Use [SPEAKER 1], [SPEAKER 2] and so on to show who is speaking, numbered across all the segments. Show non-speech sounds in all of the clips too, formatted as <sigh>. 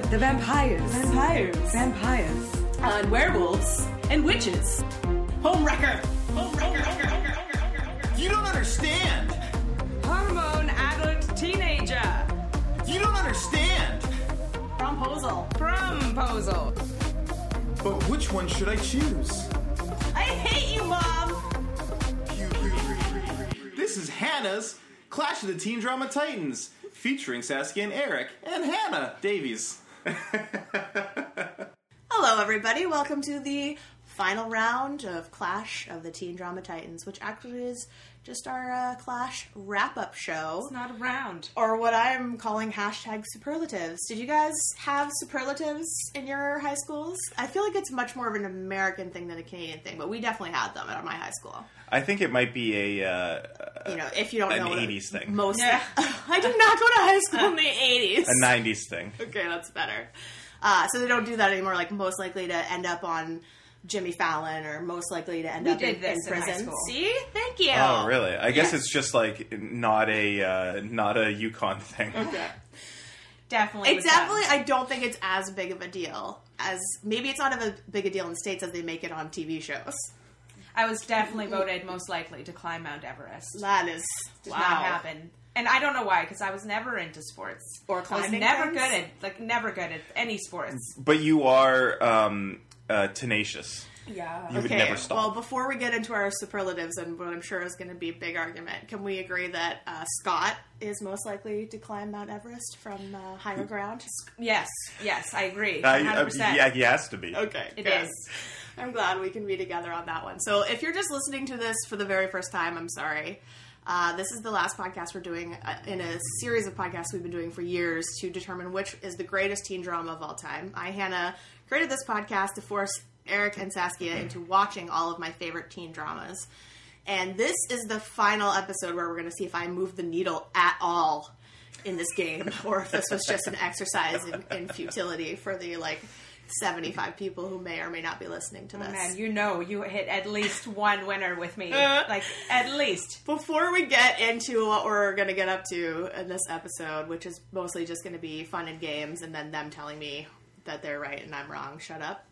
[SPEAKER 1] vampires,
[SPEAKER 2] Vampires.
[SPEAKER 1] vampires,
[SPEAKER 2] And werewolves. And witches. Homewrecker.
[SPEAKER 3] You don't understand.
[SPEAKER 2] Hormone adult teenager.
[SPEAKER 3] You don't understand.
[SPEAKER 2] Promposal. Promposal.
[SPEAKER 3] But which one should I choose?
[SPEAKER 2] I hate you, Mom.
[SPEAKER 3] This is Hannah's Clash of the Teen Drama Titans, featuring Saskia and Eric and Hannah Davies.
[SPEAKER 4] Hello, everybody. Welcome to the final round of Clash of the Teen Drama Titans, which actually is just our uh, Clash wrap up show,
[SPEAKER 2] Not around.
[SPEAKER 4] or what I'm calling hashtag superlatives. Did you guys have superlatives in your high schools? I feel like it's much more of an American thing than a Canadian thing, but we definitely had them at my high school.
[SPEAKER 3] I think it might be a. Uh,
[SPEAKER 4] You know, if you don't
[SPEAKER 3] An
[SPEAKER 4] know, what a-
[SPEAKER 3] 80s thing.
[SPEAKER 4] Most
[SPEAKER 2] Yeah.
[SPEAKER 4] <laughs> I did not go to high school
[SPEAKER 2] <laughs>
[SPEAKER 4] in the 80s.
[SPEAKER 3] a 90s thing.
[SPEAKER 4] Okay, that's better. Uh, so they don't do that anymore. Like most likely to end up on Jimmy Fallon, or most likely to end
[SPEAKER 1] We
[SPEAKER 4] up
[SPEAKER 1] did
[SPEAKER 4] in,
[SPEAKER 1] this
[SPEAKER 4] in
[SPEAKER 1] in high
[SPEAKER 4] prison.
[SPEAKER 1] school.
[SPEAKER 4] See, thank you.
[SPEAKER 3] Oh, really? I guess
[SPEAKER 4] Yeah.
[SPEAKER 3] it's just like not a uh, not a Yukon thing.
[SPEAKER 1] definitely.
[SPEAKER 4] It's
[SPEAKER 1] with them.
[SPEAKER 4] definitely. I don't think it's as big of a deal as maybe it's not of a big a deal in the states as they make it on TV shows.
[SPEAKER 1] I was definitely voted most likely to climb Mount Everest.
[SPEAKER 4] That is
[SPEAKER 1] Did
[SPEAKER 4] wow.
[SPEAKER 1] not happen. And I don't know why, because I was never into sports
[SPEAKER 4] Or
[SPEAKER 1] I was
[SPEAKER 4] climbing
[SPEAKER 1] never
[SPEAKER 4] things?
[SPEAKER 1] good at like never good at any sports.
[SPEAKER 3] But you are um, uh, tenacious.
[SPEAKER 1] Yeah,
[SPEAKER 3] You would
[SPEAKER 4] Okay.
[SPEAKER 3] never stop.
[SPEAKER 4] Well, before we get into our superlatives and what I'm sure is going to be a big argument, can we agree that uh, Scott is most likely to climb Mount Everest from uh, higher ground?
[SPEAKER 1] yes, yes, I agree.
[SPEAKER 3] I,
[SPEAKER 1] 100%.
[SPEAKER 3] I, yeah, he has to be.
[SPEAKER 4] Okay,
[SPEAKER 1] It
[SPEAKER 4] good.
[SPEAKER 1] is.
[SPEAKER 4] I'm glad we can be together on that one. So, if you're just listening to this for the very first time, I'm sorry. Uh, this is the last podcast we're doing uh, in a series of podcasts we've been doing for years to determine which is the greatest teen drama of all time. I, Hannah, created this podcast to force Eric and Saskia into watching all of my favorite teen dramas. And this is the final episode where we're going to see if I move the needle at all in this game <laughs> or if this was just an exercise in, in futility for the like 75 people who may or may not be listening to this.
[SPEAKER 1] Oh, Man, you know you hit at least one winner with me. like at least.
[SPEAKER 4] Uh-huh. Before we get into what we're going to get up to in this episode, which is mostly just going to be fun and games and then them telling me that they're right and I'm wrong, shut up.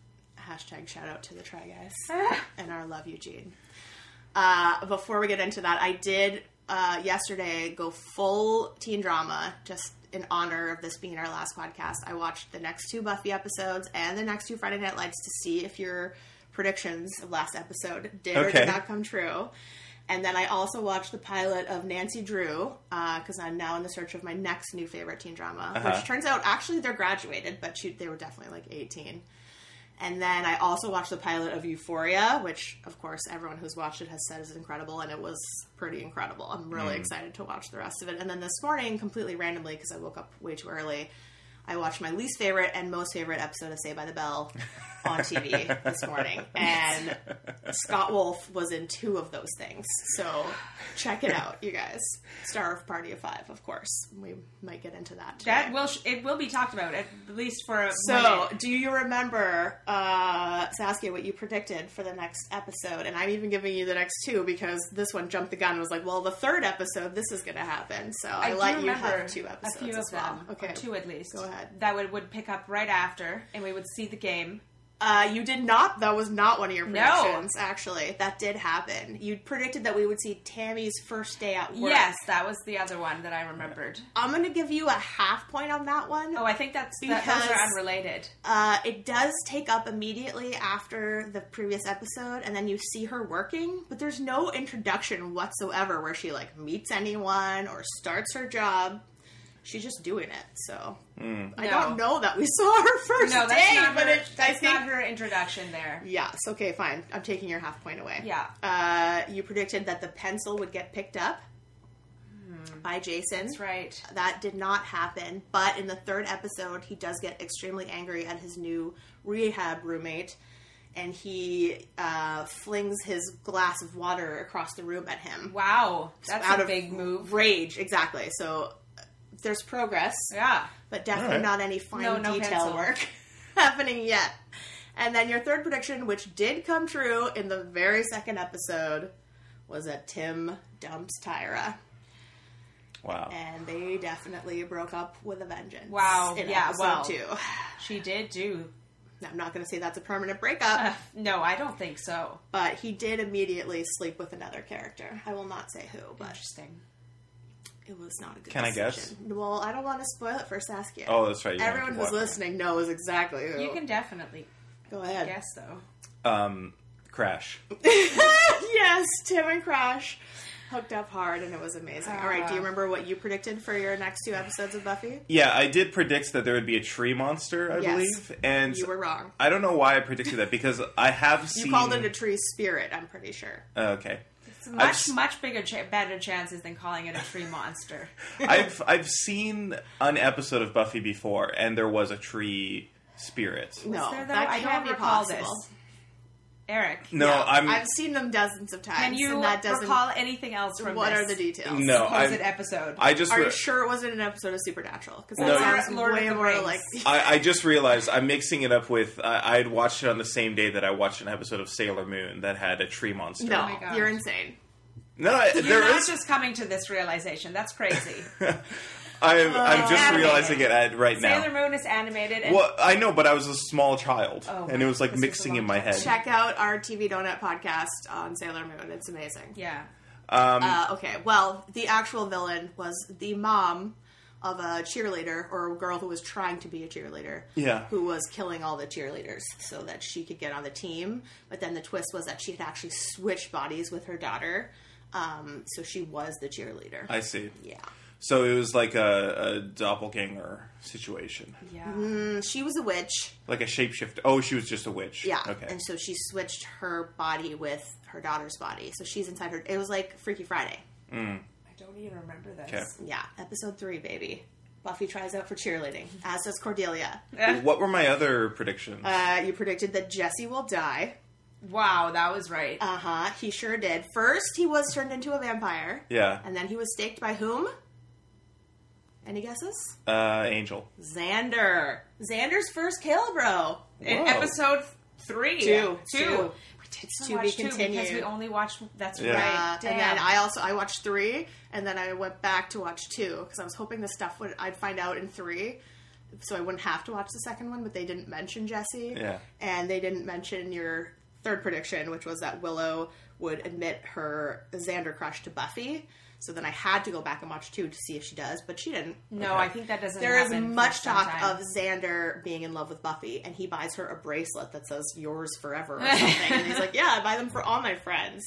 [SPEAKER 4] Hashtag shout out to the Try Guys
[SPEAKER 1] Ah.
[SPEAKER 4] and our love, Eugene. Uh, before we get into that, I did uh, yesterday go full teen drama just in honor of this being our last podcast. I watched the next two Buffy episodes and the next two Friday Night Lights to see if your predictions of last episode did or
[SPEAKER 3] Okay.
[SPEAKER 4] did not come true. And then I also watched the pilot of Nancy Drew because I'm now in the search of my next new favorite teen drama, which turns out actually they're graduated, but she, they were definitely like 18. And then I also watched the pilot of Euphoria, which, of course, everyone who's watched it has said is incredible, and it was pretty incredible. I'm really excited to watch the rest of it. And then this morning, completely randomly, because I woke up way too early, I watched my least favorite and most favorite episode of Say by the Bell on TV this morning. And Scott Wolf was in two of those things. So check it out, you guys. Star of Party of Five, of course. We might get into that. Today.
[SPEAKER 1] That will sh- it will be talked about at least for a
[SPEAKER 4] So,
[SPEAKER 1] minute.
[SPEAKER 4] do you remember, uh, Saskia, what you predicted for the next episode? And I'm even giving you the next two because this one jumped the gun and was like, well, the third episode, this is going to happen. So, I,
[SPEAKER 1] do
[SPEAKER 4] let you
[SPEAKER 1] remember
[SPEAKER 4] have two episodes
[SPEAKER 1] a few
[SPEAKER 4] as
[SPEAKER 1] of
[SPEAKER 4] well.
[SPEAKER 1] them,
[SPEAKER 4] Okay.
[SPEAKER 1] or two at least.
[SPEAKER 4] Go ahead.
[SPEAKER 1] That would would pick up right after, and we would see the game.
[SPEAKER 4] Uh, you did not. That was not one of your predictions, actually. That did happen. You predicted that we would see Tammy's first day at work.
[SPEAKER 1] Yes, that was the other one that I remembered.
[SPEAKER 4] I'm going to give you a half point on that one.
[SPEAKER 1] Oh, I think that's that, those are
[SPEAKER 4] Because-
[SPEAKER 1] unrelated.
[SPEAKER 4] Uh, it does take up immediately after the previous episode, and then you see her working, but there's no introduction whatsoever where she like meets anyone or starts her job. She's just doing it. So
[SPEAKER 3] Hmm.
[SPEAKER 4] I
[SPEAKER 1] No.
[SPEAKER 4] don't know that we <laughs> saw her first
[SPEAKER 1] No, that's
[SPEAKER 4] day,
[SPEAKER 1] not
[SPEAKER 4] but
[SPEAKER 1] her.
[SPEAKER 4] it, I
[SPEAKER 1] that's
[SPEAKER 4] think
[SPEAKER 1] not her introduction there.
[SPEAKER 4] yes. Okay, fine. I'm taking your half point away.
[SPEAKER 1] Yeah.
[SPEAKER 4] Uh, you predicted that the pencil would get picked up by Jason.
[SPEAKER 1] That's right.
[SPEAKER 4] That did not happen. But in the third episode, he does get extremely angry at his new rehab roommate, and he uh, flings his glass of water across the room at him.
[SPEAKER 1] Wow, that's
[SPEAKER 4] out
[SPEAKER 1] a
[SPEAKER 4] of
[SPEAKER 1] big move.
[SPEAKER 4] Rage, exactly. So uh, there's progress,
[SPEAKER 1] Yeah.
[SPEAKER 4] but definitely
[SPEAKER 3] Alright.
[SPEAKER 4] not any fine
[SPEAKER 1] No, no
[SPEAKER 4] detail
[SPEAKER 1] pencil.
[SPEAKER 4] work <laughs> happening yet. And then your third prediction, which did come true in the very second episode, was that Tim dumps Tyra.
[SPEAKER 3] Wow.
[SPEAKER 4] <laughs> and they definitely broke up with a vengeance.
[SPEAKER 1] Wow,
[SPEAKER 4] in
[SPEAKER 1] yeah,
[SPEAKER 4] episode
[SPEAKER 1] well.
[SPEAKER 4] two.
[SPEAKER 1] She did do.
[SPEAKER 4] Now, I'm not going to say that's a permanent breakup,
[SPEAKER 1] Uh, no, I don't think so.
[SPEAKER 4] but he did immediately sleep with another character. I will not say who, but
[SPEAKER 1] Interesting.
[SPEAKER 4] it was not a good.
[SPEAKER 3] Can I guess?
[SPEAKER 4] decision. Well, I don't want to spoil it for Saskia.
[SPEAKER 3] Oh, that's right. you don't have
[SPEAKER 4] everyone
[SPEAKER 3] to
[SPEAKER 4] who's
[SPEAKER 3] watch it.
[SPEAKER 4] listening knows exactly who.
[SPEAKER 1] You can definitely
[SPEAKER 4] go ahead.
[SPEAKER 1] guess, though.
[SPEAKER 3] Um, Crash.
[SPEAKER 4] <laughs> yes, Tim and Crash hooked up hard, and it was amazing. All right, do you
[SPEAKER 1] Uh.
[SPEAKER 4] remember what you predicted for your next two episodes of Buffy?
[SPEAKER 3] Yeah, I did predict that there would be a tree monster. I
[SPEAKER 4] Yes.
[SPEAKER 3] believe, and
[SPEAKER 4] You were wrong.
[SPEAKER 3] I don't know why I predicted that because I have seen. Oh,
[SPEAKER 4] You called it a tree spirit. I'm pretty sure.
[SPEAKER 3] Okay.
[SPEAKER 1] It's much, <laughs>
[SPEAKER 3] s-
[SPEAKER 1] much bigger, cha- better chances than calling it a tree
[SPEAKER 4] <laughs>
[SPEAKER 1] monster.
[SPEAKER 3] <laughs> I've I've seen an episode of Buffy before, and there was a tree spirit.
[SPEAKER 4] No,
[SPEAKER 1] Is there, though?
[SPEAKER 4] that
[SPEAKER 1] I
[SPEAKER 4] can't
[SPEAKER 1] don't
[SPEAKER 4] be
[SPEAKER 1] recall
[SPEAKER 4] possible.
[SPEAKER 1] this. Eric,
[SPEAKER 3] No, I'm.
[SPEAKER 4] I've seen them dozens of times.
[SPEAKER 1] can you
[SPEAKER 4] and that doesn't.
[SPEAKER 1] recall anything else from
[SPEAKER 4] what
[SPEAKER 1] this
[SPEAKER 4] are the details?
[SPEAKER 3] No,
[SPEAKER 1] supposed
[SPEAKER 3] I-
[SPEAKER 1] episode?
[SPEAKER 3] I just.
[SPEAKER 4] Are
[SPEAKER 3] re-
[SPEAKER 4] you sure it wasn't an episode of Supernatural? Because that
[SPEAKER 3] No.
[SPEAKER 4] sounds
[SPEAKER 1] Lord of
[SPEAKER 4] way
[SPEAKER 1] the
[SPEAKER 4] more
[SPEAKER 1] Rings.
[SPEAKER 4] like.
[SPEAKER 3] I, I just realized I'm mixing it up with. I I had watched it on the same day that I watched an episode of Sailor Moon that had a tree monster.
[SPEAKER 4] No,
[SPEAKER 1] Oh my gosh.
[SPEAKER 4] you're insane.
[SPEAKER 3] no, I-
[SPEAKER 1] You're
[SPEAKER 3] there
[SPEAKER 1] not
[SPEAKER 3] is.
[SPEAKER 1] just coming to this realization. That's
[SPEAKER 3] <laughs>
[SPEAKER 1] crazy.
[SPEAKER 3] I'm, I'm just
[SPEAKER 1] animated.
[SPEAKER 3] realizing it at, right now.
[SPEAKER 1] Sailor Moon is animated. And
[SPEAKER 3] Well, I know, but I was a small child,
[SPEAKER 1] Oh,
[SPEAKER 3] and it was like
[SPEAKER 1] this was a
[SPEAKER 3] mixing in
[SPEAKER 1] long
[SPEAKER 3] my
[SPEAKER 1] time.
[SPEAKER 3] head.
[SPEAKER 4] Check out our TV Donut podcast on Sailor Moon. It's amazing.
[SPEAKER 1] Yeah.
[SPEAKER 3] Um,
[SPEAKER 4] Uh, okay, well, the actual villain was the mom of a cheerleader or a girl who was trying to be a cheerleader.
[SPEAKER 3] Yeah.
[SPEAKER 4] Who was killing all the cheerleaders so that she could get on the team. But then the twist was that she had actually switched bodies with her daughter. Um, so she was the cheerleader.
[SPEAKER 3] I see.
[SPEAKER 4] yeah.
[SPEAKER 3] So it was like a, a doppelganger situation,
[SPEAKER 1] Yeah.
[SPEAKER 4] And Mm, she was a witch.
[SPEAKER 3] like a shapeshifter. Oh, she was just a witch.
[SPEAKER 4] Yeah.
[SPEAKER 3] Okay.
[SPEAKER 4] And so she switched her body with her daughter's body. So she's inside her. It was like Freaky Friday.
[SPEAKER 3] Mm.
[SPEAKER 1] I don't even remember this.
[SPEAKER 3] okay.
[SPEAKER 4] Yeah. Episode three, baby. Buffy tries out for cheerleading, as does Cordelia.
[SPEAKER 1] Eh.
[SPEAKER 3] What were my other predictions?
[SPEAKER 4] Uh, you predicted that Jesse will die.
[SPEAKER 1] Wow, that was right.
[SPEAKER 4] Uh huh. He sure did. First, he was turned into a vampire,
[SPEAKER 3] yeah.
[SPEAKER 4] and then he was staked by whom? Any guesses?
[SPEAKER 3] Uh, Angel.
[SPEAKER 4] Xander. Xander's first kill, bro.
[SPEAKER 1] In
[SPEAKER 3] Whoa.
[SPEAKER 1] episode three.
[SPEAKER 4] Two.
[SPEAKER 1] Two.
[SPEAKER 4] Two.
[SPEAKER 1] We did so
[SPEAKER 4] To be
[SPEAKER 1] much two because
[SPEAKER 4] continued.
[SPEAKER 1] we only watched. That's
[SPEAKER 3] Yeah.
[SPEAKER 1] right.
[SPEAKER 4] Uh,
[SPEAKER 1] Damn.
[SPEAKER 4] and then I also I watched three, and then I went back to watch two because I was hoping the stuff would I'd find out in three, so I wouldn't have to watch the second one. But they didn't mention Jesse,
[SPEAKER 3] Yeah.
[SPEAKER 4] and they didn't mention your third prediction, which was that Willow would admit her Xander crush to Buffy. So then I had to go back and watch two to see if she does, but she didn't.
[SPEAKER 1] no, I think that doesn't.
[SPEAKER 4] There is
[SPEAKER 1] happen for
[SPEAKER 4] much
[SPEAKER 1] some
[SPEAKER 4] talk
[SPEAKER 1] time.
[SPEAKER 4] of Xander being in love with Buffy, and he buys her a bracelet that says "Yours forever" or something. and he's like, "Yeah, I buy them for all my friends."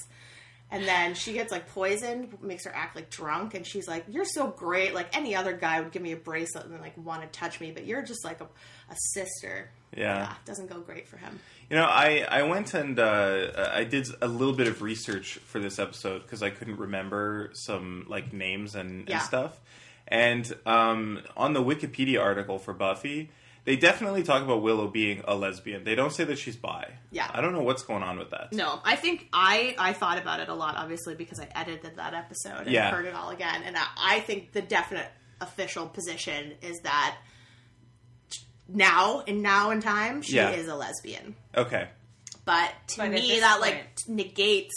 [SPEAKER 4] And then she gets like poisoned, makes her act like drunk, and she's like, "You're so great! Like any other guy would give me a bracelet and like want to touch me, but you're just like a, a sister."
[SPEAKER 3] Yeah.
[SPEAKER 4] Ah, doesn't go great for him.
[SPEAKER 3] You know, I, I went and uh, I did a little bit of research for this episode because I couldn't remember some like names and,
[SPEAKER 4] Yeah.
[SPEAKER 3] and stuff. And um, on the Wikipedia article for Buffy, they definitely talk about Willow being a lesbian. They don't say that she's bi.
[SPEAKER 4] Yeah.
[SPEAKER 3] I don't know what's going on with that.
[SPEAKER 4] No, I think I I thought about it a lot, obviously, because I edited that episode and
[SPEAKER 3] Yeah.
[SPEAKER 4] heard it all again. And I, I think the definite official position is that now and now in time she
[SPEAKER 3] Yeah.
[SPEAKER 4] is a lesbian.
[SPEAKER 3] Okay.
[SPEAKER 4] But to
[SPEAKER 1] But at
[SPEAKER 4] me,
[SPEAKER 1] this
[SPEAKER 4] that like
[SPEAKER 1] point-
[SPEAKER 4] negates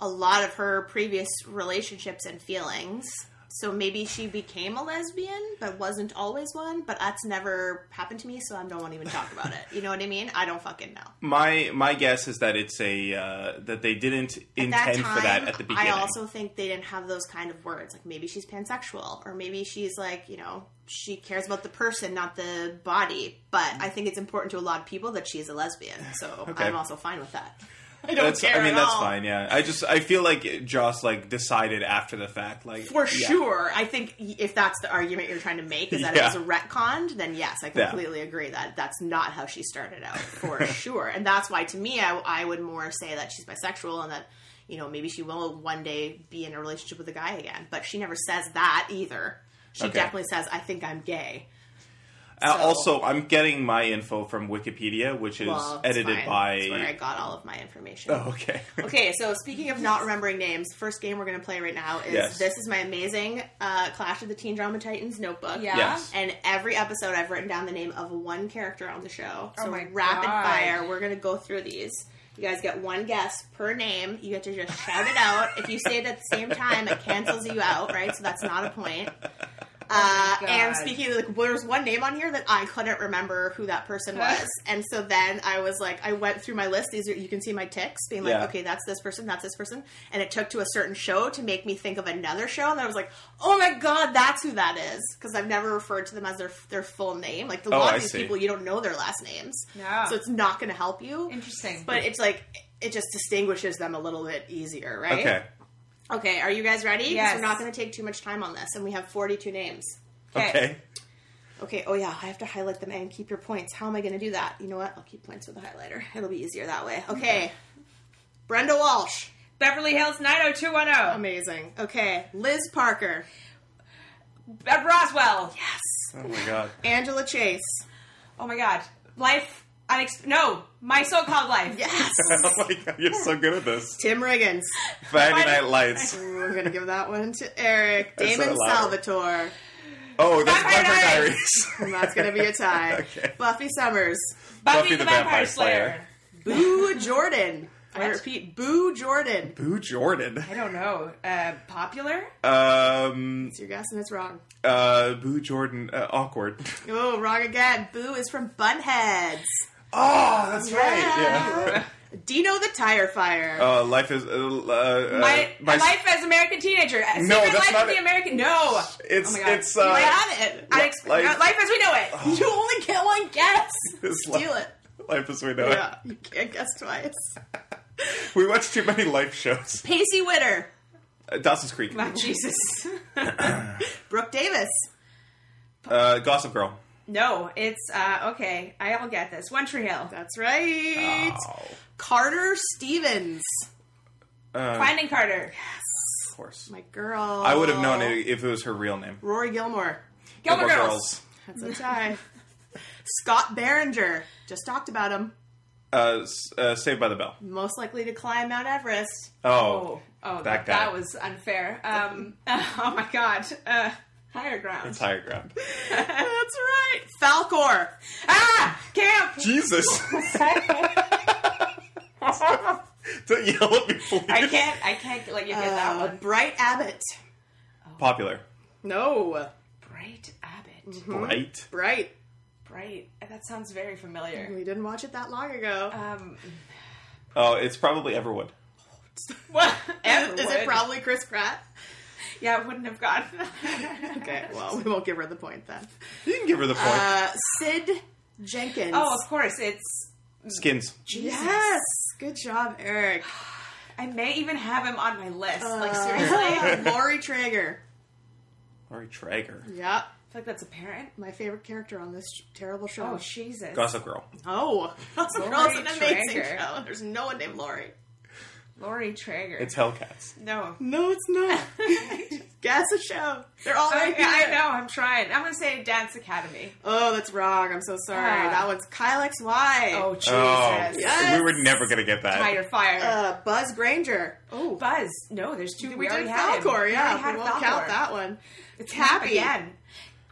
[SPEAKER 4] a lot of her previous relationships and feelings. So maybe she became a lesbian, but wasn't always one. But that's never happened to me, so I don't want to even talk about it. You know what I mean? I don't fucking know.
[SPEAKER 3] My my guess is that it's a uh, that they didn't intend for that at the beginning.
[SPEAKER 4] I also <laughs> think they didn't have those kind of words. Like maybe she's pansexual, or maybe she's like, you know, she cares about the person, not the body. But I think it's important to a lot of people that she's a lesbian. So
[SPEAKER 3] Okay.
[SPEAKER 4] I'm also fine with that.
[SPEAKER 3] I don't that's,
[SPEAKER 4] care
[SPEAKER 3] I mean,
[SPEAKER 4] at
[SPEAKER 3] that's
[SPEAKER 4] all.
[SPEAKER 3] fine. Yeah. I just I feel like Joss like decided after the fact, like
[SPEAKER 4] For
[SPEAKER 3] yeah.
[SPEAKER 4] sure. I think y- if that's the argument you're trying to make, is that
[SPEAKER 3] Yeah.
[SPEAKER 4] it was a retconned, then yes, I
[SPEAKER 3] Yeah.
[SPEAKER 4] completely agree that that's not how she started out,
[SPEAKER 3] <laughs>
[SPEAKER 4] for sure. And that's why, to me, I, I would more say that she's bisexual and that, you know, maybe she will one day be in a relationship with a guy again. But she never says that either. She
[SPEAKER 3] Okay.
[SPEAKER 4] definitely says, I think I'm gay.
[SPEAKER 3] Uh,
[SPEAKER 4] So-
[SPEAKER 3] also, I'm getting my info from Wikipedia, which is
[SPEAKER 4] Well, it's
[SPEAKER 3] edited
[SPEAKER 4] fine. That's where I
[SPEAKER 3] by.
[SPEAKER 4] got all of my information.
[SPEAKER 3] Oh, okay.
[SPEAKER 4] Okay, so speaking of not remembering names, the first game we're going to play right now is
[SPEAKER 3] Yes.
[SPEAKER 4] this is my amazing uh, Clash of the Teen Drama Titans notebook.
[SPEAKER 1] Yeah.
[SPEAKER 3] yes.
[SPEAKER 4] And every episode, I've written down the name of one character on the show. So
[SPEAKER 1] Oh my
[SPEAKER 4] rapid
[SPEAKER 1] God.
[SPEAKER 4] fire, we're gonna go through these. You guys get one guess per name. You get to just shout it out. If you say it at the same time, it cancels you out, right? So that's not a point.
[SPEAKER 3] <laughs> Oh
[SPEAKER 4] Uh,
[SPEAKER 1] God.
[SPEAKER 4] and speaking of, like, there was one name on here that I couldn't remember who that
[SPEAKER 1] <laughs>
[SPEAKER 4] person was. and so then I was like, I went through my list. These are, you can see my ticks being like,
[SPEAKER 3] Yeah.
[SPEAKER 4] okay, that's this person, that's this person. And it took to a certain show to make me think of another show. And then I was like, oh my God, that's who that is. Cause I've never referred to them as their, their full name. Like a
[SPEAKER 3] Oh,
[SPEAKER 4] lot
[SPEAKER 3] I
[SPEAKER 4] of these
[SPEAKER 3] see.
[SPEAKER 4] people, you don't know their last names.
[SPEAKER 1] Yeah.
[SPEAKER 4] So it's not going to help you.
[SPEAKER 1] Interesting.
[SPEAKER 4] But it's like, it just distinguishes them a little bit easier, right?
[SPEAKER 3] Okay.
[SPEAKER 4] Okay, are you guys ready? 'Cause
[SPEAKER 1] Yes.
[SPEAKER 4] we're not going to take too much time on this. And we have 42 names.
[SPEAKER 1] Okay.
[SPEAKER 3] <laughs> Okay.
[SPEAKER 4] Okay, oh yeah, I have to highlight them and keep your points. How am I going to do that? You know what? I'll keep points with a highlighter. It'll be easier that way. Okay. Brenda Walsh.
[SPEAKER 1] Beverly Hills 90210.
[SPEAKER 4] Amazing. Okay. Liz Parker.
[SPEAKER 1] Bev Roswell.
[SPEAKER 4] Yes.
[SPEAKER 3] Oh my god.
[SPEAKER 4] Angela Chase.
[SPEAKER 1] Oh my god. Life. Unex- no, my so-called life.
[SPEAKER 4] Yes.
[SPEAKER 3] Oh my god, you're so good
[SPEAKER 4] <laughs>
[SPEAKER 3] at this.
[SPEAKER 4] Tim Riggins.
[SPEAKER 3] Friday Night Lights.
[SPEAKER 4] Ooh, <laughs> We're going to give that one to Eric.
[SPEAKER 3] That's
[SPEAKER 4] Damon
[SPEAKER 3] a lot.
[SPEAKER 4] Salvatore.
[SPEAKER 3] Oh, that's
[SPEAKER 1] Vampire
[SPEAKER 3] Vampire
[SPEAKER 1] Diaries.
[SPEAKER 4] And
[SPEAKER 3] Diaries.
[SPEAKER 4] that's going to be a tie.
[SPEAKER 3] <laughs> Okay.
[SPEAKER 4] Buffy Summers.
[SPEAKER 1] Buffy, the, Vampire, Slayer.
[SPEAKER 4] Boo Jordan. I
[SPEAKER 1] What?
[SPEAKER 4] repeat, Boo Jordan.
[SPEAKER 3] Boo Jordan.
[SPEAKER 1] I don't know. Uh, popular?
[SPEAKER 3] Um,
[SPEAKER 4] It's your guess and it's wrong.
[SPEAKER 3] uh, Boo Jordan. Uh, awkward.
[SPEAKER 4] Oh, wrong again. Boo is from Bunheads.
[SPEAKER 3] Oh, that's right.
[SPEAKER 4] Dino the Tire Fire.
[SPEAKER 3] Yeah. Uh, life is uh, uh,
[SPEAKER 1] my,
[SPEAKER 3] uh, my-
[SPEAKER 1] life as American teenager. Uh, Secret
[SPEAKER 3] No, that's
[SPEAKER 1] life
[SPEAKER 3] not
[SPEAKER 1] of the
[SPEAKER 3] it.
[SPEAKER 1] American. No.
[SPEAKER 3] It's
[SPEAKER 1] Oh my God.
[SPEAKER 3] it's uh,
[SPEAKER 4] I have it.
[SPEAKER 1] I
[SPEAKER 4] I
[SPEAKER 1] ex-
[SPEAKER 3] life-
[SPEAKER 1] uh, life as we know it.
[SPEAKER 4] you only get one
[SPEAKER 3] <laughs>
[SPEAKER 4] guess.
[SPEAKER 3] it's li-
[SPEAKER 4] Steal it.
[SPEAKER 3] <laughs> Life as we know it.
[SPEAKER 4] Yeah, you can't guess twice.
[SPEAKER 3] <laughs> We watch too many life shows.
[SPEAKER 4] Pacey Witter.
[SPEAKER 3] Uh, Dawson's Creek.
[SPEAKER 1] Oh, Jesus.
[SPEAKER 4] Brooke Davis.
[SPEAKER 3] Uh, Gossip Girl.
[SPEAKER 1] no, it's uh, okay. I'll get this. One Tree Hill.
[SPEAKER 4] That's right.
[SPEAKER 3] Oh,
[SPEAKER 4] Carter Stevens.
[SPEAKER 1] Finding Carter.
[SPEAKER 3] Uh, of course.
[SPEAKER 4] My girl.
[SPEAKER 3] I would have known it if it was her real name.
[SPEAKER 4] Rory Gilmore.
[SPEAKER 1] Gilmore
[SPEAKER 3] Gilmore
[SPEAKER 1] Girls.
[SPEAKER 4] That's a tie. <laughs> Scott Barringer. Just talked about him.
[SPEAKER 3] Uh, s- uh, Saved by the Bell.
[SPEAKER 4] Most likely to climb Mount Everest.
[SPEAKER 1] Oh,
[SPEAKER 3] Oh,
[SPEAKER 1] oh, that,
[SPEAKER 3] that
[SPEAKER 1] that,
[SPEAKER 3] guy.
[SPEAKER 1] was unfair. Um, <laughs> oh my god. Uh, higher
[SPEAKER 3] <laughs>
[SPEAKER 1] ground.
[SPEAKER 3] it's higher ground.
[SPEAKER 4] That's right. Falcor.
[SPEAKER 1] ah,
[SPEAKER 3] <laughs>
[SPEAKER 1] camp. <laughs>
[SPEAKER 3] Jesus. Don't yell at me, please.
[SPEAKER 1] I can't. I can't let you get that
[SPEAKER 4] Uh,
[SPEAKER 1] one.
[SPEAKER 4] Bright Abbott.
[SPEAKER 3] Popular.
[SPEAKER 4] No. Mm-hmm.
[SPEAKER 1] Bright Abbott.
[SPEAKER 3] Right?
[SPEAKER 4] Bright.
[SPEAKER 1] Bright. That sounds very familiar.
[SPEAKER 4] We didn't watch it that long ago.
[SPEAKER 1] Um,
[SPEAKER 3] Oh, it's probably Everwood.
[SPEAKER 1] what?
[SPEAKER 4] Is- Is
[SPEAKER 1] Everwood.
[SPEAKER 4] it probably Chris Pratt?
[SPEAKER 1] Yeah, I wouldn't have gone.
[SPEAKER 4] <laughs>
[SPEAKER 1] <laughs>
[SPEAKER 4] Okay, well, we won't give her the point then.
[SPEAKER 3] You can give her the point.
[SPEAKER 4] Uh, Sid Jenkins.
[SPEAKER 1] oh, of course. It's.
[SPEAKER 3] Skins.
[SPEAKER 4] yes. Good job, Eric.
[SPEAKER 1] I may even have him on my list. like
[SPEAKER 4] Uh, <laughs>
[SPEAKER 1] seriously, I
[SPEAKER 4] Lori Traeger.
[SPEAKER 3] Lori Traeger.
[SPEAKER 4] Yep.
[SPEAKER 1] feel like that's a parent.
[SPEAKER 4] My favorite character on this sh- terrible
[SPEAKER 1] Oh
[SPEAKER 4] show.
[SPEAKER 1] Jesus.
[SPEAKER 3] Gossip Girl.
[SPEAKER 4] oh. <laughs> That's
[SPEAKER 1] Lori
[SPEAKER 4] an amazing
[SPEAKER 1] Traeger.
[SPEAKER 4] show. There's no one named Lori.
[SPEAKER 1] Lori Traeger.
[SPEAKER 3] It's Hellcats.
[SPEAKER 1] no.
[SPEAKER 4] No, it's not. Guess a show. They're all
[SPEAKER 1] I,
[SPEAKER 4] right here.
[SPEAKER 1] I know. I'm trying. I'm gonna say Dance Academy.
[SPEAKER 4] Oh, that's wrong. I'm so sorry.
[SPEAKER 1] Ah.
[SPEAKER 4] that one's Kyle XY.
[SPEAKER 1] Oh Jesus.
[SPEAKER 3] Oh,
[SPEAKER 4] Yes.
[SPEAKER 3] we were never going to get that.
[SPEAKER 1] Higher fire.
[SPEAKER 4] Uh, Buzz Granger. Oh,
[SPEAKER 1] Buzz. No, there's two.
[SPEAKER 4] we,
[SPEAKER 1] We,
[SPEAKER 4] did
[SPEAKER 1] already had him.
[SPEAKER 4] Falcor.
[SPEAKER 1] We
[SPEAKER 4] Yeah,
[SPEAKER 1] already had
[SPEAKER 4] we won't count
[SPEAKER 1] Falcor.
[SPEAKER 4] that one.
[SPEAKER 1] It's
[SPEAKER 4] Tappy.
[SPEAKER 1] Tappy again.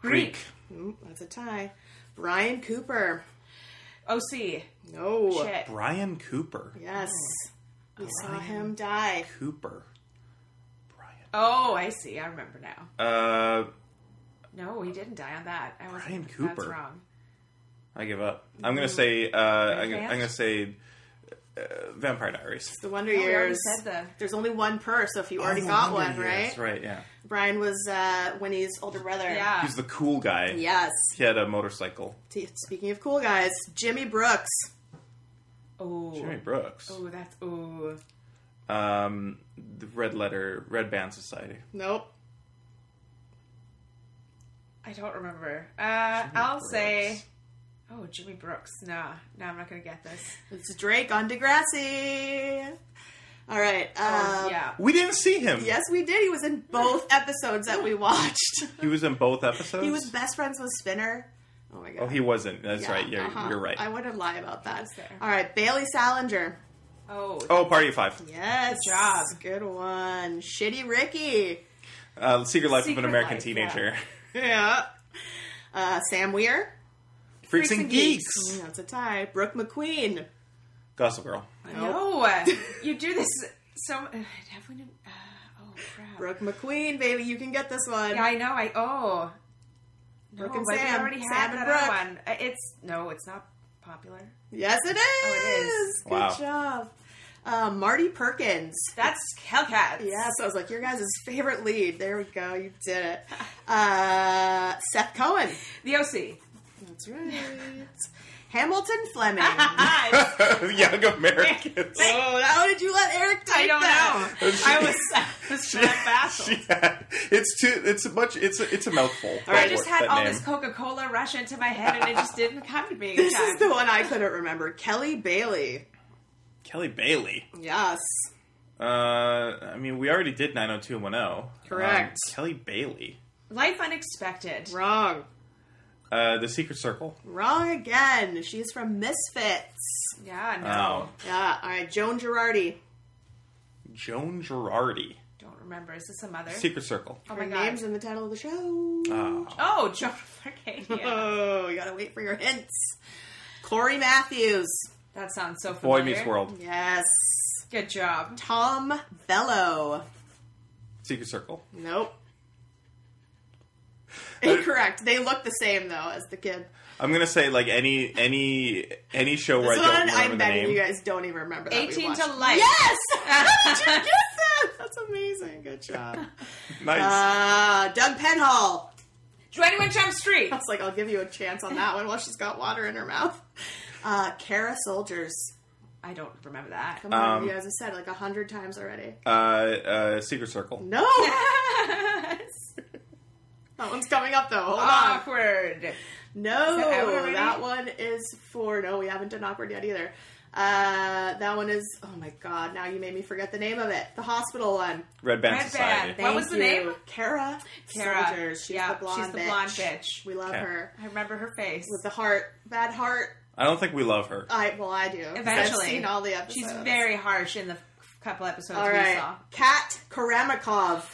[SPEAKER 3] Greek.
[SPEAKER 4] Mm, that's a tie. Brian Cooper.
[SPEAKER 1] OC.
[SPEAKER 4] No.
[SPEAKER 1] Shit. Oh.
[SPEAKER 3] Brian Cooper.
[SPEAKER 4] Yes. We saw
[SPEAKER 3] Brian.
[SPEAKER 4] him die.
[SPEAKER 3] Cooper. Brian.
[SPEAKER 1] Oh, I see. I remember now.
[SPEAKER 3] Uh,
[SPEAKER 1] No, he didn't die on that. I was
[SPEAKER 3] Brian
[SPEAKER 1] That's
[SPEAKER 3] Cooper.
[SPEAKER 1] wrong.
[SPEAKER 3] I give up. I'm going to say, uh, I'm, gonna-
[SPEAKER 1] Hand?
[SPEAKER 3] I'm going to say uh, Vampire Diaries.
[SPEAKER 4] The Wonder
[SPEAKER 1] No, Oh, we already
[SPEAKER 4] Years.
[SPEAKER 1] said the.
[SPEAKER 4] There's only one per, so if you already
[SPEAKER 3] Oh,
[SPEAKER 4] got
[SPEAKER 3] Wonder
[SPEAKER 4] one,
[SPEAKER 3] Years.
[SPEAKER 4] right?
[SPEAKER 3] Right, yeah.
[SPEAKER 4] Brian was uh, Winnie's older brother.
[SPEAKER 1] Yeah.
[SPEAKER 3] He's the cool guy.
[SPEAKER 4] Yes.
[SPEAKER 3] He had a motorcycle.
[SPEAKER 4] T- Speaking of cool guys, Jimmy Brooks.
[SPEAKER 1] Oh.
[SPEAKER 3] Jimmy Brooks.
[SPEAKER 1] Oh, that's oh.
[SPEAKER 3] Um, the Red Letter, Red Band Society.
[SPEAKER 4] Nope.
[SPEAKER 1] I don't remember. Uh, I'll
[SPEAKER 3] Brooks.
[SPEAKER 1] say. Oh, Jimmy Brooks. Nah, no, I'm not gonna get this.
[SPEAKER 4] It's Drake on Degrassi. All right. Uh,
[SPEAKER 1] Oh, yeah.
[SPEAKER 3] We didn't see him.
[SPEAKER 4] Yes, we did. He was in both episodes that we watched.
[SPEAKER 3] He was in both episodes.
[SPEAKER 4] He was best friends with Spinner. Oh my god.
[SPEAKER 3] Oh, he wasn't. That's
[SPEAKER 4] Yeah,
[SPEAKER 3] right. You're,
[SPEAKER 4] uh-huh.
[SPEAKER 3] you're right.
[SPEAKER 4] I wouldn't lie about that.
[SPEAKER 1] was there.
[SPEAKER 4] All right, Bailey Salinger.
[SPEAKER 1] Oh,
[SPEAKER 3] oh, Party of Five.
[SPEAKER 4] Yes.
[SPEAKER 1] Good job.
[SPEAKER 4] Good one. Shitty Ricky.
[SPEAKER 3] Uh, Secret Life of
[SPEAKER 1] Secret
[SPEAKER 3] an American
[SPEAKER 1] Life,
[SPEAKER 3] Teenager.
[SPEAKER 4] Yeah. Uh, Sam Weir.
[SPEAKER 3] Freaks and
[SPEAKER 1] and
[SPEAKER 3] Geeks.
[SPEAKER 1] Geeks.
[SPEAKER 4] Mm, That's a tie. Brooke McQueen.
[SPEAKER 3] Gossip Girl.
[SPEAKER 1] No,
[SPEAKER 4] <laughs>
[SPEAKER 1] you do this so. Uh, have we? done- Uh, oh crap!
[SPEAKER 4] Brooke McQueen, baby, you can get this one.
[SPEAKER 1] Yeah, I know. I oh. No,
[SPEAKER 4] Brooke and
[SPEAKER 1] but we
[SPEAKER 4] Sam.
[SPEAKER 1] already
[SPEAKER 4] Sam
[SPEAKER 1] had
[SPEAKER 4] and
[SPEAKER 1] that
[SPEAKER 4] Brooke.
[SPEAKER 1] other one. Uh, It's no, it's not popular.
[SPEAKER 4] Yes, it is.
[SPEAKER 1] Oh, it is.
[SPEAKER 4] Good
[SPEAKER 3] Wow.
[SPEAKER 4] job. Uh, Marty Perkins.
[SPEAKER 1] That's Hellcats.
[SPEAKER 4] Yes, I was like, your guys' favorite lead. There we go. You
[SPEAKER 1] <laughs>
[SPEAKER 4] did it. Uh, Seth Cohen.
[SPEAKER 1] The OC.
[SPEAKER 4] That's right. Hamilton
[SPEAKER 1] <laughs>
[SPEAKER 4] Fleming. <laughs>
[SPEAKER 1] I,
[SPEAKER 3] <laughs> Young
[SPEAKER 1] <laughs>
[SPEAKER 3] Americans.
[SPEAKER 4] oh, how did you let Eric take
[SPEAKER 1] I don't
[SPEAKER 4] that?
[SPEAKER 1] know. I was I was <laughs> baffled.
[SPEAKER 3] She had- it's too. It's a much. It's a, it's a mouthful.
[SPEAKER 1] I
[SPEAKER 3] that
[SPEAKER 1] just
[SPEAKER 3] word-
[SPEAKER 1] had
[SPEAKER 3] that
[SPEAKER 1] all
[SPEAKER 3] name.
[SPEAKER 1] this Coca Cola rush into my head, and it just didn't come to me. in
[SPEAKER 4] <laughs> This
[SPEAKER 1] time.
[SPEAKER 4] is the one I couldn't remember. Kelly Bailey.
[SPEAKER 3] Kelly Bailey.
[SPEAKER 4] Yes.
[SPEAKER 3] Uh, I mean, we already did 90210.
[SPEAKER 4] Correct.
[SPEAKER 3] Um, Kelly Bailey.
[SPEAKER 1] Life unexpected.
[SPEAKER 4] Wrong.
[SPEAKER 3] Uh, the Secret Circle.
[SPEAKER 4] Wrong again. She's from Misfits.
[SPEAKER 1] Yeah, no,
[SPEAKER 3] Oh,
[SPEAKER 4] Yeah. All right. Joan Girardi.
[SPEAKER 3] Joan Girardi.
[SPEAKER 1] don't remember. Is this a mother?
[SPEAKER 3] Secret Circle.
[SPEAKER 1] oh
[SPEAKER 4] Her
[SPEAKER 1] my god.
[SPEAKER 4] name's in the title of the show.
[SPEAKER 3] Oh.
[SPEAKER 1] oh, Joan <laughs> Arcadia.
[SPEAKER 4] Oh, you gotta wait for your hints. Corey Matthews.
[SPEAKER 1] that sounds so
[SPEAKER 3] Boy
[SPEAKER 1] familiar.
[SPEAKER 3] Meets World.
[SPEAKER 4] Yes.
[SPEAKER 1] Good job.
[SPEAKER 4] Tom Bello.
[SPEAKER 3] Secret Circle.
[SPEAKER 4] Nope.
[SPEAKER 3] Uh,
[SPEAKER 4] Incorrect. They look the same though as the kid.
[SPEAKER 3] I'm gonna say like any any any show where
[SPEAKER 4] This
[SPEAKER 3] I don't
[SPEAKER 4] one,
[SPEAKER 3] remember
[SPEAKER 4] I'm
[SPEAKER 3] the
[SPEAKER 4] betting
[SPEAKER 3] name.
[SPEAKER 4] you guys don't even remember. That we
[SPEAKER 1] 18
[SPEAKER 4] watched.
[SPEAKER 1] to life. <laughs>
[SPEAKER 4] Yes. How did you guess that? That's amazing. Good <laughs> job.
[SPEAKER 3] Nice.
[SPEAKER 4] Uh, Doug Penhall.
[SPEAKER 1] 21 Jump Street.
[SPEAKER 4] I was like, I'll give you a chance on that one while she's got water in her mouth. Uh, Kara Soldiers.
[SPEAKER 1] I don't remember that.
[SPEAKER 4] Come on,
[SPEAKER 3] Um,
[SPEAKER 4] you guys have said it like a hundred times already.
[SPEAKER 3] uh, uh, Secret Circle.
[SPEAKER 1] <laughs>
[SPEAKER 4] No, <laughs> that one's coming up though.
[SPEAKER 1] Oh,
[SPEAKER 4] Hold on.
[SPEAKER 1] Awkward.
[SPEAKER 4] No,
[SPEAKER 1] Is that out
[SPEAKER 4] that,
[SPEAKER 1] already?
[SPEAKER 4] one is for no. We haven't done awkward yet either. Uh, that one is oh my god! Now you made me forget the name of it. The hospital one.
[SPEAKER 3] Red Band
[SPEAKER 1] Red
[SPEAKER 3] Society.
[SPEAKER 1] Band. What was the name?
[SPEAKER 4] Kara.
[SPEAKER 1] Kara.
[SPEAKER 4] Soldiers. She's
[SPEAKER 1] Yeah,
[SPEAKER 4] the blonde.
[SPEAKER 1] she's the blonde bitch.
[SPEAKER 4] We love
[SPEAKER 3] Okay.
[SPEAKER 4] her
[SPEAKER 1] I remember her face.
[SPEAKER 4] with the heart, bad heart.
[SPEAKER 3] I don't think we love her.
[SPEAKER 4] I well, I do. 'cause
[SPEAKER 1] Eventually.
[SPEAKER 4] I've seen all the episodes.
[SPEAKER 1] She's very harsh in the couple episodes
[SPEAKER 4] all
[SPEAKER 1] we
[SPEAKER 4] right.
[SPEAKER 1] saw.
[SPEAKER 4] Kat Karamakov.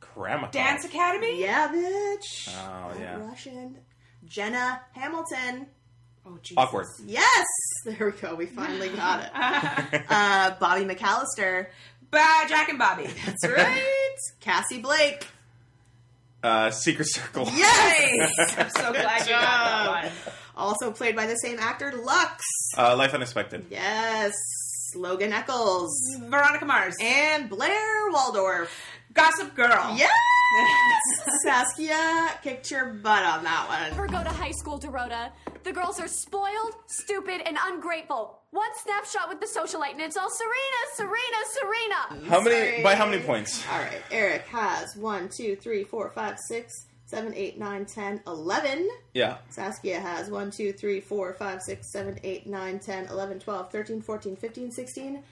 [SPEAKER 3] Kramakov.
[SPEAKER 1] Dance Academy?
[SPEAKER 4] Yeah, bitch.
[SPEAKER 3] Oh, yeah.
[SPEAKER 4] Russian. Jenna Hamilton.
[SPEAKER 1] Oh, Jesus.
[SPEAKER 3] Awkward.
[SPEAKER 4] Yes, <laughs> there we go.
[SPEAKER 1] <laughs>
[SPEAKER 4] We finally got it.
[SPEAKER 3] <laughs>
[SPEAKER 4] uh, Bobby McAllister.
[SPEAKER 1] Bah, Jack and Bobby.
[SPEAKER 4] <laughs> That's right. Cassie Blake.
[SPEAKER 3] Uh, Secret Circle. <laughs>
[SPEAKER 4] Yes.
[SPEAKER 1] Nice. I'm so glad you got that one.
[SPEAKER 4] also played by the same actor, Lux.
[SPEAKER 3] Uh, Life Unexpected.
[SPEAKER 4] Yes. Logan Eccles.
[SPEAKER 1] Veronica Mars.
[SPEAKER 4] And Blair Waldorf.
[SPEAKER 1] Gossip Girl. <laughs>
[SPEAKER 4] Yes. Saskia kicked your butt on that one.
[SPEAKER 5] ever go to high school, Dorota. The girls are spoiled, stupid, and ungrateful. One snapshot with the socialite, and it's all Serena, Serena, Serena.
[SPEAKER 3] How many?
[SPEAKER 4] Sorry.
[SPEAKER 3] By how many points?
[SPEAKER 4] All right. Eric has one, two, three, four, five, six, seven, eight, nine, ten, eleven.
[SPEAKER 3] Yeah.
[SPEAKER 4] Saskia has 1, 2, 3, 4, 5, 6, 7, 8, 9, 10, 11, 12, 13, 14, 15, 16,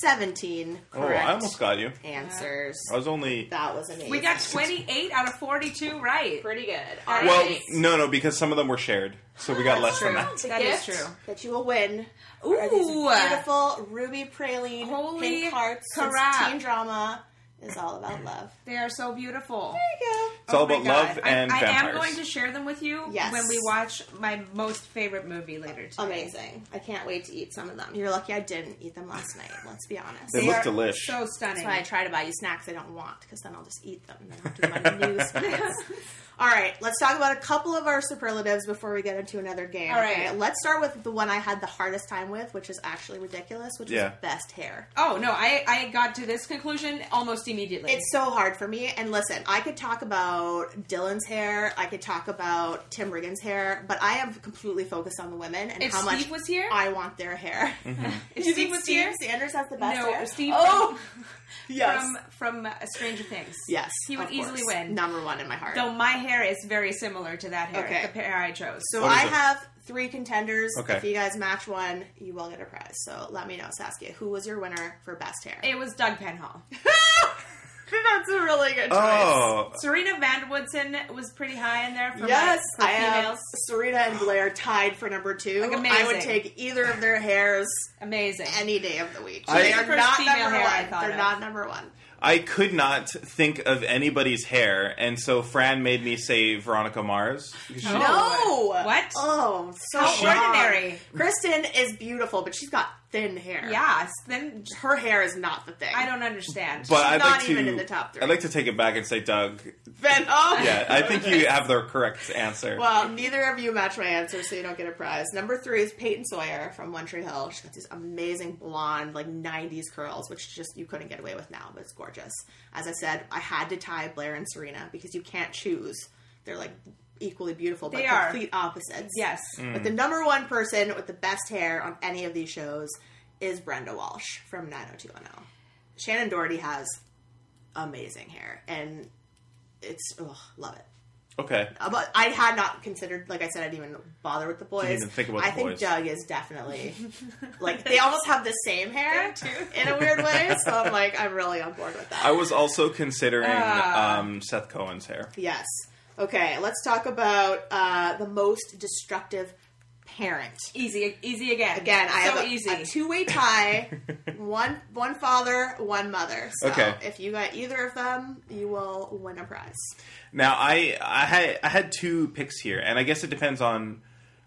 [SPEAKER 4] 17
[SPEAKER 3] Oh,
[SPEAKER 4] correct
[SPEAKER 3] I almost got you.
[SPEAKER 4] answers.
[SPEAKER 3] I was only.
[SPEAKER 4] That was amazing.
[SPEAKER 1] We got 28 out of 42 right.
[SPEAKER 6] Pretty good.
[SPEAKER 1] All
[SPEAKER 3] Well,
[SPEAKER 1] right.
[SPEAKER 3] no, no, because some of them were shared, so we
[SPEAKER 4] Oh,
[SPEAKER 3] got less
[SPEAKER 1] True.
[SPEAKER 3] than that.
[SPEAKER 1] That is
[SPEAKER 6] gift.
[SPEAKER 1] true.
[SPEAKER 4] that you will win. Are these
[SPEAKER 1] Ooh.
[SPEAKER 4] beautiful ruby praline
[SPEAKER 1] Holy
[SPEAKER 4] pink hearts. since
[SPEAKER 1] crap.
[SPEAKER 4] Teen drama is all about love.
[SPEAKER 1] They are so beautiful.
[SPEAKER 4] There you
[SPEAKER 3] It's all
[SPEAKER 1] Oh my
[SPEAKER 3] about
[SPEAKER 1] God.
[SPEAKER 3] love
[SPEAKER 1] I-
[SPEAKER 3] and
[SPEAKER 1] I,
[SPEAKER 3] vampires.
[SPEAKER 1] am going to share them with you
[SPEAKER 4] Yes.
[SPEAKER 1] when we watch my most favorite movie later
[SPEAKER 4] go.
[SPEAKER 1] today.
[SPEAKER 4] Amazing. I can't wait to eat some of them. You're lucky I didn't eat them last night. Let's be honest.
[SPEAKER 3] They
[SPEAKER 1] They
[SPEAKER 3] look
[SPEAKER 1] are
[SPEAKER 3] delish.
[SPEAKER 1] So stunning.
[SPEAKER 4] That's why I try to buy you snacks I don't want, because then I'll just eat them and then I'll do
[SPEAKER 1] <laughs>
[SPEAKER 4] my <laughs> new snacks. All right, let's talk about a couple of our superlatives before we get into another game.
[SPEAKER 1] All right.
[SPEAKER 4] okay? let's start with the one I had the hardest time with, which is actually ridiculous, which
[SPEAKER 3] Yeah.
[SPEAKER 4] is best hair.
[SPEAKER 1] Oh no, I I got to this conclusion almost immediately.
[SPEAKER 4] It's so hard for me. And listen, I could talk about Dylan's hair, I could talk about Tim Riggins' hair, but I am completely focused on the women and
[SPEAKER 1] If
[SPEAKER 4] how much
[SPEAKER 1] Steve was here?
[SPEAKER 4] I want
[SPEAKER 1] <laughs>
[SPEAKER 4] their hair.
[SPEAKER 1] If
[SPEAKER 4] Do you
[SPEAKER 1] Steve
[SPEAKER 4] think
[SPEAKER 1] was
[SPEAKER 4] Steve
[SPEAKER 1] here.
[SPEAKER 4] Sanders has the best
[SPEAKER 1] No,
[SPEAKER 4] hair?
[SPEAKER 1] Steve
[SPEAKER 4] Oh, <laughs> yes.
[SPEAKER 1] from from uh, Stranger Things.
[SPEAKER 4] yes.
[SPEAKER 1] he would
[SPEAKER 4] of
[SPEAKER 1] easily
[SPEAKER 4] course.
[SPEAKER 1] win.
[SPEAKER 4] Number one in my heart.
[SPEAKER 1] Though my hair is very similar to that hair,
[SPEAKER 4] Okay.
[SPEAKER 1] the pair I chose.
[SPEAKER 4] So
[SPEAKER 3] What is
[SPEAKER 4] I
[SPEAKER 3] it?
[SPEAKER 4] have three contenders.
[SPEAKER 3] Okay.
[SPEAKER 4] If you guys match <laughs> one, you will get a prize. So let me know, Saskia, who was your winner for best hair?
[SPEAKER 1] it was Doug Penhall.
[SPEAKER 4] That's a really good choice.
[SPEAKER 3] Oh,
[SPEAKER 1] Serena Vanderwoodson was pretty high in there for my-
[SPEAKER 4] yes,
[SPEAKER 1] for
[SPEAKER 4] I have
[SPEAKER 1] females.
[SPEAKER 4] Serena and Blair tied for number two.
[SPEAKER 1] Like,
[SPEAKER 4] I would
[SPEAKER 1] amazing.
[SPEAKER 4] take either of their hairs
[SPEAKER 1] Amazing.
[SPEAKER 4] any day of the week.
[SPEAKER 3] I-
[SPEAKER 4] they
[SPEAKER 3] They're
[SPEAKER 4] are
[SPEAKER 1] the first
[SPEAKER 4] not
[SPEAKER 1] female
[SPEAKER 4] number
[SPEAKER 1] hair I
[SPEAKER 4] one.
[SPEAKER 1] thought
[SPEAKER 4] They're
[SPEAKER 1] of.
[SPEAKER 4] not number one.
[SPEAKER 3] I could not think of anybody's hair, and so Fran made me say Veronica Mars. She-
[SPEAKER 4] No.
[SPEAKER 1] What?
[SPEAKER 4] Oh, so
[SPEAKER 1] How
[SPEAKER 4] wrong.
[SPEAKER 1] ordinary.
[SPEAKER 4] Kristen is beautiful, but she's got thin hair.
[SPEAKER 1] Yes. Then
[SPEAKER 4] her hair is not the thing.
[SPEAKER 1] I don't understand.
[SPEAKER 3] but I'd
[SPEAKER 4] not
[SPEAKER 3] like to,
[SPEAKER 4] even in the top three.
[SPEAKER 3] I'd like to take it back and say Doug.
[SPEAKER 4] Ben, oh.
[SPEAKER 3] Yeah, I think you
[SPEAKER 4] <laughs>
[SPEAKER 3] have the correct answer.
[SPEAKER 4] Well, neither of you match my answer, so you don't get a prize. Number three is Peyton Sawyer from One Tree Hill. She's got these amazing blonde, like '90s curls, which just you couldn't get away with now, but it's gorgeous. As I said, I had to tie Blair and Serena because you can't choose. They're like equally beautiful, but
[SPEAKER 1] They are.
[SPEAKER 4] complete opposites.
[SPEAKER 1] yes.
[SPEAKER 4] But the number one person with the best hair on any of these shows is Brenda Walsh from 90210. Shannon Doherty has amazing hair, and it's ugh, love it.
[SPEAKER 3] okay.
[SPEAKER 4] Uh, But I had not considered, like I said, I didn't even bother with the boys.
[SPEAKER 3] even think about
[SPEAKER 4] I
[SPEAKER 3] the
[SPEAKER 4] think
[SPEAKER 3] boys.
[SPEAKER 4] Doug is
[SPEAKER 1] <laughs>
[SPEAKER 4] definitely like they almost have the same hair in a weird way. So I'm like, I'm really on board with that.
[SPEAKER 3] I was also considering
[SPEAKER 4] Uh.
[SPEAKER 3] um, Seth Cohen's hair.
[SPEAKER 4] Yes. Okay, let's talk about uh, the most destructive parent.
[SPEAKER 1] Easy. Easy again.
[SPEAKER 4] Again, I
[SPEAKER 1] so
[SPEAKER 4] have a,
[SPEAKER 1] easy.
[SPEAKER 4] two way tie.
[SPEAKER 3] <laughs>
[SPEAKER 4] one one father, one mother. So
[SPEAKER 3] Okay.
[SPEAKER 4] if you got either of them, you will win a prize.
[SPEAKER 3] Now I I had I had two picks here, and I guess it depends on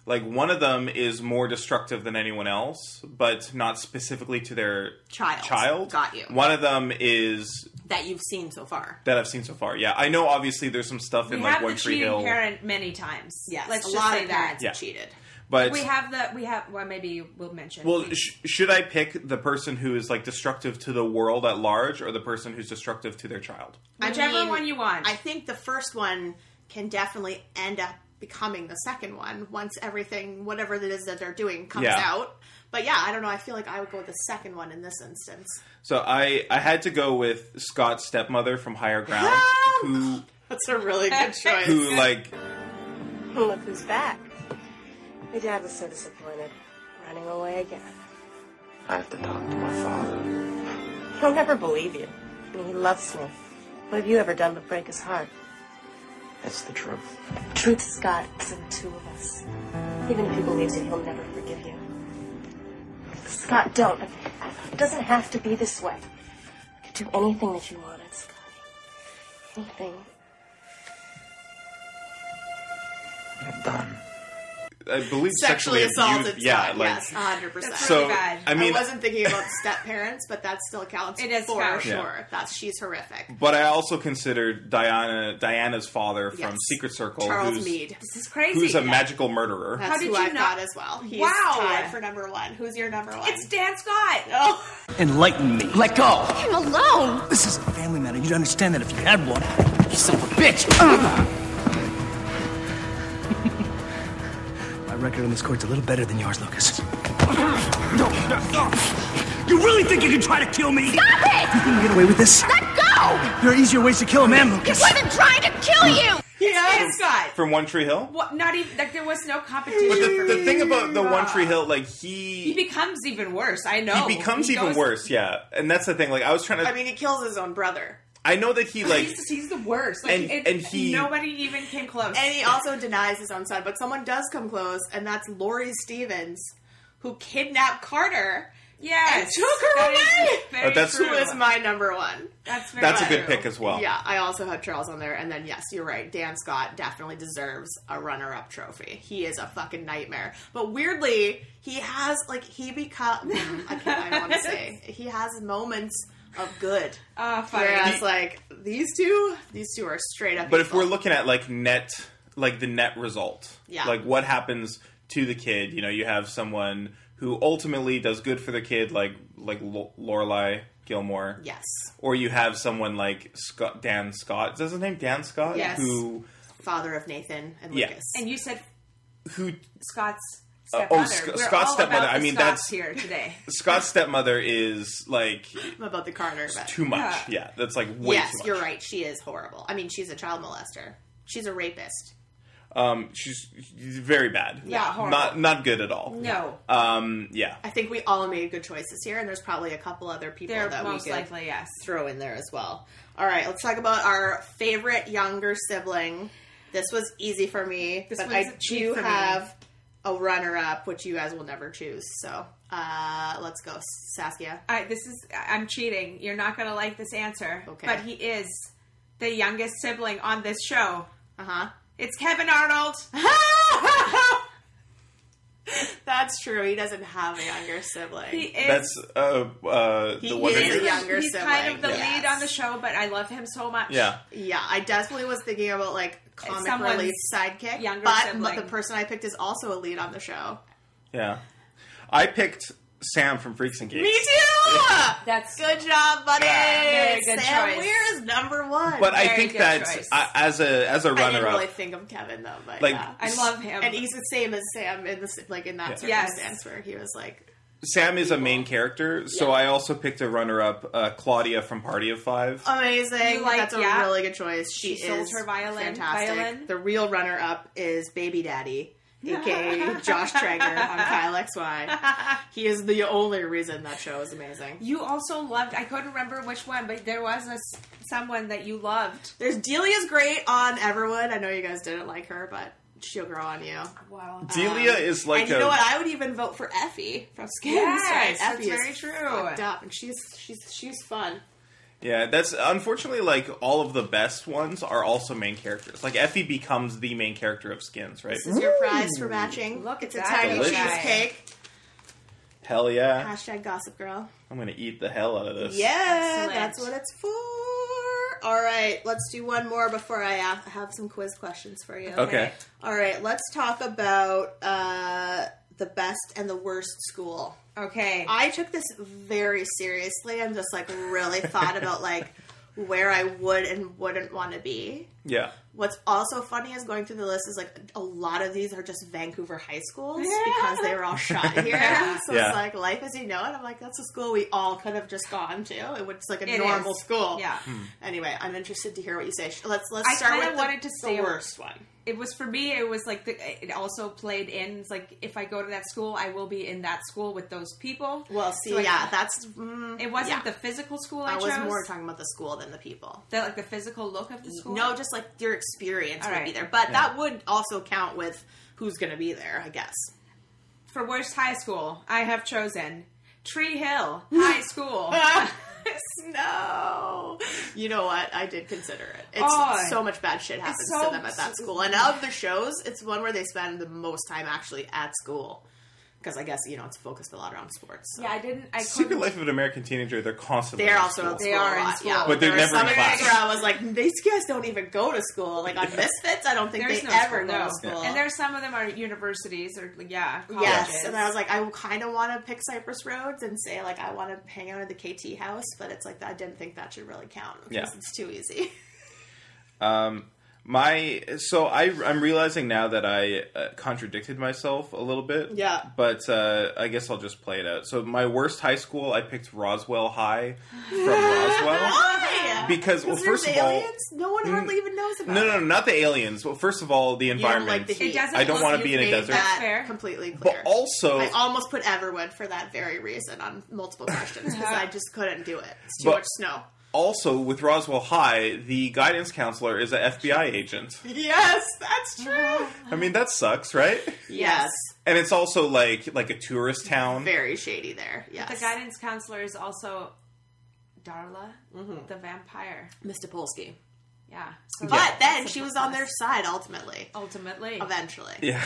[SPEAKER 3] like one of them is more destructive than anyone else, but not specifically to their
[SPEAKER 4] Child.
[SPEAKER 3] Child
[SPEAKER 4] Got you.
[SPEAKER 3] One of them is
[SPEAKER 4] That you've seen so far.
[SPEAKER 3] that I've seen so far. Yeah, I know. Obviously, there's some stuff
[SPEAKER 1] we
[SPEAKER 3] in like
[SPEAKER 1] have
[SPEAKER 3] One
[SPEAKER 1] the
[SPEAKER 3] Tree
[SPEAKER 1] cheating
[SPEAKER 3] Hill,
[SPEAKER 1] parent many times.
[SPEAKER 4] Yes,
[SPEAKER 1] Let's
[SPEAKER 4] a
[SPEAKER 1] just
[SPEAKER 4] lot
[SPEAKER 1] say
[SPEAKER 4] of
[SPEAKER 1] that.
[SPEAKER 4] parents
[SPEAKER 3] Yeah.
[SPEAKER 4] cheated.
[SPEAKER 3] but
[SPEAKER 1] We have the. We have. Well, maybe we'll mention.
[SPEAKER 3] Well, sh- should I pick the person who is like destructive to the world at large, or the person who's destructive to their child?
[SPEAKER 1] Whichever one you want.
[SPEAKER 4] I think the first one can definitely end up becoming the second one once everything, whatever it is that they're doing, comes
[SPEAKER 3] Yeah.
[SPEAKER 4] out. But yeah, I don't know. I feel like I would go with the second one in this instance.
[SPEAKER 3] So I I had to go with Scott's stepmother from Higher Ground, who
[SPEAKER 4] That's a really
[SPEAKER 1] <laughs>
[SPEAKER 4] good choice.
[SPEAKER 3] who like
[SPEAKER 6] Look who's back. Your dad was so disappointed. Running away again.
[SPEAKER 7] I have to talk to my father.
[SPEAKER 6] He'll never believe you. I mean, he loves me. What have you ever done but break his heart?
[SPEAKER 7] It's the truth.
[SPEAKER 6] Truth, Scott, it's in the two of us. Even if he believes it, he'll never forgive you. Scott, don't. It doesn't have to be this way. You could do anything that you wanted, Scott. Anything.
[SPEAKER 7] You're done.
[SPEAKER 3] I believe
[SPEAKER 4] sexually assaulted.
[SPEAKER 3] abused- Yeah,
[SPEAKER 4] Scott,
[SPEAKER 3] like
[SPEAKER 4] yes, uh. hundred percent.
[SPEAKER 1] That's
[SPEAKER 3] so.
[SPEAKER 1] really bad.
[SPEAKER 3] I mean,
[SPEAKER 4] I wasn't thinking about step parents, but that still counts.
[SPEAKER 1] It does
[SPEAKER 4] for
[SPEAKER 1] count.
[SPEAKER 4] sure.
[SPEAKER 1] Yeah.
[SPEAKER 4] That's she's horrific.
[SPEAKER 3] but I also considered Diana Diana's father from
[SPEAKER 4] Yes.
[SPEAKER 3] Secret Circle,
[SPEAKER 4] Charles
[SPEAKER 3] who's,
[SPEAKER 4] Mead.
[SPEAKER 1] this is crazy.
[SPEAKER 3] who's a magical murderer.
[SPEAKER 4] That's
[SPEAKER 1] How did
[SPEAKER 4] who
[SPEAKER 1] you
[SPEAKER 4] I've
[SPEAKER 1] not-
[SPEAKER 4] got as well. He's
[SPEAKER 1] Wow.
[SPEAKER 4] tied for number one. Who's your number one?
[SPEAKER 1] It's Dan Scott.
[SPEAKER 4] oh,
[SPEAKER 8] Enlighten me. Let go.
[SPEAKER 5] I'm alone.
[SPEAKER 8] This is a family matter. You'd understand that if you had one. You son of a bitch. Uh. My record on this court's a little better than yours, Lucas. No, no, no. You really think you can try to kill me? Stop it! You think you get away with this?
[SPEAKER 5] Let go!
[SPEAKER 8] There are easier ways to kill a man,
[SPEAKER 5] He
[SPEAKER 8] Lucas.
[SPEAKER 5] wasn't trying to kill you!
[SPEAKER 1] Dan Scott.
[SPEAKER 3] from One Tree Hill.
[SPEAKER 1] What? Not even like there was no competition.
[SPEAKER 3] But
[SPEAKER 1] for
[SPEAKER 3] the, the
[SPEAKER 1] me.
[SPEAKER 3] thing about the One Tree Hill, like he
[SPEAKER 1] he becomes even worse. I know
[SPEAKER 3] he becomes even
[SPEAKER 1] goes-
[SPEAKER 3] worse. Yeah, and that's the thing. Like I was trying to.
[SPEAKER 4] I mean, he kills his own brother,
[SPEAKER 3] I know that he like.
[SPEAKER 1] He's, he's the worst. Like,
[SPEAKER 3] And-
[SPEAKER 1] it-
[SPEAKER 3] and he-
[SPEAKER 1] nobody even came close.
[SPEAKER 4] and he also denies his own son. But someone does come close, and that's Lori Stevens, who kidnapped Carter.
[SPEAKER 1] yes,
[SPEAKER 4] and took her
[SPEAKER 1] that
[SPEAKER 4] away!
[SPEAKER 1] is very
[SPEAKER 3] Uh, that's-
[SPEAKER 4] Who
[SPEAKER 1] true.
[SPEAKER 4] is my number one?
[SPEAKER 1] That's, very
[SPEAKER 3] That's a good
[SPEAKER 1] true.
[SPEAKER 3] pick as well.
[SPEAKER 4] Yeah, I also have Charles on there. And then, yes, you're right. Dan Scott definitely deserves a runner up trophy. He is a fucking nightmare. But weirdly, he has, like, he becomes. <laughs> I can't, I don't want to
[SPEAKER 1] <laughs>
[SPEAKER 4] say. He has moments of good.
[SPEAKER 1] Oh, fine.
[SPEAKER 4] Whereas, like, these two, these two are straight up.
[SPEAKER 3] But if
[SPEAKER 4] evil.
[SPEAKER 3] we're looking at like net, like the net result,
[SPEAKER 4] Yeah.
[SPEAKER 3] like what happens to the kid, you know, you have someone who ultimately does good for the kid, like like Lo- Lorelai Gilmore,
[SPEAKER 4] Yes.
[SPEAKER 3] or you have someone like Scott, Dan Scott. Is that his name Dan Scott?
[SPEAKER 1] Yes.
[SPEAKER 3] Who
[SPEAKER 4] Father of Nathan and
[SPEAKER 3] Yeah.
[SPEAKER 4] Lucas.
[SPEAKER 1] And you said
[SPEAKER 3] who
[SPEAKER 1] Scott's
[SPEAKER 3] Uh,
[SPEAKER 1] stepmother.
[SPEAKER 3] oh, Sc-
[SPEAKER 1] We're
[SPEAKER 3] Scott's
[SPEAKER 1] all
[SPEAKER 3] stepmother.
[SPEAKER 1] About
[SPEAKER 3] I
[SPEAKER 1] the
[SPEAKER 3] mean,
[SPEAKER 1] Scots
[SPEAKER 3] that's-
[SPEAKER 1] here today.
[SPEAKER 3] Scott's stepmother is like
[SPEAKER 4] I'm <laughs> about the Carter. But.
[SPEAKER 3] too much.
[SPEAKER 1] Yeah.
[SPEAKER 3] Yeah, that's like way
[SPEAKER 4] yes,
[SPEAKER 3] too much.
[SPEAKER 4] you're right. She is horrible. I mean, she's a child molester, she's a rapist.
[SPEAKER 3] Um, she's, she's very bad.
[SPEAKER 1] Yeah, horrible.
[SPEAKER 3] Not not good at all.
[SPEAKER 1] No,
[SPEAKER 3] Um, yeah.
[SPEAKER 4] I think we all made good choices here, and there's probably a couple other people
[SPEAKER 1] they're
[SPEAKER 4] that
[SPEAKER 1] most
[SPEAKER 4] we could
[SPEAKER 1] likely yes.
[SPEAKER 4] throw in there as well. All right, let's talk about our favorite younger sibling. This was easy for me,
[SPEAKER 1] This
[SPEAKER 4] but
[SPEAKER 1] one's
[SPEAKER 4] I
[SPEAKER 1] a cheat
[SPEAKER 4] do
[SPEAKER 1] for me.
[SPEAKER 4] have a runner up, which you guys will never choose. So uh, let's go, Saskia.
[SPEAKER 1] I, this is I- I'm cheating. You're not gonna like this answer.
[SPEAKER 4] Okay.
[SPEAKER 1] But he is the youngest sibling on this show.
[SPEAKER 4] Uh huh.
[SPEAKER 1] It's Kevin Arnold.
[SPEAKER 4] <laughs> That's true. He doesn't have a younger sibling.
[SPEAKER 1] He is.
[SPEAKER 3] That's uh, uh,
[SPEAKER 4] He
[SPEAKER 3] the one.
[SPEAKER 4] is
[SPEAKER 3] that-
[SPEAKER 4] a younger
[SPEAKER 1] he's
[SPEAKER 4] sibling.
[SPEAKER 1] kind of the
[SPEAKER 4] Yes.
[SPEAKER 1] lead on the show, but I love him so much.
[SPEAKER 3] Yeah,
[SPEAKER 4] Yeah, I definitely was thinking about like comic
[SPEAKER 1] Someone's
[SPEAKER 4] relief sidekick,
[SPEAKER 1] younger
[SPEAKER 4] but
[SPEAKER 1] sibling.
[SPEAKER 4] the person I picked is also a lead on the show.
[SPEAKER 3] yeah. I picked Sam from Freaks and Geeks.
[SPEAKER 4] Me too.
[SPEAKER 1] That's
[SPEAKER 4] good job, buddy.
[SPEAKER 1] Very good
[SPEAKER 4] Sam
[SPEAKER 1] choice.
[SPEAKER 4] Weir is number one.
[SPEAKER 3] But I
[SPEAKER 1] Very
[SPEAKER 3] think
[SPEAKER 1] good
[SPEAKER 3] that
[SPEAKER 1] choice.
[SPEAKER 3] I, as a as a
[SPEAKER 4] I didn't
[SPEAKER 3] runner up,
[SPEAKER 4] really think of Kevin though. But
[SPEAKER 3] Like,
[SPEAKER 4] yeah.
[SPEAKER 1] I love him.
[SPEAKER 4] and he's the same as Sam in the like in that
[SPEAKER 1] Yeah.
[SPEAKER 4] circumstance where he was like,
[SPEAKER 3] Sam is a main character, so
[SPEAKER 4] Yeah.
[SPEAKER 3] I also picked a runner up, uh, Claudia from Party of Five.
[SPEAKER 4] amazing.
[SPEAKER 1] You like-
[SPEAKER 4] That's a
[SPEAKER 1] yeah.
[SPEAKER 4] really good choice. She,
[SPEAKER 1] She sold
[SPEAKER 4] is
[SPEAKER 1] her violin-
[SPEAKER 4] Fantastic.
[SPEAKER 1] violin.
[SPEAKER 4] The real runner up is Baby Daddy. AKA
[SPEAKER 1] <laughs>
[SPEAKER 4] Josh Traeger on Kyle XY. He is the only reason that show is amazing.
[SPEAKER 1] You also loved. I couldn't remember which one, but there was a s- someone that you loved.
[SPEAKER 4] There's Delia's great on Everwood. I know you guys didn't like her, but she'll grow on you. Um,
[SPEAKER 1] Wow.
[SPEAKER 3] Delia is like
[SPEAKER 4] and
[SPEAKER 3] a
[SPEAKER 4] you know what? I would even vote for Effie from Skins.
[SPEAKER 1] Yes,
[SPEAKER 4] right?
[SPEAKER 1] that's
[SPEAKER 4] Effie
[SPEAKER 1] very
[SPEAKER 4] is
[SPEAKER 1] true.
[SPEAKER 4] fucked up, and she's she's she's fun.
[SPEAKER 3] yeah. That's unfortunately like all of the best ones are also main characters. Like Effie becomes the main character of Skins, right?
[SPEAKER 4] This is your prize for matching.
[SPEAKER 1] Look at
[SPEAKER 4] it's a
[SPEAKER 1] that
[SPEAKER 4] tiny
[SPEAKER 3] Delicious.
[SPEAKER 4] cheesecake.
[SPEAKER 3] Hell yeah!
[SPEAKER 4] Hashtag Gossip Girl.
[SPEAKER 3] I'm gonna eat the hell out of this.
[SPEAKER 4] Yeah,
[SPEAKER 1] Excellent.
[SPEAKER 4] that's what it's for. All right, let's do one more before I have, have some quiz questions for you.
[SPEAKER 3] Okay.
[SPEAKER 4] All right, let's talk about uh, the best and the worst school.
[SPEAKER 1] Okay.
[SPEAKER 4] I took this very seriously and just like really thought about
[SPEAKER 3] <laughs>
[SPEAKER 4] like where I would and wouldn't want to be.
[SPEAKER 3] Yeah.
[SPEAKER 4] What's also funny is going through the list is like a lot of these are just Vancouver high schools because they were all shot
[SPEAKER 1] <laughs>
[SPEAKER 4] here. So
[SPEAKER 3] Yeah.
[SPEAKER 4] it's like life as you know it. I'm like, that's a school we all could have just gone to. It was like a
[SPEAKER 1] It
[SPEAKER 4] normal
[SPEAKER 1] is.
[SPEAKER 4] school.
[SPEAKER 1] Yeah.
[SPEAKER 4] Anyway, I'm interested to hear what you say. Sh- Let's let's
[SPEAKER 1] I
[SPEAKER 4] start
[SPEAKER 1] kinda
[SPEAKER 4] with the,
[SPEAKER 1] wanted to
[SPEAKER 4] the
[SPEAKER 1] stay with-
[SPEAKER 4] worst one.
[SPEAKER 1] It was for me. It was like the, it also played in it's like if I go to that school, I will be in that school with those people.
[SPEAKER 4] Well, see,
[SPEAKER 1] So, like,
[SPEAKER 4] yeah, that's mm,
[SPEAKER 1] It wasn't
[SPEAKER 4] yeah.
[SPEAKER 1] the physical school I,
[SPEAKER 4] I was
[SPEAKER 1] chose.
[SPEAKER 4] more talking about the school than the people.
[SPEAKER 1] the, like the physical look of the school.
[SPEAKER 4] No, just like your experience
[SPEAKER 1] All
[SPEAKER 4] would
[SPEAKER 1] right.
[SPEAKER 4] be there, but that would also count with who's going to be there, I guess.
[SPEAKER 1] for worst high school, I have chosen Tree
[SPEAKER 4] <laughs>
[SPEAKER 1] Hill High School. <laughs>
[SPEAKER 4] no, you know what? I did consider it. It's
[SPEAKER 1] Oh.
[SPEAKER 4] so much bad shit happens
[SPEAKER 1] so-
[SPEAKER 4] to them at that school, and of the shows, it's one where they spend the most time actually at school because I guess you know it's focused a lot around sports. so.
[SPEAKER 1] yeah, I didn't. I
[SPEAKER 3] Secret
[SPEAKER 1] couldn't-
[SPEAKER 3] Life of an American Teenager—they're constantly
[SPEAKER 4] They're
[SPEAKER 3] in
[SPEAKER 4] also
[SPEAKER 3] school.
[SPEAKER 4] at school.
[SPEAKER 1] They are
[SPEAKER 4] a
[SPEAKER 1] in
[SPEAKER 4] lot,
[SPEAKER 1] school.
[SPEAKER 4] Yeah.
[SPEAKER 1] But
[SPEAKER 3] they're
[SPEAKER 4] There are
[SPEAKER 3] never in
[SPEAKER 4] some areas
[SPEAKER 3] class.
[SPEAKER 4] where I was like, these guys don't even go to school. Like on Misfits, I don't think
[SPEAKER 1] There's
[SPEAKER 4] they
[SPEAKER 1] no
[SPEAKER 4] ever
[SPEAKER 1] school,
[SPEAKER 4] go
[SPEAKER 1] no.
[SPEAKER 4] to school.
[SPEAKER 1] And there's some of them are universities or like, yeah, colleges.
[SPEAKER 4] Yes, and I was like, I kind of want to pick Cypress Roads and say like I want to hang out at the KT house, but it's like I didn't think that should really count because
[SPEAKER 3] Yeah.
[SPEAKER 4] it's too easy.
[SPEAKER 3] Um, My so I I'm realizing now that I uh, contradicted myself a little bit.
[SPEAKER 4] Yeah.
[SPEAKER 3] But uh, I guess I'll just play it out. So my worst high school, I picked Roswell High
[SPEAKER 1] <sighs>
[SPEAKER 4] <laughs>
[SPEAKER 3] from Roswell
[SPEAKER 4] Why?
[SPEAKER 3] because well,
[SPEAKER 4] Because there's
[SPEAKER 3] first of all, mm,
[SPEAKER 4] aliens, no one hardly even knows about.
[SPEAKER 3] no, no,
[SPEAKER 4] it.
[SPEAKER 3] no, not the aliens. Well, first of all, the
[SPEAKER 4] You don't
[SPEAKER 3] environment.
[SPEAKER 4] like the heat.
[SPEAKER 1] It doesn't
[SPEAKER 3] I don't
[SPEAKER 1] look
[SPEAKER 3] want to
[SPEAKER 1] you
[SPEAKER 3] be in a
[SPEAKER 1] made
[SPEAKER 3] desert.
[SPEAKER 4] That
[SPEAKER 1] That's fair.
[SPEAKER 4] completely clear.
[SPEAKER 3] But also,
[SPEAKER 4] I almost put Everwood for that very reason on multiple questions because I just couldn't do it. It's too
[SPEAKER 3] But-
[SPEAKER 4] much snow.
[SPEAKER 3] also with Roswell High, the guidance counselor is an FBI agent.
[SPEAKER 4] Yes, that's true.
[SPEAKER 1] Uh-huh.
[SPEAKER 3] I mean, that sucks, right?
[SPEAKER 4] yes,
[SPEAKER 3] And it's also like like a tourist town.
[SPEAKER 4] very shady there. Yes,
[SPEAKER 1] the guidance counselor is also Darla, the vampire.
[SPEAKER 4] Mr. Mm-hmm. Polsky.
[SPEAKER 1] Yeah. So
[SPEAKER 4] But then she was on their side ultimately.
[SPEAKER 1] ultimately,
[SPEAKER 4] Eventually,
[SPEAKER 3] Yeah.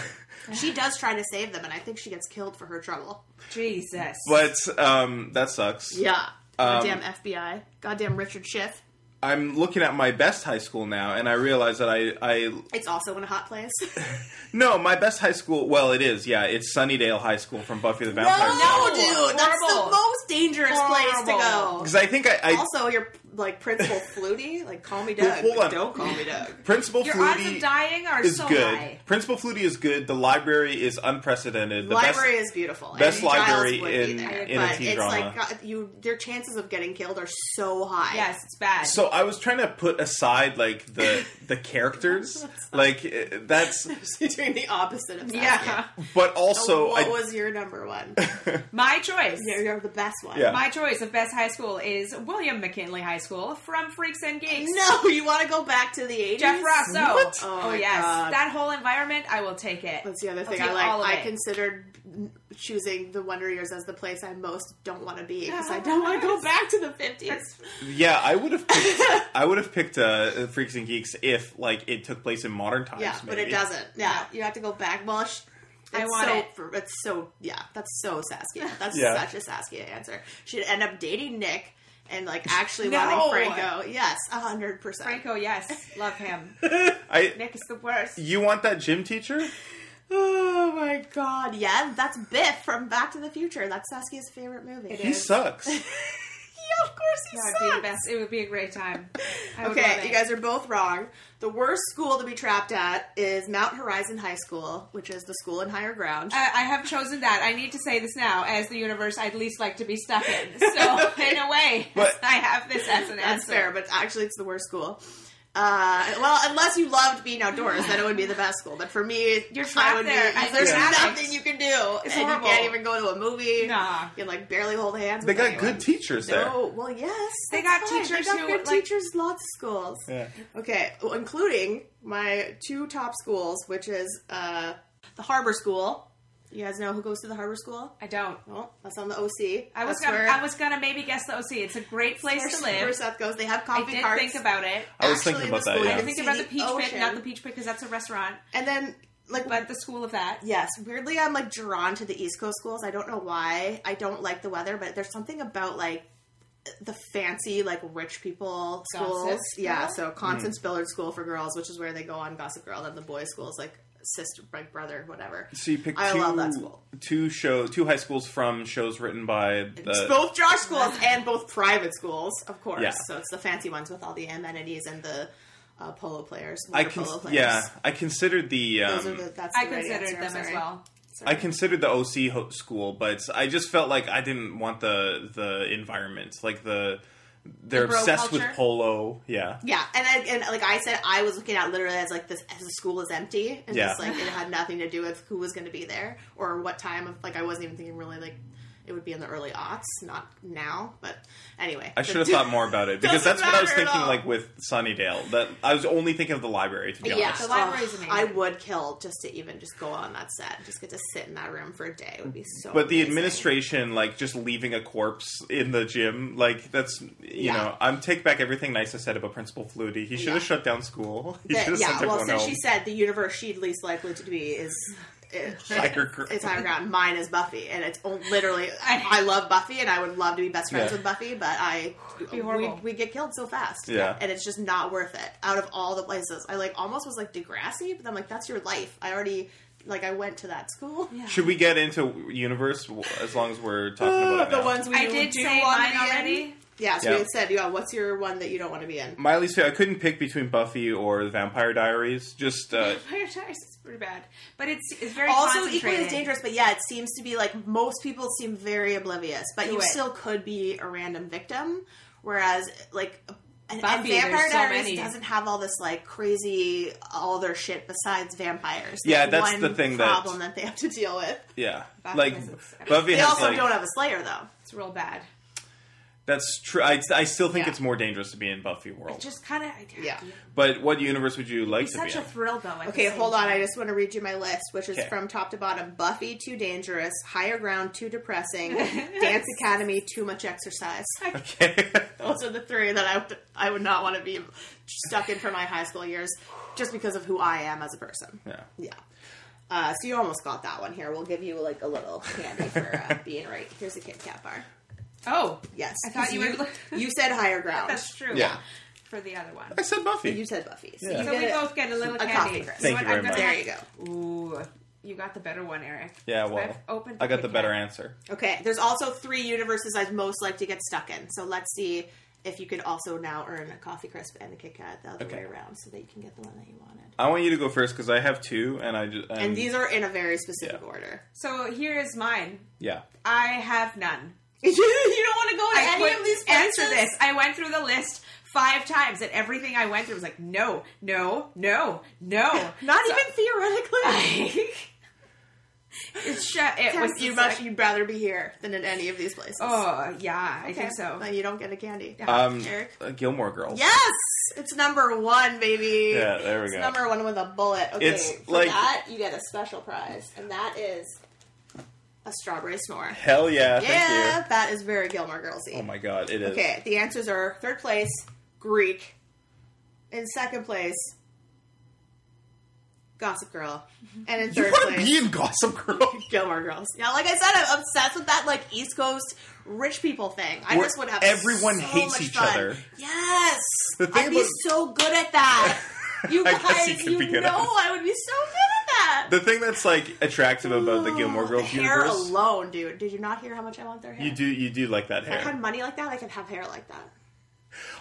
[SPEAKER 4] she does try to save them, and I think she gets killed for her trouble.
[SPEAKER 1] Jesus.
[SPEAKER 3] But um, that sucks.
[SPEAKER 4] Yeah. Oh,
[SPEAKER 3] um,
[SPEAKER 4] Goddamn FBI. Goddamn Richard Schiff.
[SPEAKER 3] I'm looking at my best high school now, and I realize that I, I
[SPEAKER 4] It's also in a
[SPEAKER 1] <laughs>
[SPEAKER 4] hot place. <laughs>
[SPEAKER 3] no, my best high school. Well, it is, yeah, it's Sunnydale High School from Buffy the Vampire
[SPEAKER 4] no,
[SPEAKER 3] Slayer.
[SPEAKER 4] dude, that's the
[SPEAKER 1] Horrible.
[SPEAKER 4] most dangerous place to go.
[SPEAKER 1] Horrible.
[SPEAKER 3] Because I think I, I
[SPEAKER 4] Also, your like Principal <laughs> Flutie, like call me Doug.
[SPEAKER 3] hold on.
[SPEAKER 4] Don't call me Doug.
[SPEAKER 3] Principal
[SPEAKER 1] your odds
[SPEAKER 3] Flutie
[SPEAKER 1] of dying are
[SPEAKER 3] is
[SPEAKER 1] so
[SPEAKER 3] good.
[SPEAKER 1] high.
[SPEAKER 3] Principal Flutie is good. The library is unprecedented. The
[SPEAKER 4] library
[SPEAKER 3] best,
[SPEAKER 4] is beautiful.
[SPEAKER 3] best
[SPEAKER 4] and Giles
[SPEAKER 3] library
[SPEAKER 4] would be
[SPEAKER 3] in-
[SPEAKER 4] there,
[SPEAKER 3] in a
[SPEAKER 4] but
[SPEAKER 3] teen
[SPEAKER 4] it's
[SPEAKER 3] drama.
[SPEAKER 4] like God, you, their chances of getting killed are so high.
[SPEAKER 1] Yes, it's bad.
[SPEAKER 3] So I was trying to put aside like the
[SPEAKER 4] <laughs>
[SPEAKER 3] the characters, like uh, that's.
[SPEAKER 4] She's <laughs> doing the opposite of that.
[SPEAKER 1] yeah.
[SPEAKER 3] But also,
[SPEAKER 4] Oh, what
[SPEAKER 3] I,
[SPEAKER 4] was your number
[SPEAKER 3] <laughs>
[SPEAKER 4] one?
[SPEAKER 1] My choice.
[SPEAKER 4] You're, you're the best one.
[SPEAKER 3] Yeah.
[SPEAKER 1] My choice of best high school is William McKinley High school from Freaks and Geeks.
[SPEAKER 4] No, you want to go back to the 80s?
[SPEAKER 1] Jeff Rosso.
[SPEAKER 4] What?
[SPEAKER 1] Oh,
[SPEAKER 4] my
[SPEAKER 1] yes,
[SPEAKER 4] God.
[SPEAKER 1] that whole environment, I will take it.
[SPEAKER 4] That's the other
[SPEAKER 1] I'll
[SPEAKER 4] thing
[SPEAKER 1] take
[SPEAKER 4] I like.
[SPEAKER 1] all of
[SPEAKER 4] I
[SPEAKER 1] it.
[SPEAKER 4] considered choosing the Wonder Years as the place I most don't want
[SPEAKER 1] <laughs>
[SPEAKER 4] to be because I don't want to go back to the 50s.
[SPEAKER 3] Yeah, I would have picked,
[SPEAKER 4] <laughs>
[SPEAKER 3] I would have picked uh, Freaks and Geeks if like it took place in modern times.
[SPEAKER 4] Yeah, but it
[SPEAKER 3] maybe.
[SPEAKER 4] doesn't. Yeah, you have to go back. Well, sh-
[SPEAKER 1] I
[SPEAKER 4] it's
[SPEAKER 1] want
[SPEAKER 4] so,
[SPEAKER 1] it.
[SPEAKER 4] fr- It's so yeah. That's so
[SPEAKER 1] <laughs>
[SPEAKER 4] Saskia. That's
[SPEAKER 3] Yeah.
[SPEAKER 4] such a Saskia answer. She'd end up dating Nick and like actually
[SPEAKER 1] No!
[SPEAKER 4] wanting Franco. Yes, a hundred percent.
[SPEAKER 1] Franco, yes, love him.
[SPEAKER 3] I.
[SPEAKER 1] <laughs> Nick is the worst.
[SPEAKER 3] You want that gym teacher?
[SPEAKER 4] Oh my god. Yeah, that's Biff from Back to the Future. That's Saskia's favorite movie. <laughs>
[SPEAKER 3] He sucks.
[SPEAKER 4] Yeah, of course he
[SPEAKER 1] That would be the
[SPEAKER 4] sucks.
[SPEAKER 1] best. It would be a great time. I would love
[SPEAKER 4] Okay,
[SPEAKER 1] it.
[SPEAKER 4] you guys are both wrong. The worst school to be trapped at is Mount Horizon High School, which is the school in higher ground.
[SPEAKER 1] Uh, I I have chosen that. I need to say this now, as the universe I'd least like to be stuck
[SPEAKER 4] <laughs>
[SPEAKER 1] in. So, in a way,
[SPEAKER 3] But-
[SPEAKER 1] <laughs> I have this as an
[SPEAKER 4] That's
[SPEAKER 1] answer.
[SPEAKER 4] fair, but actually, it's the worst school. Uh, well, unless you loved being outdoors, then it would be the best school. But for me,
[SPEAKER 1] You're
[SPEAKER 4] I
[SPEAKER 1] trapped
[SPEAKER 4] would
[SPEAKER 1] there.
[SPEAKER 4] Be,
[SPEAKER 1] I-
[SPEAKER 4] there's
[SPEAKER 1] Yeah.
[SPEAKER 4] nothing you can do, and
[SPEAKER 1] horrible.
[SPEAKER 4] you can't even go to a movie.
[SPEAKER 1] Nah.
[SPEAKER 4] you can like barely hold hands.
[SPEAKER 3] They
[SPEAKER 4] with
[SPEAKER 3] got
[SPEAKER 4] anyone.
[SPEAKER 3] good teachers there.
[SPEAKER 4] No, well, yes,
[SPEAKER 1] They got
[SPEAKER 4] that's fine.
[SPEAKER 1] teachers
[SPEAKER 4] They got
[SPEAKER 1] who,
[SPEAKER 4] good
[SPEAKER 1] like-
[SPEAKER 4] teachers. Lots of schools.
[SPEAKER 3] Yeah.
[SPEAKER 4] Okay, well, including my two top schools, which is uh, the Harbor School. You guys know who goes to the Harbor School?
[SPEAKER 1] I don't.
[SPEAKER 4] Well, that's on the OC.
[SPEAKER 1] I was
[SPEAKER 4] That's
[SPEAKER 1] gonna,
[SPEAKER 4] where-
[SPEAKER 1] I was gonna maybe guess the OC. It's a great place
[SPEAKER 4] where
[SPEAKER 1] to
[SPEAKER 4] where
[SPEAKER 1] live.
[SPEAKER 4] Seth goes. They have
[SPEAKER 1] I
[SPEAKER 4] coffee
[SPEAKER 1] did
[SPEAKER 4] carts.
[SPEAKER 1] think about it.
[SPEAKER 3] I was
[SPEAKER 4] Actually,
[SPEAKER 3] thinking
[SPEAKER 4] the
[SPEAKER 3] about that.
[SPEAKER 4] school
[SPEAKER 3] Yeah.
[SPEAKER 4] is-
[SPEAKER 1] I think about the
[SPEAKER 4] the
[SPEAKER 1] peach pit,
[SPEAKER 4] ocean.
[SPEAKER 1] not the peach pit, because that's a restaurant,
[SPEAKER 4] And then, like,
[SPEAKER 1] but the school of that.
[SPEAKER 4] yes, weirdly, I'm like drawn to the East Coast schools. I don't know why. I don't like the weather, but there's something about like the fancy, like rich people schools.
[SPEAKER 1] Gossip
[SPEAKER 4] Yeah,
[SPEAKER 1] Girl?
[SPEAKER 4] so
[SPEAKER 3] Hmm.
[SPEAKER 4] Constance Billard School for girls, which is where they go on Gossip Girl, and the boys' school is like sister, like brother, whatever.
[SPEAKER 3] So you picked
[SPEAKER 4] I
[SPEAKER 3] two,
[SPEAKER 4] love that school.
[SPEAKER 3] two show, two high schools from shows written by
[SPEAKER 4] It's
[SPEAKER 3] the.
[SPEAKER 4] both Josh schools and both private schools, of course.
[SPEAKER 3] Yeah.
[SPEAKER 4] So it's the fancy ones with all the amenities and the uh, polo players.
[SPEAKER 3] I
[SPEAKER 4] water
[SPEAKER 3] con-
[SPEAKER 4] polo players.
[SPEAKER 3] yeah, I considered the. Um,
[SPEAKER 4] Those are the, that's
[SPEAKER 1] I
[SPEAKER 4] the right
[SPEAKER 1] considered
[SPEAKER 4] answer, I'm
[SPEAKER 1] them as
[SPEAKER 4] sorry.
[SPEAKER 1] well.
[SPEAKER 3] I considered the OC ho- school, but I just felt like I didn't want the the environment, like the they're
[SPEAKER 1] The bro
[SPEAKER 3] obsessed
[SPEAKER 1] culture?
[SPEAKER 3] with polo. Yeah,
[SPEAKER 4] Yeah, and I, and like I said, I was looking at literally as like this as the school is empty, and
[SPEAKER 3] Yeah.
[SPEAKER 4] just like it had nothing to do with who was going to be there or what time of like I wasn't even thinking really like it would be in the early aughts, not now. But anyway,
[SPEAKER 3] I should have thought more about it
[SPEAKER 4] <laughs>
[SPEAKER 3] because
[SPEAKER 4] Doesn't
[SPEAKER 3] that's what I was
[SPEAKER 4] matter at
[SPEAKER 3] thinking.
[SPEAKER 4] all.
[SPEAKER 3] Like with Sunnydale, that I was only thinking of the library. To be
[SPEAKER 4] Yeah,
[SPEAKER 3] honest,
[SPEAKER 1] The library's amazing.
[SPEAKER 4] I would kill just to even just go on that set, just get to sit in that room for a day. It would be so.
[SPEAKER 3] but the
[SPEAKER 4] amazing.
[SPEAKER 3] administration, like just leaving a corpse in the gym, like that's you
[SPEAKER 4] Yeah.
[SPEAKER 3] know, I'm take back everything nice I said about Principal Flutie. He should have shut down school. <laughs> He
[SPEAKER 4] But,
[SPEAKER 3] should have
[SPEAKER 4] yeah,
[SPEAKER 3] sent
[SPEAKER 4] well,
[SPEAKER 3] everyone
[SPEAKER 4] since
[SPEAKER 3] home.
[SPEAKER 4] she said the universe she'd least likely to be is. It's
[SPEAKER 3] Higher ground.
[SPEAKER 4] it's higher ground. Mine is Buffy, and it's on- literally I love Buffy, and I would love to be best friends
[SPEAKER 3] Yeah.
[SPEAKER 4] with Buffy, but I
[SPEAKER 1] be horrible.
[SPEAKER 4] we, we get killed so fast,
[SPEAKER 3] Yeah.
[SPEAKER 4] and it's just not worth it. Out of all the places, I like almost was like Degrassi, but I'm like, that's your life. I already like I went to that school.
[SPEAKER 3] should we get into universe as long as we're talking about it
[SPEAKER 4] the
[SPEAKER 3] now?
[SPEAKER 4] ones we
[SPEAKER 1] I did
[SPEAKER 4] do
[SPEAKER 1] say
[SPEAKER 4] wanna
[SPEAKER 1] mine
[SPEAKER 4] be in.
[SPEAKER 1] already.
[SPEAKER 4] Yeah, so
[SPEAKER 3] Yeah.
[SPEAKER 4] we had said, yeah, what's your one that you don't want to be in?
[SPEAKER 3] Miley's favorite. I couldn't pick between Buffy or The Vampire Diaries.
[SPEAKER 1] <laughs>
[SPEAKER 3] Just uh,
[SPEAKER 1] Vampire Diaries is pretty bad, but it's it's very
[SPEAKER 4] also equally
[SPEAKER 1] concentrated.
[SPEAKER 4] as dangerous, but yeah, it seems to be like most people seem very oblivious, but
[SPEAKER 1] To
[SPEAKER 4] you
[SPEAKER 1] it.
[SPEAKER 4] still could be a random victim. Whereas, like, and, and
[SPEAKER 1] Buffy,
[SPEAKER 4] Vampire
[SPEAKER 1] there's so
[SPEAKER 4] Diaries
[SPEAKER 1] many.
[SPEAKER 4] doesn't have all this like crazy all their shit besides vampires. They
[SPEAKER 3] Yeah,
[SPEAKER 4] have
[SPEAKER 3] that's
[SPEAKER 4] one
[SPEAKER 3] the thing that-
[SPEAKER 4] problem that, they have to deal with.
[SPEAKER 3] yeah,
[SPEAKER 1] Buffy
[SPEAKER 3] like
[SPEAKER 1] is upset.
[SPEAKER 3] Buffy
[SPEAKER 4] They
[SPEAKER 3] has
[SPEAKER 4] also
[SPEAKER 3] like
[SPEAKER 4] don't have a Slayer though.
[SPEAKER 1] It's real bad.
[SPEAKER 3] that's true. I, I still think
[SPEAKER 1] Yeah.
[SPEAKER 3] it's more dangerous to be in Buffy world.
[SPEAKER 1] Just kind of
[SPEAKER 4] Yeah.
[SPEAKER 3] but what universe would you like
[SPEAKER 1] It's
[SPEAKER 3] to be
[SPEAKER 1] such a
[SPEAKER 3] in?
[SPEAKER 1] thrill though. at
[SPEAKER 4] Okay,
[SPEAKER 1] the same
[SPEAKER 4] hold on.
[SPEAKER 1] time.
[SPEAKER 4] I just want to read you my list, which is
[SPEAKER 3] Okay.
[SPEAKER 4] from top to bottom: Buffy, too dangerous; Higher Ground, too <laughs> depressing; Dance Academy, too much <laughs> exercise.
[SPEAKER 3] okay, <laughs>
[SPEAKER 4] Those are the three that I would, I would not want to be stuck in for my high school years, just because of who I am as a person.
[SPEAKER 3] yeah.
[SPEAKER 4] Yeah. Uh, so you almost got that one here. We'll give you like a little candy for
[SPEAKER 3] <laughs>
[SPEAKER 4] uh, being right. Here's a Kit Kat bar.
[SPEAKER 1] Oh,
[SPEAKER 4] Yes,
[SPEAKER 1] I thought you
[SPEAKER 4] <laughs>
[SPEAKER 1] were.
[SPEAKER 4] You said higher ground.
[SPEAKER 1] That's true.
[SPEAKER 3] Yeah.
[SPEAKER 1] For the other one.
[SPEAKER 3] I said Buffy.
[SPEAKER 4] You said Buffy. So
[SPEAKER 3] Yeah.
[SPEAKER 4] you
[SPEAKER 1] So we
[SPEAKER 4] get
[SPEAKER 1] both get a little
[SPEAKER 4] a
[SPEAKER 1] candy.
[SPEAKER 4] coffee, Chris.
[SPEAKER 3] Thank you
[SPEAKER 1] know what?
[SPEAKER 3] very
[SPEAKER 4] There
[SPEAKER 1] I'm
[SPEAKER 4] you go.
[SPEAKER 1] gonna- Ooh, you got the better one, Eric.
[SPEAKER 3] yeah,
[SPEAKER 1] I've
[SPEAKER 3] well,
[SPEAKER 1] opened
[SPEAKER 3] I got the
[SPEAKER 1] Kit
[SPEAKER 3] better
[SPEAKER 1] Kat.
[SPEAKER 3] answer.
[SPEAKER 4] Okay. There's also three universes I'd most like to get stuck in. So let's see if you could also now earn a coffee crisp and a Kit Kat the other
[SPEAKER 3] Okay.
[SPEAKER 4] way around, so that you can get the one that you wanted.
[SPEAKER 3] I want you to go first because I have two, and I just
[SPEAKER 4] And these are in a very specific
[SPEAKER 3] Um, Yeah.
[SPEAKER 4] order.
[SPEAKER 1] So here is mine.
[SPEAKER 3] yeah.
[SPEAKER 1] I have none.
[SPEAKER 4] <laughs> you don't want to go to
[SPEAKER 1] I
[SPEAKER 4] any
[SPEAKER 1] couldn't
[SPEAKER 4] of these places.
[SPEAKER 1] answer this. I went through the list five times, and everything I went through was like, no, no, no, no.
[SPEAKER 4] <laughs>
[SPEAKER 1] <laughs>
[SPEAKER 4] Not even theoretically.
[SPEAKER 1] I It's shut. It was
[SPEAKER 4] Terrence, you
[SPEAKER 1] just
[SPEAKER 4] much,
[SPEAKER 1] like-
[SPEAKER 4] you'd rather be here than in any of these places.
[SPEAKER 1] Oh yeah, I
[SPEAKER 4] Okay,
[SPEAKER 1] think so.
[SPEAKER 4] Then you don't get a candy.
[SPEAKER 3] Um,
[SPEAKER 4] Eric.
[SPEAKER 3] uh, Gilmore Girls.
[SPEAKER 4] Yes, it's number one, baby.
[SPEAKER 3] Yeah, there we
[SPEAKER 4] it's
[SPEAKER 3] go.
[SPEAKER 4] Number one with a bullet. Okay,
[SPEAKER 3] It's
[SPEAKER 4] for
[SPEAKER 3] like-
[SPEAKER 4] that you get a special prize, and that is a strawberry snore.
[SPEAKER 3] Hell
[SPEAKER 4] Yeah,
[SPEAKER 3] yeah! Thank you.
[SPEAKER 4] that is very Gilmore Girlsy.
[SPEAKER 3] Oh my god, it is. <laughs>
[SPEAKER 4] Okay, the answers are third place, Greek. In second place, Gossip Girl. And in
[SPEAKER 3] You
[SPEAKER 4] third
[SPEAKER 3] want to
[SPEAKER 4] place,
[SPEAKER 3] be in Gossip Girl?
[SPEAKER 4] <laughs> Gilmore Girls. <laughs> Yeah, like I said, I'm obsessed with that like East Coast rich people thing. I
[SPEAKER 3] Where
[SPEAKER 4] just would have
[SPEAKER 3] everyone
[SPEAKER 4] so
[SPEAKER 3] hates
[SPEAKER 4] much
[SPEAKER 3] each
[SPEAKER 4] fun.
[SPEAKER 3] other.
[SPEAKER 4] Yes,
[SPEAKER 3] thing
[SPEAKER 4] I'd be
[SPEAKER 3] about-
[SPEAKER 4] so good at that. You
[SPEAKER 3] <laughs> I guess you
[SPEAKER 4] guys,
[SPEAKER 3] could
[SPEAKER 4] you,
[SPEAKER 3] be
[SPEAKER 4] know,
[SPEAKER 3] good at
[SPEAKER 4] I would be so good at that.
[SPEAKER 3] The thing that's like attractive about the Gilmore Girls
[SPEAKER 4] hair
[SPEAKER 3] universe,
[SPEAKER 4] alone, dude. Did you not hear how much I want their hair?
[SPEAKER 3] you do you do like that
[SPEAKER 4] If I had
[SPEAKER 3] hair.
[SPEAKER 4] money like that, I could have hair like that.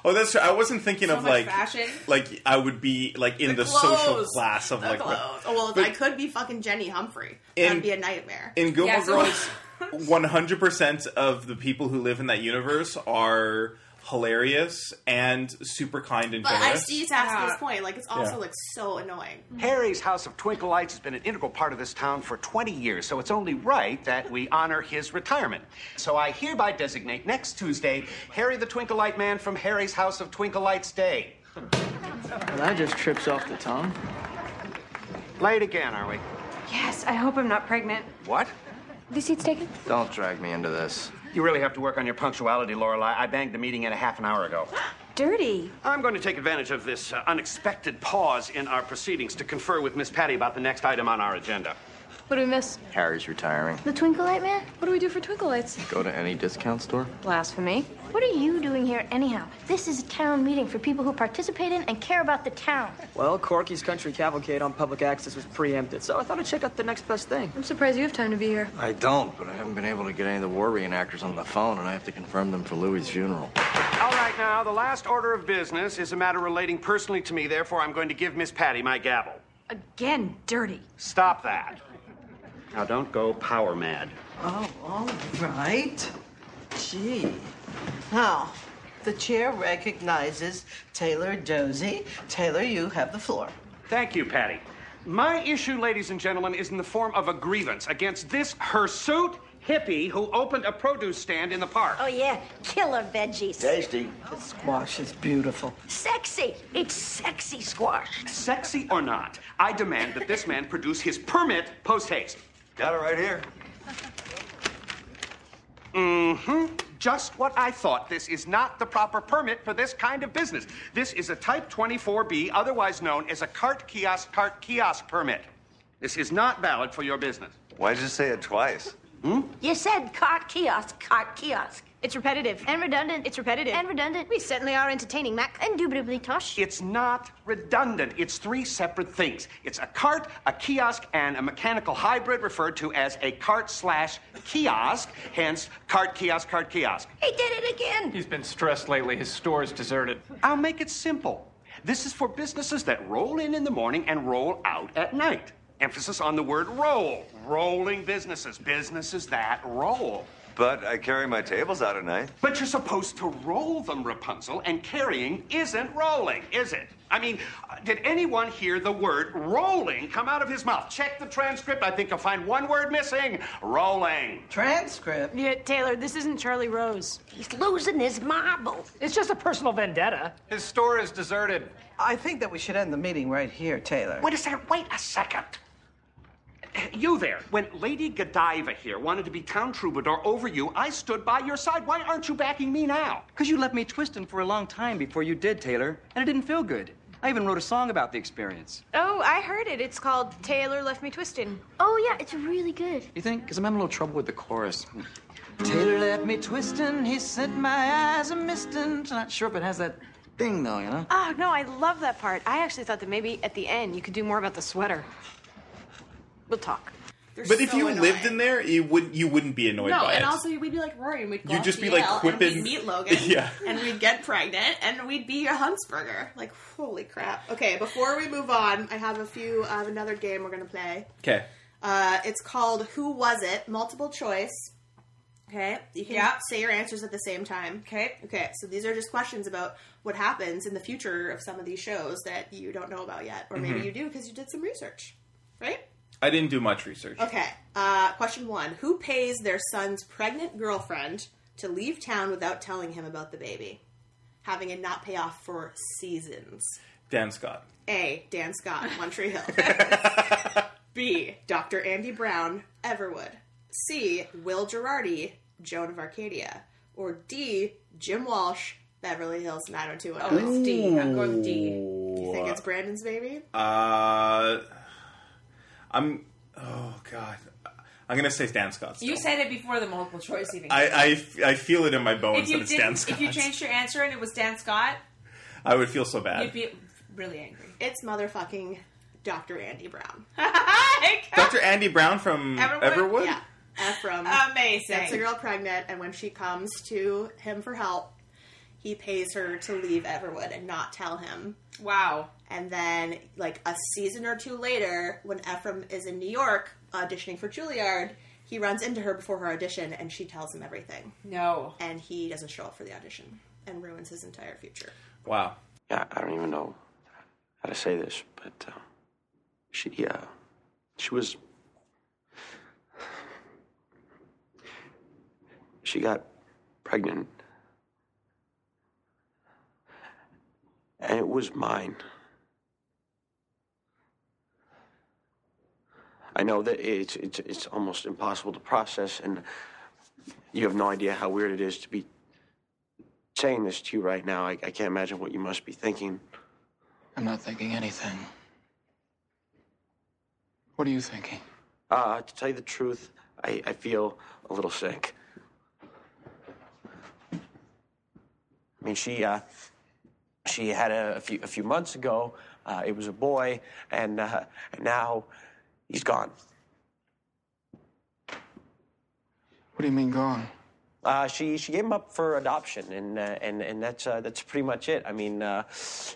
[SPEAKER 3] Oh, that's true. I wasn't thinking
[SPEAKER 1] So
[SPEAKER 3] of
[SPEAKER 1] much
[SPEAKER 3] like
[SPEAKER 1] fashion.
[SPEAKER 3] like I would be like in the, social
[SPEAKER 4] clothes.
[SPEAKER 3] class of like the-
[SPEAKER 4] Clothes. Oh, well,
[SPEAKER 3] But-
[SPEAKER 4] I could be fucking Jenny Humphrey.
[SPEAKER 3] In-
[SPEAKER 4] That'd be a nightmare.
[SPEAKER 3] in Gilmore
[SPEAKER 1] Yeah, so-
[SPEAKER 3] <laughs> Girls.
[SPEAKER 4] <laughs>
[SPEAKER 3] One hundred percent of the people who live in that universe are hilarious and super kind and
[SPEAKER 4] but I
[SPEAKER 3] generous.
[SPEAKER 4] see Tasky's
[SPEAKER 1] Yeah.
[SPEAKER 4] point. Like, it's also
[SPEAKER 3] Yeah.
[SPEAKER 4] like so annoying.
[SPEAKER 9] Harry's House of Twinkle Lights has been an integral part of this town for 20 years, so it's only right that we honor his retirement. So I hereby designate next Tuesday Harry the Twinkle Light Man from Harry's House of Twinkle Lights Day.
[SPEAKER 10] Well, that just trips off the tongue.
[SPEAKER 9] Late again, are we?
[SPEAKER 8] Yes, I hope I'm not pregnant.
[SPEAKER 9] What?
[SPEAKER 8] This seat's taken?
[SPEAKER 11] Don't drag me into this.
[SPEAKER 9] You really have to work on your punctuality, Lorelai. I banged the meeting in a half an hour ago.
[SPEAKER 8] Dirty.
[SPEAKER 9] I'm going to take advantage of this uh, unexpected pause in our proceedings to confer with Miss Patty about the next item on our agenda.
[SPEAKER 8] What do we miss?
[SPEAKER 11] Harry's retiring.
[SPEAKER 8] The Twinkle Light Man? What do we do for Twinkle Lights?
[SPEAKER 11] Go to any discount store.
[SPEAKER 8] Blasphemy.
[SPEAKER 12] What are you doing here, anyhow? This is a town meeting for people who participate in and care about the town.
[SPEAKER 10] Well, Corky's Country Cavalcade on public access was preempted, so I thought I'd check out the next best thing.
[SPEAKER 8] I'm surprised you have time to be here.
[SPEAKER 11] I don't, but I haven't been able to get any of the war reenactors on the phone, and I have to confirm them for Louis' funeral.
[SPEAKER 9] All right, now, the last order of business is a matter relating personally to me, therefore, I'm going to give Miss Patty my gavel.
[SPEAKER 8] Again, dirty.
[SPEAKER 9] Stop that. Now, don't go power mad.
[SPEAKER 10] Oh, all right. Gee. Now, the chair recognizes Taylor Dozy. Taylor, you have the floor.
[SPEAKER 9] Thank you, Patty. My issue, ladies and gentlemen, is in the form of a grievance against this hirsute hippie who opened a produce stand in the park.
[SPEAKER 12] Oh, yeah, killer veggies.
[SPEAKER 11] Tasty.
[SPEAKER 10] The squash is beautiful.
[SPEAKER 12] Sexy. It's sexy squash.
[SPEAKER 9] Sexy or not, I demand that this man produce his permit post haste.
[SPEAKER 11] Got it right here.
[SPEAKER 9] Mm-hmm. Just what I thought. This is not the proper permit for this kind of business. This is a Type 24B, otherwise known as a cart kiosk cart kiosk permit. This is not valid for your business. Hmm?
[SPEAKER 11] Why'd you say it twice?
[SPEAKER 12] You said cart kiosk, cart kiosk.
[SPEAKER 8] It's repetitive.
[SPEAKER 12] And redundant.
[SPEAKER 8] It's repetitive.
[SPEAKER 12] And redundant.
[SPEAKER 8] we certainly are entertaining, Mac.
[SPEAKER 12] Indubitably, Tosh.
[SPEAKER 9] It's not redundant. It's three separate things. It's a cart, a kiosk, and a mechanical hybrid referred to as a cart slash kiosk, hence cart kiosk cart kiosk.
[SPEAKER 12] He did it again.
[SPEAKER 13] He's been stressed lately. His store's deserted.
[SPEAKER 9] I'll make it simple. This is for businesses that roll in in the morning and roll out at night. Emphasis on the word roll. Rolling businesses, businesses that roll.
[SPEAKER 11] But I carry my tables out at night.
[SPEAKER 9] But you're supposed to roll them, Rapunzel, and carrying isn't rolling, is it? I mean, uh, did anyone hear the word rolling come out of his mouth? Check the transcript. I think you'll find one word missing rolling.
[SPEAKER 10] Transcript.
[SPEAKER 8] Yeah, Taylor, this isn't Charlie Rose.
[SPEAKER 12] He's losing his marble.
[SPEAKER 8] It's just a personal vendetta.
[SPEAKER 13] His store is deserted.
[SPEAKER 10] I think that we should end the meeting right here, Taylor.
[SPEAKER 9] Wait a second. Wait a second. You there. When Lady Godiva here wanted to be town troubadour over you, I stood by your side. Why aren't you backing me now?
[SPEAKER 10] Because you left me twisting for a long time before you did, Taylor, and it didn't feel good. I even wrote a song about the experience.
[SPEAKER 8] Oh, I heard it. It's called Taylor Left Me Twistin'.
[SPEAKER 12] Oh, yeah, it's really good.
[SPEAKER 10] You think? Because I'm having a little trouble with the chorus. Taylor left me twisting, he sent my eyes a mistin'. Not sure if it has that thing though, you know?
[SPEAKER 8] Oh, no, I love that part. I actually thought that maybe at the end you could do more about the sweater. We'll talk.
[SPEAKER 4] They're
[SPEAKER 3] but if
[SPEAKER 4] so
[SPEAKER 3] you
[SPEAKER 4] annoying.
[SPEAKER 3] lived in there, you would you wouldn't be annoyed
[SPEAKER 4] No,
[SPEAKER 3] by
[SPEAKER 4] and
[SPEAKER 3] it.
[SPEAKER 4] also we'd be like Rory, and we'd go
[SPEAKER 3] You'd
[SPEAKER 4] off
[SPEAKER 3] just
[SPEAKER 4] to
[SPEAKER 3] be, like,
[SPEAKER 4] Yale,
[SPEAKER 3] quipping-
[SPEAKER 4] and we'd
[SPEAKER 3] <laughs>
[SPEAKER 4] meet Logan,
[SPEAKER 3] Yeah.
[SPEAKER 4] and we'd get pregnant, and we'd be a Huntsburger. Like, holy crap! Okay, before we move on, I have a few. I have another game we're gonna play.
[SPEAKER 3] okay.
[SPEAKER 4] Uh, it's called Who Was It? Multiple choice. Okay, you can
[SPEAKER 1] Yeah.
[SPEAKER 4] say your answers at the same time.
[SPEAKER 1] Okay.
[SPEAKER 4] Okay, so these are just questions about what happens in the future of some of these shows that you don't know about yet, or maybe you do because you did some research, right?
[SPEAKER 3] I didn't do much research.
[SPEAKER 4] Okay. Uh, question one: Who pays their son's pregnant girlfriend to leave town without telling him about the baby, having it not pay off for seasons?
[SPEAKER 3] Dan Scott.
[SPEAKER 4] A. Dan Scott, One Tree Hill. B. Dr. Andy Brown, Everwood. C. Will Girardi, Joan of Arcadia. Or D. Jim Walsh, Beverly Hills 90210.
[SPEAKER 1] Oh, it's D. I'm going with D.
[SPEAKER 4] You think it's Brandon's baby?
[SPEAKER 3] Uh, I'm. Oh God, I'm gonna say Dan Scott's.
[SPEAKER 1] You said it before the multiple choice even.
[SPEAKER 3] I, I f- I feel it in my
[SPEAKER 1] if
[SPEAKER 3] bones
[SPEAKER 1] you
[SPEAKER 3] that it's Dan
[SPEAKER 1] didn't,
[SPEAKER 3] Scott.
[SPEAKER 1] if you changed your answer and it was Dan Scott,
[SPEAKER 3] I would feel so
[SPEAKER 1] you'd
[SPEAKER 3] bad.
[SPEAKER 1] be really angry.
[SPEAKER 4] It's motherfucking Dr. Andy Brown.
[SPEAKER 3] Dr.
[SPEAKER 1] "Ah!"
[SPEAKER 3] Andy Brown from Everwood.
[SPEAKER 4] Yeah. Ephraim.
[SPEAKER 1] Amazing.
[SPEAKER 4] Gets a girl pregnant, and when she comes to him for help, he pays her to leave Everwood and not tell him.
[SPEAKER 1] Wow.
[SPEAKER 4] And then, like a season or two later, when Ephraim is in New York auditioning for Juilliard, he runs into her before her audition, and she tells him everything.
[SPEAKER 1] No.
[SPEAKER 4] And he doesn't show up for the audition and ruins his entire future.
[SPEAKER 3] Wow.
[SPEAKER 14] Yeah, I don't even know how to say this, but uh, she, uh, she was. She got pregnant. And it was mine. I know that it's, it's, it's almost impossible to process, and you have no idea how weird it is to be saying this to you right now. I, I can't imagine what you must be thinking.
[SPEAKER 7] I'm not thinking anything. What are you thinking?
[SPEAKER 14] Uh, to tell you the truth, I, I feel a little sick. I mean, she, uh, she had a, a few a few months ago. Uh, it was a boy, and uh, and now he's gone.
[SPEAKER 7] What do you mean gone?
[SPEAKER 14] Uh, she she gave him up for adoption, and uh, and and that's uh, that's pretty much it. I mean, uh,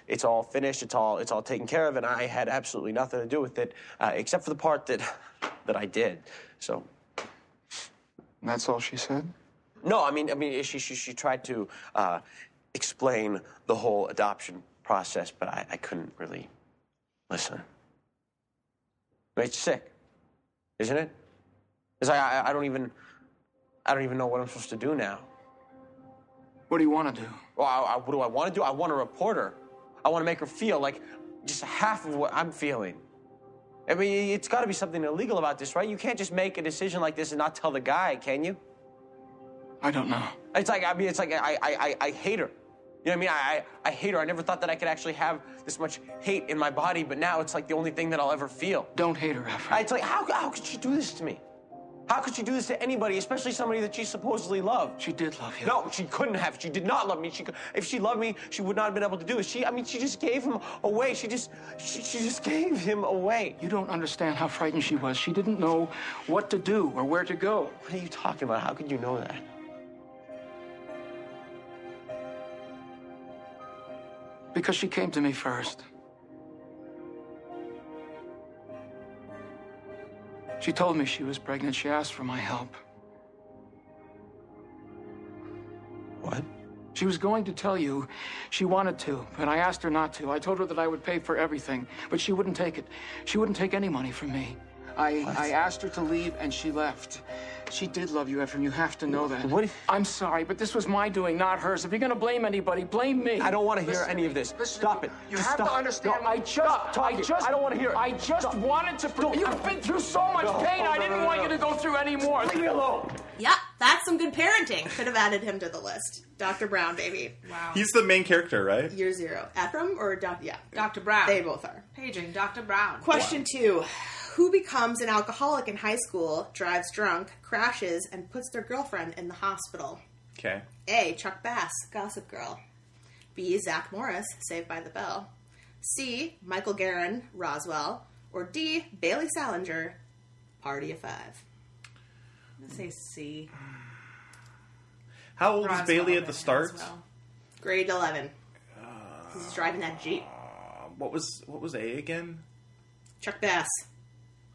[SPEAKER 14] it's all finished. It's all it's all taken care of, and I had absolutely nothing to do with it, uh, except for the part that <laughs> that I did. So
[SPEAKER 7] And that's all she said?
[SPEAKER 14] No, I mean, I mean, she she, she tried to uh, explain the whole adoption process, but I, I couldn't really listen. But It's sick, isn't it? It's like I, I don't even, I don't even know what I'm supposed to do now.
[SPEAKER 7] What do you want to do?
[SPEAKER 14] Well, I, I, what do I want to do? I want to report her. I want to make her feel like just half of what I'm feeling. I mean, it's got to be something illegal about this, right? You can't just make a decision like this and not tell the guy, can you?
[SPEAKER 7] I don't know.
[SPEAKER 14] It's like I mean, it's like I I, I, I hate her. You know what I mean? I, I I hate her. I never thought that I could actually have this much hate in my body, but now it's like the only thing that I'll ever feel.
[SPEAKER 7] Don't hate her, Efren.
[SPEAKER 14] I- It's like how how could she do this to me? How could she do this to anybody, especially somebody that she supposedly loved?
[SPEAKER 7] She did love you.
[SPEAKER 14] No, she couldn't have. She did not love me. She could, if she loved me, she would not have been able to do it. She I mean, she just gave him away. She just she, she just gave him away.
[SPEAKER 7] You don't understand how frightened she was. She didn't know what to do or where to go.
[SPEAKER 14] What are you talking about? How could you know that?
[SPEAKER 7] Because she came to me first. She told me she was pregnant. She asked for my help.
[SPEAKER 14] What?
[SPEAKER 7] She was going to tell you she wanted to, but I asked her not to. I told her that I would pay for everything, but she wouldn't take it. She wouldn't take any money from me. I, I asked her to leave, and she left. She did love you, Ephraim. You have to know that.
[SPEAKER 14] What if-
[SPEAKER 7] I'm sorry, but this was my doing, not hers. If you're going to blame anybody, blame me.
[SPEAKER 14] I don't want to hear
[SPEAKER 7] Listen
[SPEAKER 14] any of
[SPEAKER 7] me.
[SPEAKER 14] this. Stop it.
[SPEAKER 7] You
[SPEAKER 14] Just
[SPEAKER 7] have to
[SPEAKER 14] stop.
[SPEAKER 7] understand.
[SPEAKER 14] No,
[SPEAKER 7] I just,
[SPEAKER 14] stop
[SPEAKER 7] I
[SPEAKER 14] talking.
[SPEAKER 7] just,
[SPEAKER 14] I don't want to hear it.
[SPEAKER 7] I just
[SPEAKER 14] Stop.
[SPEAKER 7] wanted to. Pro- You've been through so much
[SPEAKER 14] No.
[SPEAKER 7] pain.
[SPEAKER 14] Oh,
[SPEAKER 7] I
[SPEAKER 14] no,
[SPEAKER 7] didn't
[SPEAKER 14] no, no,
[SPEAKER 7] want
[SPEAKER 14] no.
[SPEAKER 7] you to go through any more.
[SPEAKER 14] Leave me alone.
[SPEAKER 4] Yep, that's some good parenting. Could have added him to the list. Dr. Brown, baby. Wow.
[SPEAKER 3] He's the main character, right?
[SPEAKER 4] Year zero. Ephraim or Dr. Yeah.
[SPEAKER 1] Dr. Brown.
[SPEAKER 4] They both are.
[SPEAKER 1] Paging Dr. Brown.
[SPEAKER 4] Question two Who becomes an alcoholic in high school, drives drunk, crashes, and puts their girlfriend in the hospital?
[SPEAKER 3] Okay.
[SPEAKER 4] A. Chuck Bass, Gossip Girl. B. Zach Morris, Saved by the Bell. C. Michael Guerin, Roswell. Or D. Bailey Salinger, Party of Five.
[SPEAKER 1] I'm gonna say C.
[SPEAKER 3] How old is
[SPEAKER 1] Roswell
[SPEAKER 3] Bailey at
[SPEAKER 1] and
[SPEAKER 3] the start?
[SPEAKER 1] Roswell.
[SPEAKER 4] Grade 11. He's driving that Jeep.
[SPEAKER 3] Uh, What was what was A again?
[SPEAKER 4] Chuck Bass,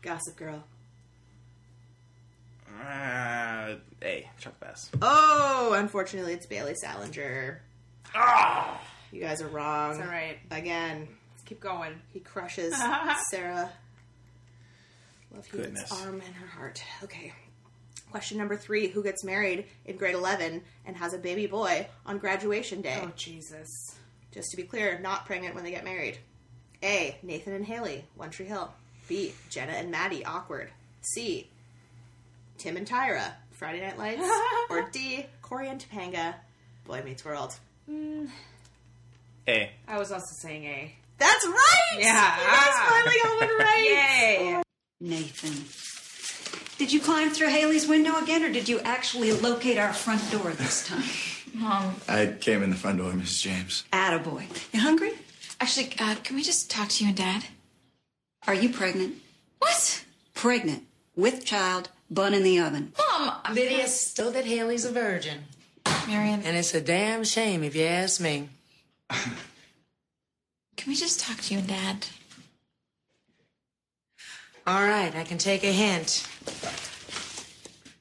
[SPEAKER 4] Gossip Girl.
[SPEAKER 3] Uh, a Chuck Bass.
[SPEAKER 4] Oh, unfortunately, it's Bailey Salinger.
[SPEAKER 3] Ah!
[SPEAKER 4] You guys are wrong.
[SPEAKER 1] It's all right. <laughs>
[SPEAKER 4] Again, <laughs>
[SPEAKER 1] Let's keep going.
[SPEAKER 4] he crushes Sarah Love Hewitt's
[SPEAKER 3] Goodness.
[SPEAKER 4] arm and her heart. Okay. Question number three Who gets married in grade 11 and has a baby boy on graduation day? Oh, Jesus. Just to be clear, not pregnant when they get married. A. Nathan and Haley, One Tree Hill. B. Jenna and Maddie, Awkward. C. Tim and Tyra, Friday Night <laughs> Lights. or D. Corey and Topanga, Boy Meets World.
[SPEAKER 3] A.
[SPEAKER 1] I was also saying A.
[SPEAKER 4] That's right!
[SPEAKER 1] Yeah.
[SPEAKER 4] You guys finally got one
[SPEAKER 1] <laughs>
[SPEAKER 4] right!
[SPEAKER 1] Yay!
[SPEAKER 15] Nathan. Did you climb through Haley's window again, or did you actually locate our front door this time? Mom.
[SPEAKER 16] I came in the front door, Mrs. James.
[SPEAKER 15] Attaboy. You hungry?
[SPEAKER 17] Actually, uh, can we just talk to you and Dad?
[SPEAKER 15] Are you pregnant?
[SPEAKER 17] What?
[SPEAKER 15] Pregnant. With child, bun in the oven.
[SPEAKER 17] Mom, I'm
[SPEAKER 10] Lydia still that Haley's a virgin.
[SPEAKER 17] Marion,
[SPEAKER 10] And it's a damn shame if you ask me.
[SPEAKER 17] can we just talk to you and Dad?
[SPEAKER 10] All right, I can take a hint.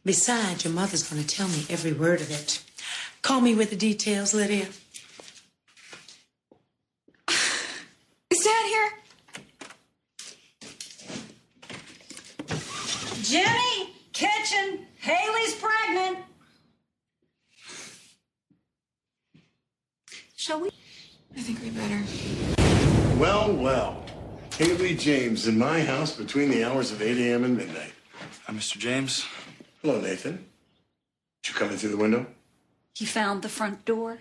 [SPEAKER 10] Besides, your mother's going to tell me every word of it. Call me with the details, Lydia.
[SPEAKER 17] Is Dad here?
[SPEAKER 15] Jimmy! Kitchen! Haley's pregnant!
[SPEAKER 17] Shall we? I think we better.
[SPEAKER 18] Well, well. Haley James in my house between the hours of 8 a.m. and midnight. I'm Mr. James. Hello, Nathan. Did you come in through the window?
[SPEAKER 15] He found the front door.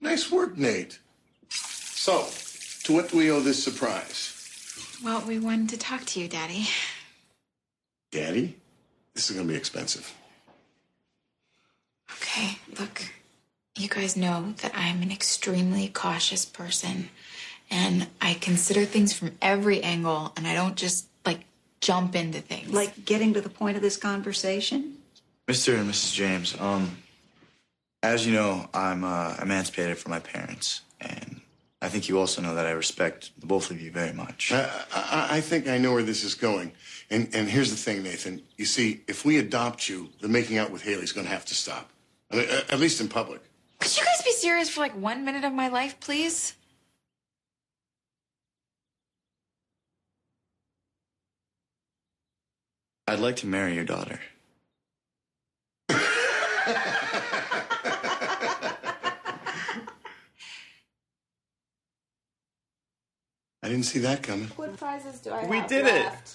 [SPEAKER 18] Nice work, Nate. So, to what do we owe this surprise?
[SPEAKER 17] Well, we wanted to talk to you, Daddy.
[SPEAKER 18] Daddy? This is going to be expensive.
[SPEAKER 17] Okay, look. You guys know that I'm an extremely cautious person, and I consider things from every angle, and I don't just, like, jump into things.
[SPEAKER 15] Like getting to the point of this conversation?
[SPEAKER 16] Mr. and Mrs. James, um, as you know, I'm uh, emancipated from my parents, and I think you also know that I respect the both of you very much.
[SPEAKER 18] I, I, I think I know where this is going. And, and here's the thing, Nathan. You see, if we adopt you, the making out with Haley's going to have to stop. I mean, a- at least in public.
[SPEAKER 17] Could you guys be serious for like one minute of my life, please?
[SPEAKER 16] I'd like to marry your daughter.
[SPEAKER 18] I didn't see that coming.
[SPEAKER 4] What prizes do I
[SPEAKER 18] We
[SPEAKER 4] have
[SPEAKER 18] did it.
[SPEAKER 4] left?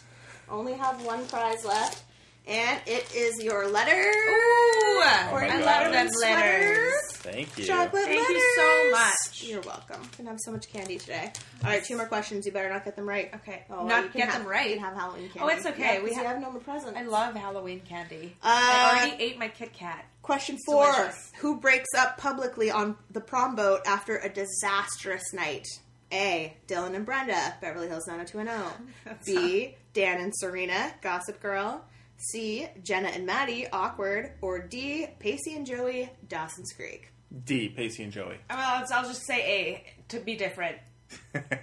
[SPEAKER 4] Only have one prize left, and it is your letter. Ooh,
[SPEAKER 1] my
[SPEAKER 4] I
[SPEAKER 1] God.
[SPEAKER 4] love them
[SPEAKER 1] Sweaters.
[SPEAKER 4] letters.
[SPEAKER 3] Oh Thank you.
[SPEAKER 4] Chocolate
[SPEAKER 1] Thank
[SPEAKER 4] letters.
[SPEAKER 1] you so much.
[SPEAKER 4] You're welcome. Can have so much candy today. All right, two more questions. You better not get them right. Okay. Oh, well,
[SPEAKER 1] Not
[SPEAKER 4] you can
[SPEAKER 1] get
[SPEAKER 4] have-
[SPEAKER 1] them right.
[SPEAKER 4] You can have Halloween candy.
[SPEAKER 1] Oh, it's okay.
[SPEAKER 4] Yeah,
[SPEAKER 1] we
[SPEAKER 4] 'cause you
[SPEAKER 1] have,
[SPEAKER 4] no more presents.
[SPEAKER 1] I love Halloween candy.
[SPEAKER 4] Uh,
[SPEAKER 1] I already ate my Kit Kat.
[SPEAKER 4] Question
[SPEAKER 1] It's
[SPEAKER 4] four:
[SPEAKER 1] delicious.
[SPEAKER 4] Who breaks up publicly on the prom boat after a disastrous night? A. Dylan and Brenda, Beverly Hills 90210.
[SPEAKER 1] <laughs>
[SPEAKER 4] B. Dan and Serena, Gossip Girl. C. Jenna and Maddie, Awkward. Or D. Pacey and Joey, Dawson's Creek.
[SPEAKER 3] D. Pacey and Joey.
[SPEAKER 1] Well, I'll, I'll just say A to be
[SPEAKER 3] <laughs>
[SPEAKER 1] different. but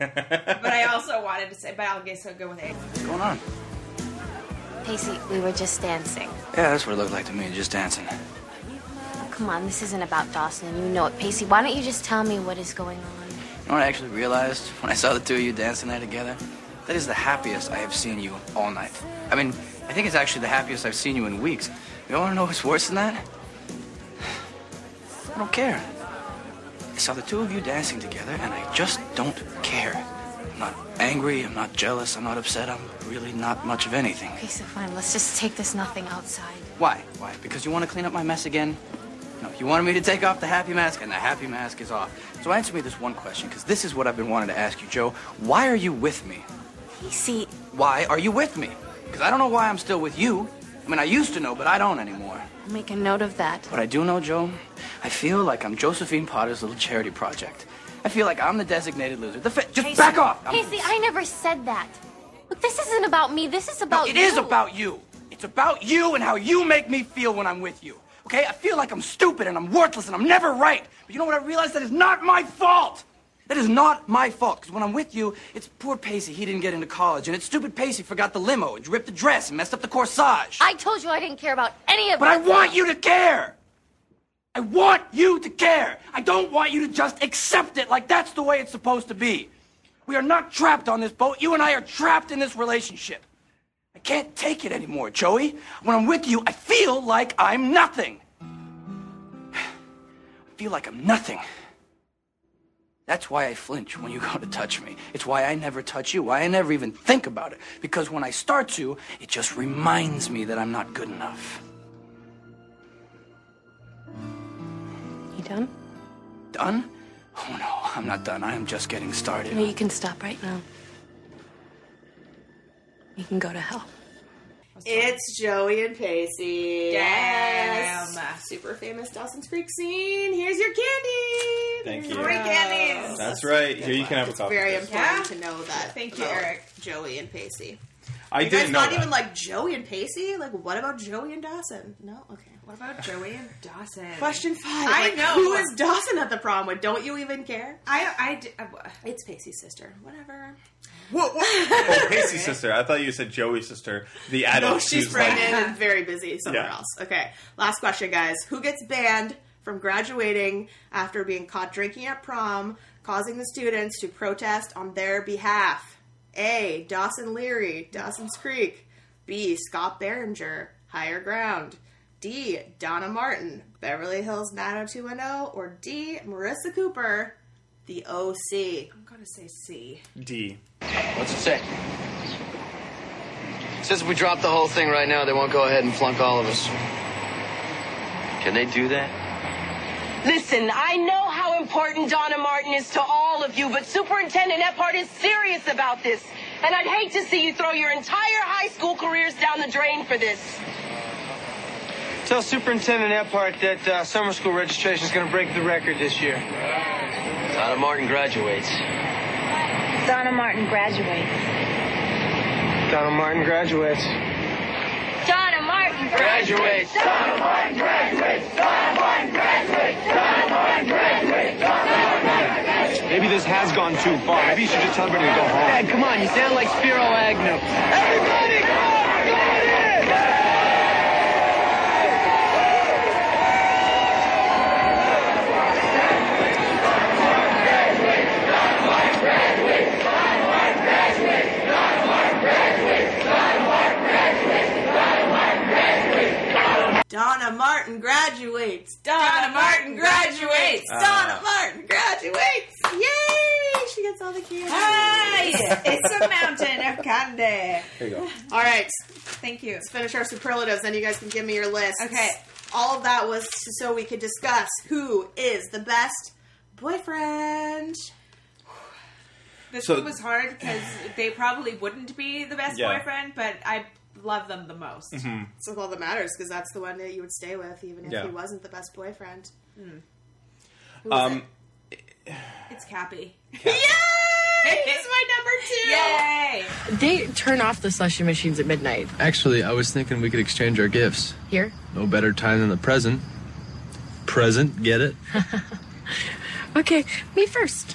[SPEAKER 1] I also wanted to say, but I'll guess I'll go with A.
[SPEAKER 16] What's going on?
[SPEAKER 12] Pacey, we were just dancing.
[SPEAKER 16] Yeah, that's what it looked like to me, just dancing.
[SPEAKER 12] Oh, come on, this isn't about Dawson, and you know it. Pacey, why don't you just tell me what is going on?
[SPEAKER 16] You know what I actually realized when I saw the two of you dancing there together? That is the happiest I have seen you all night. I mean, I think it's actually the happiest I've seen you in weeks. You don't want to know what's worse than that? I don't care. I saw the two of you dancing together, and I just don't care. I'm not angry, I'm not jealous, I'm not upset, I'm really not much of anything.
[SPEAKER 12] Okay, so fine, let's just take this nothing outside.
[SPEAKER 16] Why? Why? Because you want to clean up my mess again? No, you wanted me to take off the happy mask, and the happy mask is off. So answer me this one question, because this is what I've been wanting to ask you, Joe. Why are you with me?
[SPEAKER 12] Pacey,
[SPEAKER 16] Why are you with me? Because I don't know why I'm still with you. I mean, I used to know, but I don't anymore.
[SPEAKER 12] I'll make a note of that.
[SPEAKER 16] But I do know, Joe, I feel like I'm Josephine Potter's little charity project. I feel like I'm the designated loser. The fa- just back off! I'm-
[SPEAKER 12] Pacey, I never said that. Look, this isn't about me, this is
[SPEAKER 16] No,
[SPEAKER 12] about
[SPEAKER 16] it
[SPEAKER 12] you.
[SPEAKER 16] is about you. It's about you and how you make me feel when I'm with you. Okay? I feel like I'm stupid and I'm worthless and I'm never right. But you know what I realized? That is not my fault. That is not my fault. Because when I'm with you, it's poor Pacey. He didn't get into college. And it's stupid Pacey forgot the limo and ripped the dress and messed up the corsage.
[SPEAKER 12] I told you I didn't care about any of
[SPEAKER 16] But I
[SPEAKER 12] that.
[SPEAKER 16] want you to care. I want you to care. I don't want you to just accept it like that's the way it's supposed to be. We are not trapped on this boat. You and I are trapped in this relationship. I can't take it anymore, Joey. When I'm with you, I feel like I'm nothing. I feel like I'm nothing. That's why I flinch when you go to touch me. It's why I never touch you, why I never even think about it. Because when I start to, it just reminds me that I'm not good enough.
[SPEAKER 19] You done?
[SPEAKER 16] Done? Oh no, I'm not done. I am just getting started.
[SPEAKER 19] No, you can stop right now. You can go to hell.
[SPEAKER 4] It's Joey and Pacey. Yes. Super famous Dawson's Creek scene. Here's your candy.
[SPEAKER 3] Thank
[SPEAKER 4] There's
[SPEAKER 3] you.
[SPEAKER 4] Three candies.
[SPEAKER 3] That's right. Here you can have a
[SPEAKER 4] It's
[SPEAKER 3] copy.
[SPEAKER 4] very
[SPEAKER 3] of this.
[SPEAKER 4] important to know that.
[SPEAKER 1] Thank you,
[SPEAKER 4] about
[SPEAKER 1] Eric.
[SPEAKER 4] Joey and Pacey.
[SPEAKER 3] I
[SPEAKER 4] you guys
[SPEAKER 3] didn't know
[SPEAKER 4] not
[SPEAKER 3] that.
[SPEAKER 4] even like Joey and Pacey. Like, what about Joey and Dawson? No, okay.
[SPEAKER 1] What about Joey and Dawson?
[SPEAKER 4] Question five.
[SPEAKER 1] I
[SPEAKER 4] Like,
[SPEAKER 1] know.
[SPEAKER 4] who is Dawson at the prom with? Don't you even care?
[SPEAKER 1] I, I, d- uh, I-
[SPEAKER 4] It's Pacey's sister. Whatever. <laughs>
[SPEAKER 3] Oh, Casey's sister. I thought you said Joey's sister. The adult.
[SPEAKER 4] no, she's
[SPEAKER 3] who's
[SPEAKER 4] pregnant
[SPEAKER 3] Like,
[SPEAKER 4] and very busy somewhere
[SPEAKER 3] Yeah.
[SPEAKER 4] else. Okay, last question, guys. Who gets banned from graduating after being caught drinking at prom, causing the students to protest on their behalf? A. Dawson Leary, Dawson's Creek. B. Scott Behringer, Higher Ground. D. Donna Martin, Beverly Hills 90210. Or D. Marissa Cooper, The OC. I'm
[SPEAKER 1] gonna say C.
[SPEAKER 3] D.
[SPEAKER 20] What's it say? It says if we drop the whole thing right now, they won't go ahead and flunk all of us. Can they do that?
[SPEAKER 21] Listen, I know how important Donna Martin is to all of you, but Superintendent Ephart is serious about this. And I'd hate to see you throw your entire high school careers down the drain for this.
[SPEAKER 20] Tell Superintendent Ephart that uh, summer school registration is going to break the record this year. Donna Martin graduates.
[SPEAKER 22] Donna Martin graduates.
[SPEAKER 20] Donna Martin graduates.
[SPEAKER 22] Donna Martin graduates. Donna Martin graduates. Donna Martin graduates. Donna Martin graduates.
[SPEAKER 20] Maybe this has gone too far. Maybe you should just tell everybody to go home. Dad, come on. You sound like Spiro Agnew. Everybody, go!
[SPEAKER 4] Donna Martin graduates. Donna, Martin graduates.
[SPEAKER 1] Ah.
[SPEAKER 4] Donna Martin graduates. Yay! She gets all the candy.
[SPEAKER 1] <laughs> Hi! It's a mountain
[SPEAKER 4] of candy.
[SPEAKER 3] Here you go.
[SPEAKER 4] All right. Thank you. Let's finish our superlatives, then you guys can give me your list.
[SPEAKER 1] Okay.
[SPEAKER 4] All of that was so we could discuss who is the best boyfriend.
[SPEAKER 1] This
[SPEAKER 3] So-
[SPEAKER 1] one was hard because they probably wouldn't be the best
[SPEAKER 3] Yeah.
[SPEAKER 1] boyfriend, but I love them the most.
[SPEAKER 3] Mhm.
[SPEAKER 4] It's all that matters because that's the one that you would stay with, even if
[SPEAKER 3] Yeah.
[SPEAKER 4] he wasn't the best boyfriend. Who is
[SPEAKER 3] Um,
[SPEAKER 1] It's Cappy. <laughs>
[SPEAKER 4] Yay! He's my number two.
[SPEAKER 1] Yay!
[SPEAKER 23] They turn off the slushy machines at midnight.
[SPEAKER 24] Actually, I was thinking we could exchange our gifts.
[SPEAKER 23] Here?
[SPEAKER 24] No better time than the present. Present, get it?
[SPEAKER 23] Okay, me first.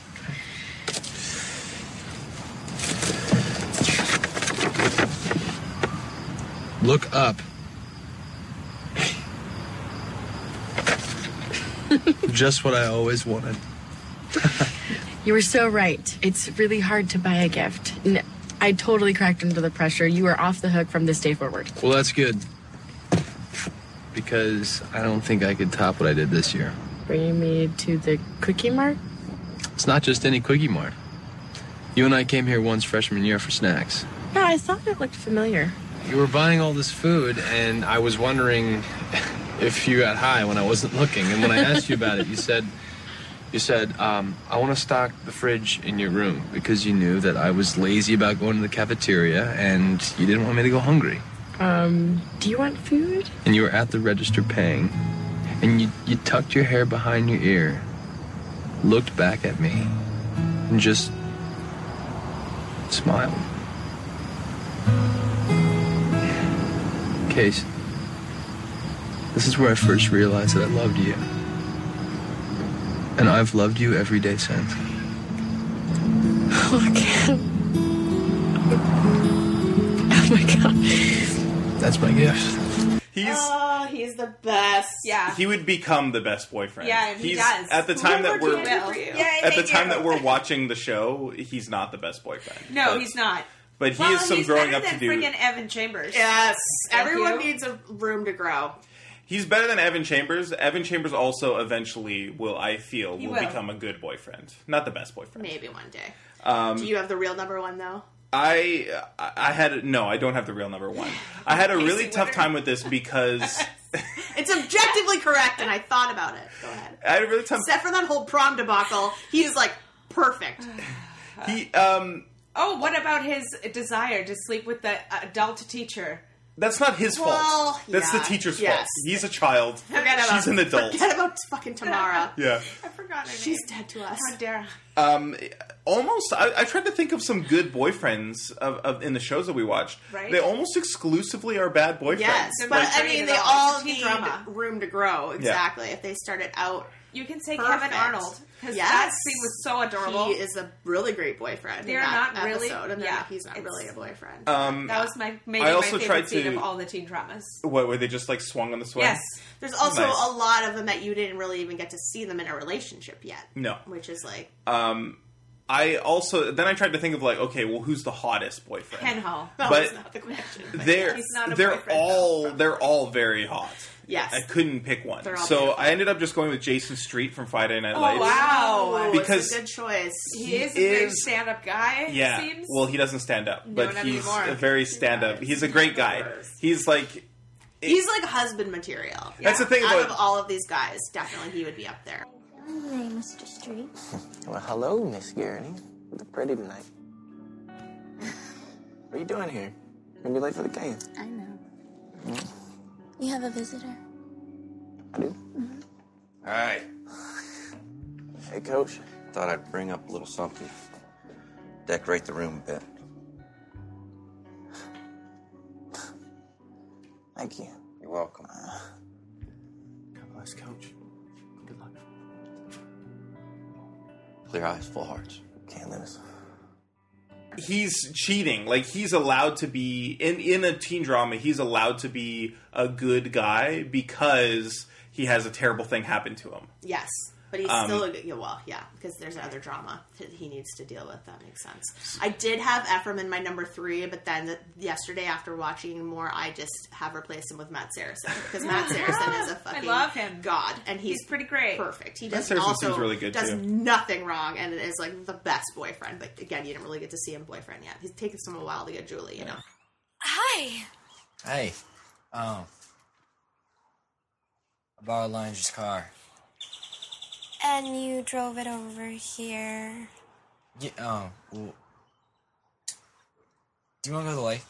[SPEAKER 24] Look up. <laughs> Just what I always wanted.
[SPEAKER 23] You were so right. It's really hard to buy a gift. N- I totally cracked under the pressure. You are off the hook from this day forward.
[SPEAKER 24] Well, that's good. Because I don't think I could top what I did this year.
[SPEAKER 23] Bringing me to the cookie mart?
[SPEAKER 24] It's not just any Quiggy Mart. You and I came here once freshman year for snacks.
[SPEAKER 23] Yeah, I thought it looked familiar.
[SPEAKER 24] You were buying all this food, and I was wondering <laughs> if you got high when I wasn't looking. And when I asked you about it, you said, "You said um, I want to stock the fridge in your room because you knew that I was lazy about going to the cafeteria, and you didn't want me to go hungry.
[SPEAKER 23] Um, do you want food?
[SPEAKER 24] And you were at the register paying, and you you tucked your hair behind your ear, looked back at me, and just smiled." Case, this is where I first realized that I loved you. And I've loved you every day since.
[SPEAKER 23] Okay. Oh my god.
[SPEAKER 24] That's my gift.
[SPEAKER 3] He's
[SPEAKER 4] oh, he's the best.
[SPEAKER 1] Yeah.
[SPEAKER 3] he would become the best boyfriend.
[SPEAKER 1] Yeah, and he
[SPEAKER 3] he's,
[SPEAKER 1] does.
[SPEAKER 3] At the time that we're
[SPEAKER 1] Will. Yay,
[SPEAKER 3] at the
[SPEAKER 1] thank
[SPEAKER 3] time
[SPEAKER 1] you.
[SPEAKER 3] that we're watching the show, he's not the best boyfriend.
[SPEAKER 1] No,
[SPEAKER 3] But
[SPEAKER 1] he's not.
[SPEAKER 3] But he
[SPEAKER 1] well,
[SPEAKER 3] has some
[SPEAKER 1] he's
[SPEAKER 3] growing
[SPEAKER 1] better than
[SPEAKER 3] up to do.
[SPEAKER 1] Friggin' Evan Chambers.
[SPEAKER 4] Yes,
[SPEAKER 1] Thank
[SPEAKER 4] everyone
[SPEAKER 1] you.
[SPEAKER 4] needs a room to grow.
[SPEAKER 3] He's better than Evan Chambers. Evan Chambers also eventually will, I feel,
[SPEAKER 4] He
[SPEAKER 3] will,
[SPEAKER 4] will.
[SPEAKER 3] become a good boyfriend, not the best boyfriend.
[SPEAKER 4] Maybe one day.
[SPEAKER 3] Um,
[SPEAKER 4] Do you have the real number one though?
[SPEAKER 3] I I I had no, I don't have the real number one. I had a really tough time with this because
[SPEAKER 4] It's objectively correct, and I thought about it. <laughs> Go ahead.
[SPEAKER 3] I had a really tough.
[SPEAKER 4] Except for that whole prom debacle, he is like perfect.
[SPEAKER 3] He um.
[SPEAKER 1] <sighs> Oh, what about his desire to sleep with the adult teacher?
[SPEAKER 3] That's not his
[SPEAKER 1] Well,
[SPEAKER 3] fault. That's
[SPEAKER 1] yeah,
[SPEAKER 3] the teacher's
[SPEAKER 1] yes.
[SPEAKER 3] fault. He's a
[SPEAKER 4] <laughs>
[SPEAKER 3] child.
[SPEAKER 4] Forget about
[SPEAKER 3] She's an adult.
[SPEAKER 4] Forget about fucking Tamara.
[SPEAKER 3] Yeah.
[SPEAKER 4] <laughs> I forgot her She's dead to us. How
[SPEAKER 1] dare
[SPEAKER 3] Um, almost. I, I tried to think of some good boyfriends of, of in the shows that we watched.
[SPEAKER 4] Right.
[SPEAKER 3] They almost exclusively are bad boyfriends.
[SPEAKER 4] Yes, but I mean they all need
[SPEAKER 1] drama.
[SPEAKER 4] room to grow. Exactly. If they started out,
[SPEAKER 1] you can take
[SPEAKER 4] perfect.
[SPEAKER 1] Kevin Arnold because
[SPEAKER 4] Yes.
[SPEAKER 1] that scene was so adorable.
[SPEAKER 4] He is a really great boyfriend. in
[SPEAKER 1] They're
[SPEAKER 4] that
[SPEAKER 1] not really-
[SPEAKER 4] episode, and then
[SPEAKER 1] yeah,
[SPEAKER 4] he's not
[SPEAKER 1] it's-
[SPEAKER 4] really a boyfriend.
[SPEAKER 3] Um,
[SPEAKER 1] that was my maybe
[SPEAKER 3] I also
[SPEAKER 1] my favorite
[SPEAKER 3] tried
[SPEAKER 1] scene of
[SPEAKER 3] to-
[SPEAKER 1] all the teen dramas.
[SPEAKER 3] What were they just like swung on the swing?
[SPEAKER 4] There's also
[SPEAKER 3] Nice.
[SPEAKER 4] a lot of them that you didn't really even get to see them in a relationship yet.
[SPEAKER 3] No.
[SPEAKER 4] Which is like
[SPEAKER 3] Um, I also then I tried to think of like, okay, well, who's the hottest boyfriend?
[SPEAKER 1] Penhall.
[SPEAKER 4] That
[SPEAKER 3] But
[SPEAKER 4] was not the question.
[SPEAKER 3] <laughs> They're
[SPEAKER 4] He's not a
[SPEAKER 3] they're
[SPEAKER 4] boyfriend,
[SPEAKER 3] all they're all very hot.
[SPEAKER 4] Yes.
[SPEAKER 3] I couldn't pick one,
[SPEAKER 4] They're all
[SPEAKER 3] so
[SPEAKER 4] beautiful.
[SPEAKER 3] I ended up just going with Jason Street from Friday Night
[SPEAKER 1] Oh
[SPEAKER 3] Lights.
[SPEAKER 1] wow!
[SPEAKER 4] Oh,
[SPEAKER 3] Because-
[SPEAKER 4] it's a good choice.
[SPEAKER 1] He is a
[SPEAKER 3] He
[SPEAKER 1] big
[SPEAKER 3] is-
[SPEAKER 1] stand-up guy. it
[SPEAKER 3] Yeah.
[SPEAKER 1] seems.
[SPEAKER 3] Well, he doesn't stand up,
[SPEAKER 1] No,
[SPEAKER 3] but
[SPEAKER 1] not
[SPEAKER 3] he's
[SPEAKER 1] anymore.
[SPEAKER 3] a very stand up. He's a great guy. He's like
[SPEAKER 4] He's like husband material.
[SPEAKER 3] That's the thing
[SPEAKER 4] Out
[SPEAKER 3] about-
[SPEAKER 4] of all of these guys, definitely he would be up there.
[SPEAKER 12] Mr. Street.
[SPEAKER 20] Well, hello, Miss Garrity. You look pretty tonight. <laughs> What are you doing here? You're gonna be late for the game.
[SPEAKER 12] I know. You have a visitor.
[SPEAKER 11] All right. Hey, coach. Thought I'd bring up a little something. Decorate the room a bit.
[SPEAKER 20] Thank you. Uh,
[SPEAKER 11] You're welcome.
[SPEAKER 20] God bless, Coach. Good luck.
[SPEAKER 11] Clear eyes, full hearts.
[SPEAKER 20] Can't lose.
[SPEAKER 3] he's cheating. Like he's allowed to be in in a teen drama. He's allowed to be a good guy because he has a terrible thing happen to him.
[SPEAKER 4] Yes. But he's
[SPEAKER 3] Um,
[SPEAKER 4] still a good, yeah, well, yeah, because there's other drama that he needs to deal with. That makes sense. I did have Ephraim in my number three, but then the, yesterday after watching more, I just have replaced him with Matt Saracen
[SPEAKER 1] <laughs>
[SPEAKER 4] because Matt Saracen is a
[SPEAKER 1] I
[SPEAKER 4] fucking
[SPEAKER 1] love him.
[SPEAKER 4] god, and he's,
[SPEAKER 1] He's pretty great.
[SPEAKER 4] perfect. He
[SPEAKER 3] Matt
[SPEAKER 4] does
[SPEAKER 3] Saracen
[SPEAKER 4] also
[SPEAKER 3] seems really good,
[SPEAKER 4] does
[SPEAKER 3] too.
[SPEAKER 4] nothing wrong, and is like the best boyfriend. But again, you didn't really get to see him boyfriend yet. He's taken him a while to get Julie, you know.
[SPEAKER 12] Hi.
[SPEAKER 10] Hey, um, I borrowed Langer's car.
[SPEAKER 12] And you drove it over here.
[SPEAKER 10] Yeah, um, well, do you want to go to the lake?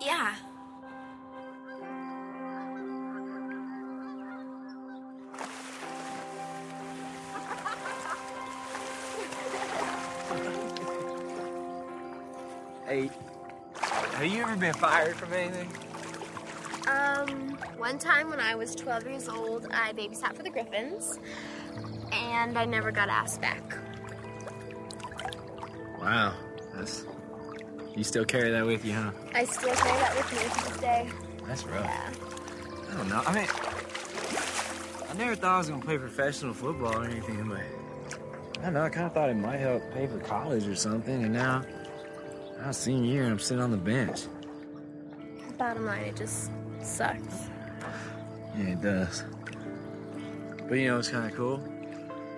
[SPEAKER 12] Yeah.
[SPEAKER 10] Hey, have you ever been fired from anything?
[SPEAKER 25] Um, one time when I was 12 years old, I babysat for the Griffins, and I never got asked back.
[SPEAKER 10] Wow, that's. You still carry that with you, huh?
[SPEAKER 25] I still carry that with me to this day.
[SPEAKER 10] That's rough. I don't know. I mean, I never thought I was gonna play professional football or anything, but I don't know. I kind of thought it might help pay for college or something, and now I'm a senior year and I'm sitting on the bench.
[SPEAKER 12] Bottom line, it just sucks.
[SPEAKER 10] Yeah, it does. But you know, it's kind of cool.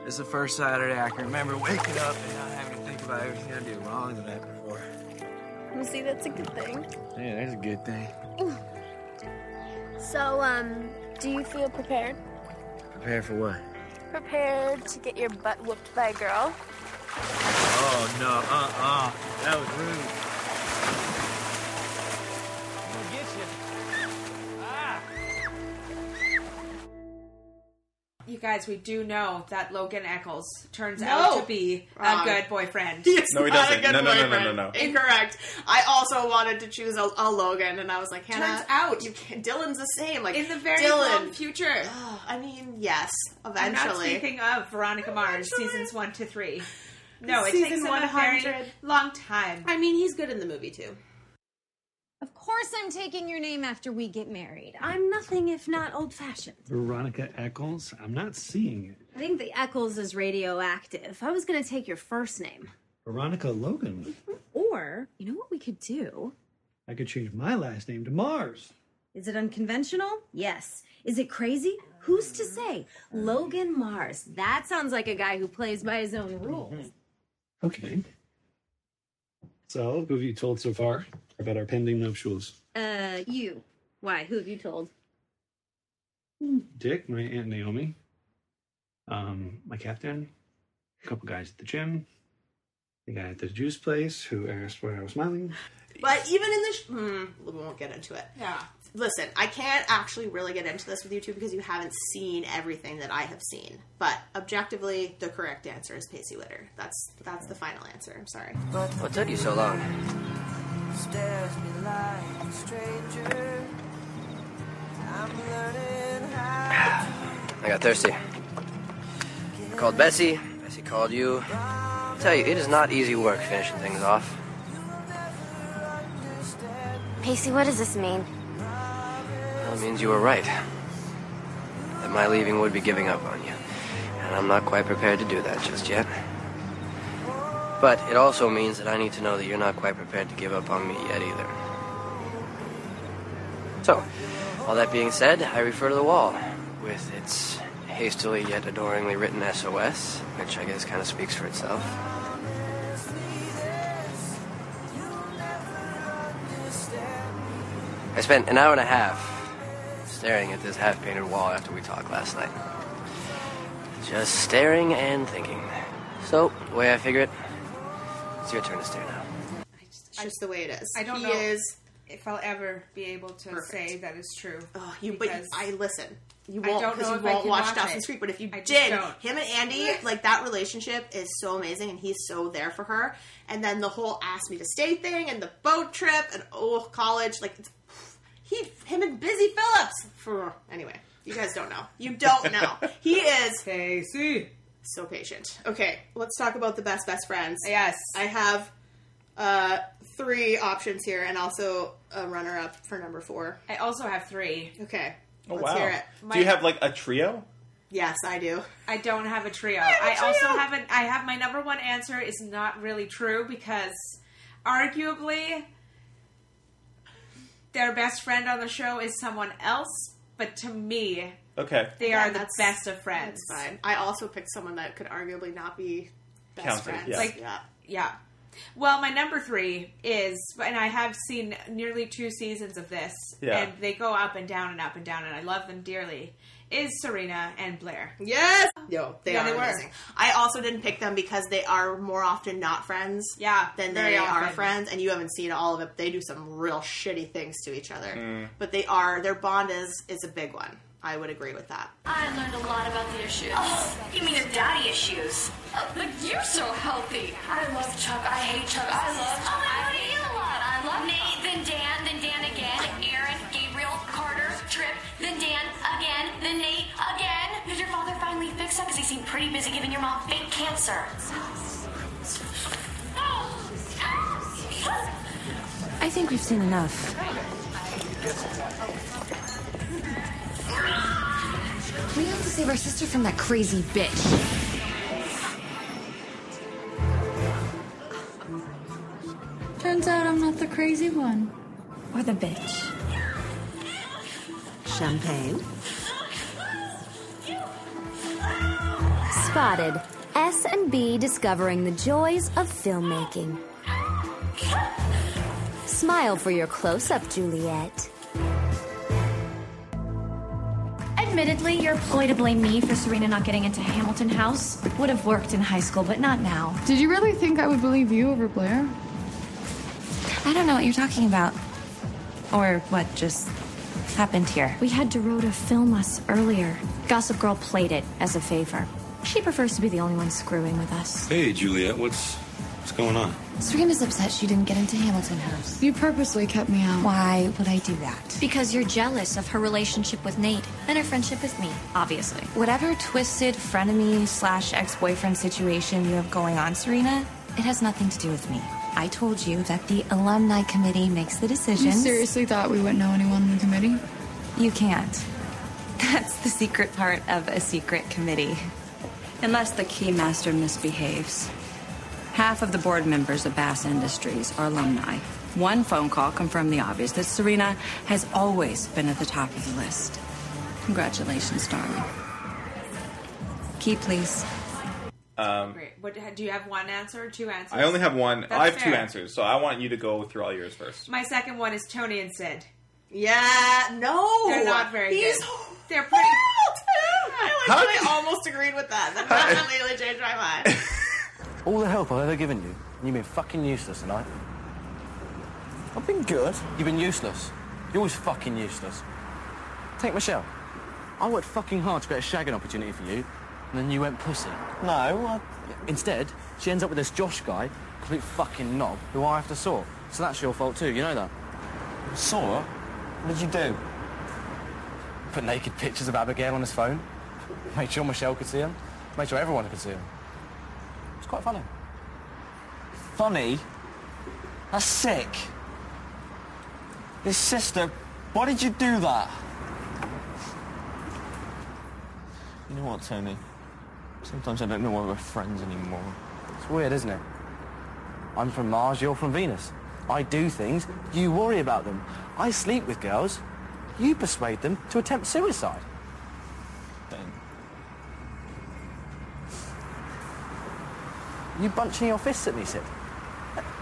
[SPEAKER 10] It's the first Saturday I can remember waking up and not having to think about everything I did wrong the night before.
[SPEAKER 12] You see, that's a good thing.
[SPEAKER 10] Yeah, that's a good thing.
[SPEAKER 12] So, um, do you feel prepared?
[SPEAKER 10] Prepare for what?
[SPEAKER 12] Prepared to get your butt whooped by a girl?
[SPEAKER 10] Oh no, uh-uh. That was rude. We'll get you. Ah!
[SPEAKER 1] You guys, we do know that Logan Eccles turns
[SPEAKER 4] No.
[SPEAKER 1] out to be
[SPEAKER 4] Wrong.
[SPEAKER 1] a good boyfriend.
[SPEAKER 4] He is
[SPEAKER 3] No, he
[SPEAKER 4] not
[SPEAKER 3] doesn't.
[SPEAKER 4] A good
[SPEAKER 3] No, no, no, no,
[SPEAKER 4] boyfriend.
[SPEAKER 3] no, no.
[SPEAKER 4] Incorrect. I also wanted to choose a, a Logan, and I was like, Hannah.
[SPEAKER 1] Turns out-
[SPEAKER 4] you can't, Dylan's the same. Like
[SPEAKER 1] in the very
[SPEAKER 4] Dylan.
[SPEAKER 1] long future.
[SPEAKER 4] <gasps> I mean, yes,
[SPEAKER 1] I'm not
[SPEAKER 4] eventually.
[SPEAKER 1] speaking of Veronica Mars seasons one to
[SPEAKER 4] <laughs>
[SPEAKER 1] three. No, it
[SPEAKER 4] Season
[SPEAKER 1] takes him a very
[SPEAKER 4] 100.
[SPEAKER 1] long time.
[SPEAKER 4] I mean, he's good in the movie too.
[SPEAKER 26] Of course, I'm taking your name after we get married. I'm nothing if not old fashioned.
[SPEAKER 22] Veronica Eccles? I'm not seeing it.
[SPEAKER 26] I think the Eccles is radioactive. I was gonna take your first name.
[SPEAKER 9] Veronica Logan.
[SPEAKER 26] Or, you know what we could do?
[SPEAKER 9] I could change my last name to Mars.
[SPEAKER 26] Is it unconventional? Yes. Is it crazy? Who's to say? Logan Mars. That sounds like a guy who plays by his own rules.
[SPEAKER 9] Okay. So, who have you told so far about our pending nuptials?
[SPEAKER 26] Uh, you. Why? Who have you told?
[SPEAKER 9] Dick, my aunt Naomi, um, my captain, a couple guys at the gym, the guy at the juice place who asked why I was smiling.
[SPEAKER 4] But even in the, sh- mm, we won't get into it. Yeah. Listen, I can't actually really get into this with you two because you haven't seen everything that I have seen. But objectively, the correct answer is Pacey Litter. That's that's the final answer. I'm sorry.
[SPEAKER 27] What took you so long?
[SPEAKER 28] Stares me like a stranger. I'm learning how.
[SPEAKER 27] I got thirsty. I called Bessie. Bessie called you. I tell you, it is not easy work finishing things off.
[SPEAKER 19] Pacey, what does this mean?
[SPEAKER 27] Well, it means you were right. That my leaving would be giving up on you. And I'm not quite prepared to do that just yet. But it also means that I need to know that you're not quite prepared to give up on me yet either. So, all that being said, I refer to the wall with its hastily yet adoringly written SOS, which I guess kind of speaks for itself. I spent an hour and a half staring at this half painted wall after we talked last night. Just staring and thinking. So, the way I figure it, it's your turn to stare now.
[SPEAKER 4] It's just the way it is.
[SPEAKER 1] I don't
[SPEAKER 4] He
[SPEAKER 1] know
[SPEAKER 4] is-
[SPEAKER 1] if I'll ever be able to
[SPEAKER 4] Perfect.
[SPEAKER 1] say that is true.
[SPEAKER 4] Oh, you, but you-
[SPEAKER 1] because-
[SPEAKER 4] I listen. You
[SPEAKER 1] I
[SPEAKER 4] won't
[SPEAKER 1] don't
[SPEAKER 4] because
[SPEAKER 1] know
[SPEAKER 4] you
[SPEAKER 1] if I
[SPEAKER 4] won't
[SPEAKER 1] can
[SPEAKER 4] watch
[SPEAKER 1] watch
[SPEAKER 4] Dawson's
[SPEAKER 1] it.
[SPEAKER 4] Creek. But if you
[SPEAKER 1] I just
[SPEAKER 4] did,
[SPEAKER 1] don't.
[SPEAKER 4] him and Andy,
[SPEAKER 1] <laughs>
[SPEAKER 4] like that relationship is so amazing, and he's so there for her. And then the whole ask me to stay thing, and the boat trip, and oh, college, like it's, he, him and Busy Phillips. For anyway, you guys don't know. You don't
[SPEAKER 1] <laughs>
[SPEAKER 4] know. he is
[SPEAKER 1] Casey.
[SPEAKER 4] So patient. Okay, let's talk about the best best friends.
[SPEAKER 1] Yes,
[SPEAKER 4] I have uh, three options here, and also a runner up for number four.
[SPEAKER 1] I also have three.
[SPEAKER 4] Okay.
[SPEAKER 3] Oh
[SPEAKER 4] Let's
[SPEAKER 3] wow!
[SPEAKER 4] hear it.
[SPEAKER 3] Do you have like a trio?
[SPEAKER 4] Yes, I do.
[SPEAKER 1] I don't have a trio.
[SPEAKER 4] have a
[SPEAKER 1] I also
[SPEAKER 4] trio.
[SPEAKER 1] haven't. I have my number one answer is not really true because, arguably, their best friend on the show is someone else. But to me,
[SPEAKER 3] Okay.
[SPEAKER 1] they
[SPEAKER 4] Yeah,
[SPEAKER 1] are the
[SPEAKER 4] that's-
[SPEAKER 1] best of friends.
[SPEAKER 4] That's fine. I also picked someone that could arguably not be best
[SPEAKER 3] Counted,
[SPEAKER 4] friends.
[SPEAKER 3] yeah.
[SPEAKER 1] Like-
[SPEAKER 4] yeah.
[SPEAKER 1] Yeah. Well, my number three is, and I have seen nearly two seasons of this,
[SPEAKER 4] Yeah.
[SPEAKER 1] and they go up and down and up and down, and I love them dearly. Is Serena and Blair?
[SPEAKER 4] Yes. Yo, they
[SPEAKER 1] Yeah,
[SPEAKER 4] are
[SPEAKER 1] they were.
[SPEAKER 4] amazing. I also didn't pick them because they are more often not friends.
[SPEAKER 1] Yeah,
[SPEAKER 4] than
[SPEAKER 1] very
[SPEAKER 4] they are
[SPEAKER 1] often.
[SPEAKER 4] friends, and you haven't seen all of it. They do some real shitty things to each other,
[SPEAKER 3] Mm.
[SPEAKER 4] but they are their bond is is a big one. I would agree with that.
[SPEAKER 12] I learned a lot about the issues. Oh, you mean your daddy issues? but you're so healthy. I love Chuck. I hate Chuck. I love. Oh my god, I you love. I love Nate, then Dan, then Dan again, Aaron, Gabriel, Carter, Trip, then Dan again, then Nate again. Did your father finally fix that? Because he seemed pretty busy giving your mom fake cancer. I think we've seen enough.
[SPEAKER 15] We have to save our sister from that crazy bitch.
[SPEAKER 12] Turns out I'm not the crazy one. Or the bitch.
[SPEAKER 29] Champagne. Spotted. S and B discovering the joys of filmmaking. Smile for your close-up, Juliet.
[SPEAKER 12] Admittedly, your ploy to blame me for Serena not getting into Hamilton House would have worked in high school, but not now.
[SPEAKER 29] Did you really think I would believe you over Blair?
[SPEAKER 12] I don't know what you're talking about. Or what just happened here. We had Dorota film us earlier. Gossip Girl played it as a favor. She prefers to be the only one screwing with us.
[SPEAKER 11] Hey, Juliet, what's what's going on?
[SPEAKER 12] Serena's upset she didn't get into Hamilton House.
[SPEAKER 29] You purposely kept me out.
[SPEAKER 12] Why would I do that? Because you're jealous of her relationship with Nate and her friendship with me, obviously. Whatever twisted frenemy slash ex boyfriend situation you have going on, Serena, it has nothing to do with me. I told you that the alumni committee makes the
[SPEAKER 29] You
[SPEAKER 12] decisions.
[SPEAKER 29] seriously thought we wouldn't know anyone in the committee?
[SPEAKER 12] You can't. <laughs> That's the secret part of a secret committee. Unless the keymaster misbehaves.
[SPEAKER 7] Half of the board members of Bass Industries are alumni. One phone call confirmed the obvious that Serena has always been at the top of the list. Congratulations, darling. Key, please.
[SPEAKER 3] Um,
[SPEAKER 1] Great. What do you have? One answer, or two answers?
[SPEAKER 3] I only have one.
[SPEAKER 1] That's
[SPEAKER 3] I have two
[SPEAKER 1] fair.
[SPEAKER 3] answers, so I want you to go through all yours first. <laughs>
[SPEAKER 1] My second one is Tony and Sid.
[SPEAKER 4] Yeah, no,
[SPEAKER 1] They're not very
[SPEAKER 4] He's
[SPEAKER 1] good. They're pretty.
[SPEAKER 4] I
[SPEAKER 1] How
[SPEAKER 4] actually
[SPEAKER 1] did-
[SPEAKER 4] almost agreed with that. That definitely changed my mind.
[SPEAKER 10] All the help I've ever given you, and you've been fucking useless tonight. I've been good. You've been useless. You're always fucking useless. Take Michelle. I worked fucking hard to create a shagging opportunity for you, and then you went pussy. No, I... Instead, she ends up with this Josh guy, complete fucking knob, who I have to sort. So that's your fault too, you know that. Saw? What did you do? Put naked pictures of Abigail on his phone. Made sure Michelle could see him. Made sure everyone could see him. It's quite funny. Funny? That's sick. This sister, why did you do that?
[SPEAKER 16] You know what, Tony? Sometimes I don't know why we're friends anymore.
[SPEAKER 10] It's weird, isn't it? I'm from Mars, you're from Venus. I do things, you worry about them. I sleep with girls, you persuade them to attempt suicide. You bunching your fists at me, Sid.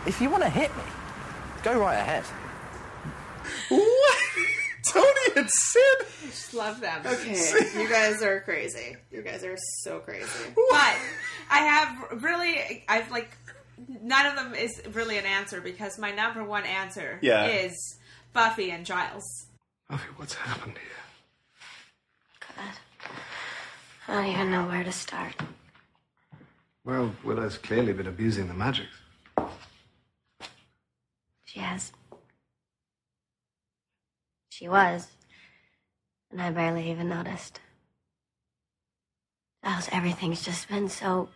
[SPEAKER 10] If you want to hit me, go right ahead.
[SPEAKER 4] What?
[SPEAKER 3] Tony and Sid.
[SPEAKER 4] Just love them.
[SPEAKER 1] Sid.
[SPEAKER 4] Okay, you guys are crazy. You guys are so crazy.
[SPEAKER 1] But I have really, I've like, none of them is really an answer because my number one answer
[SPEAKER 9] Yeah.
[SPEAKER 1] is Buffy and Giles.
[SPEAKER 9] Okay, what's happened here?
[SPEAKER 29] I Oh, don't even know where to start.
[SPEAKER 9] Well, Willow's clearly been abusing the magics.
[SPEAKER 29] She has. She was. And I barely even noticed. Else, everything's just been so.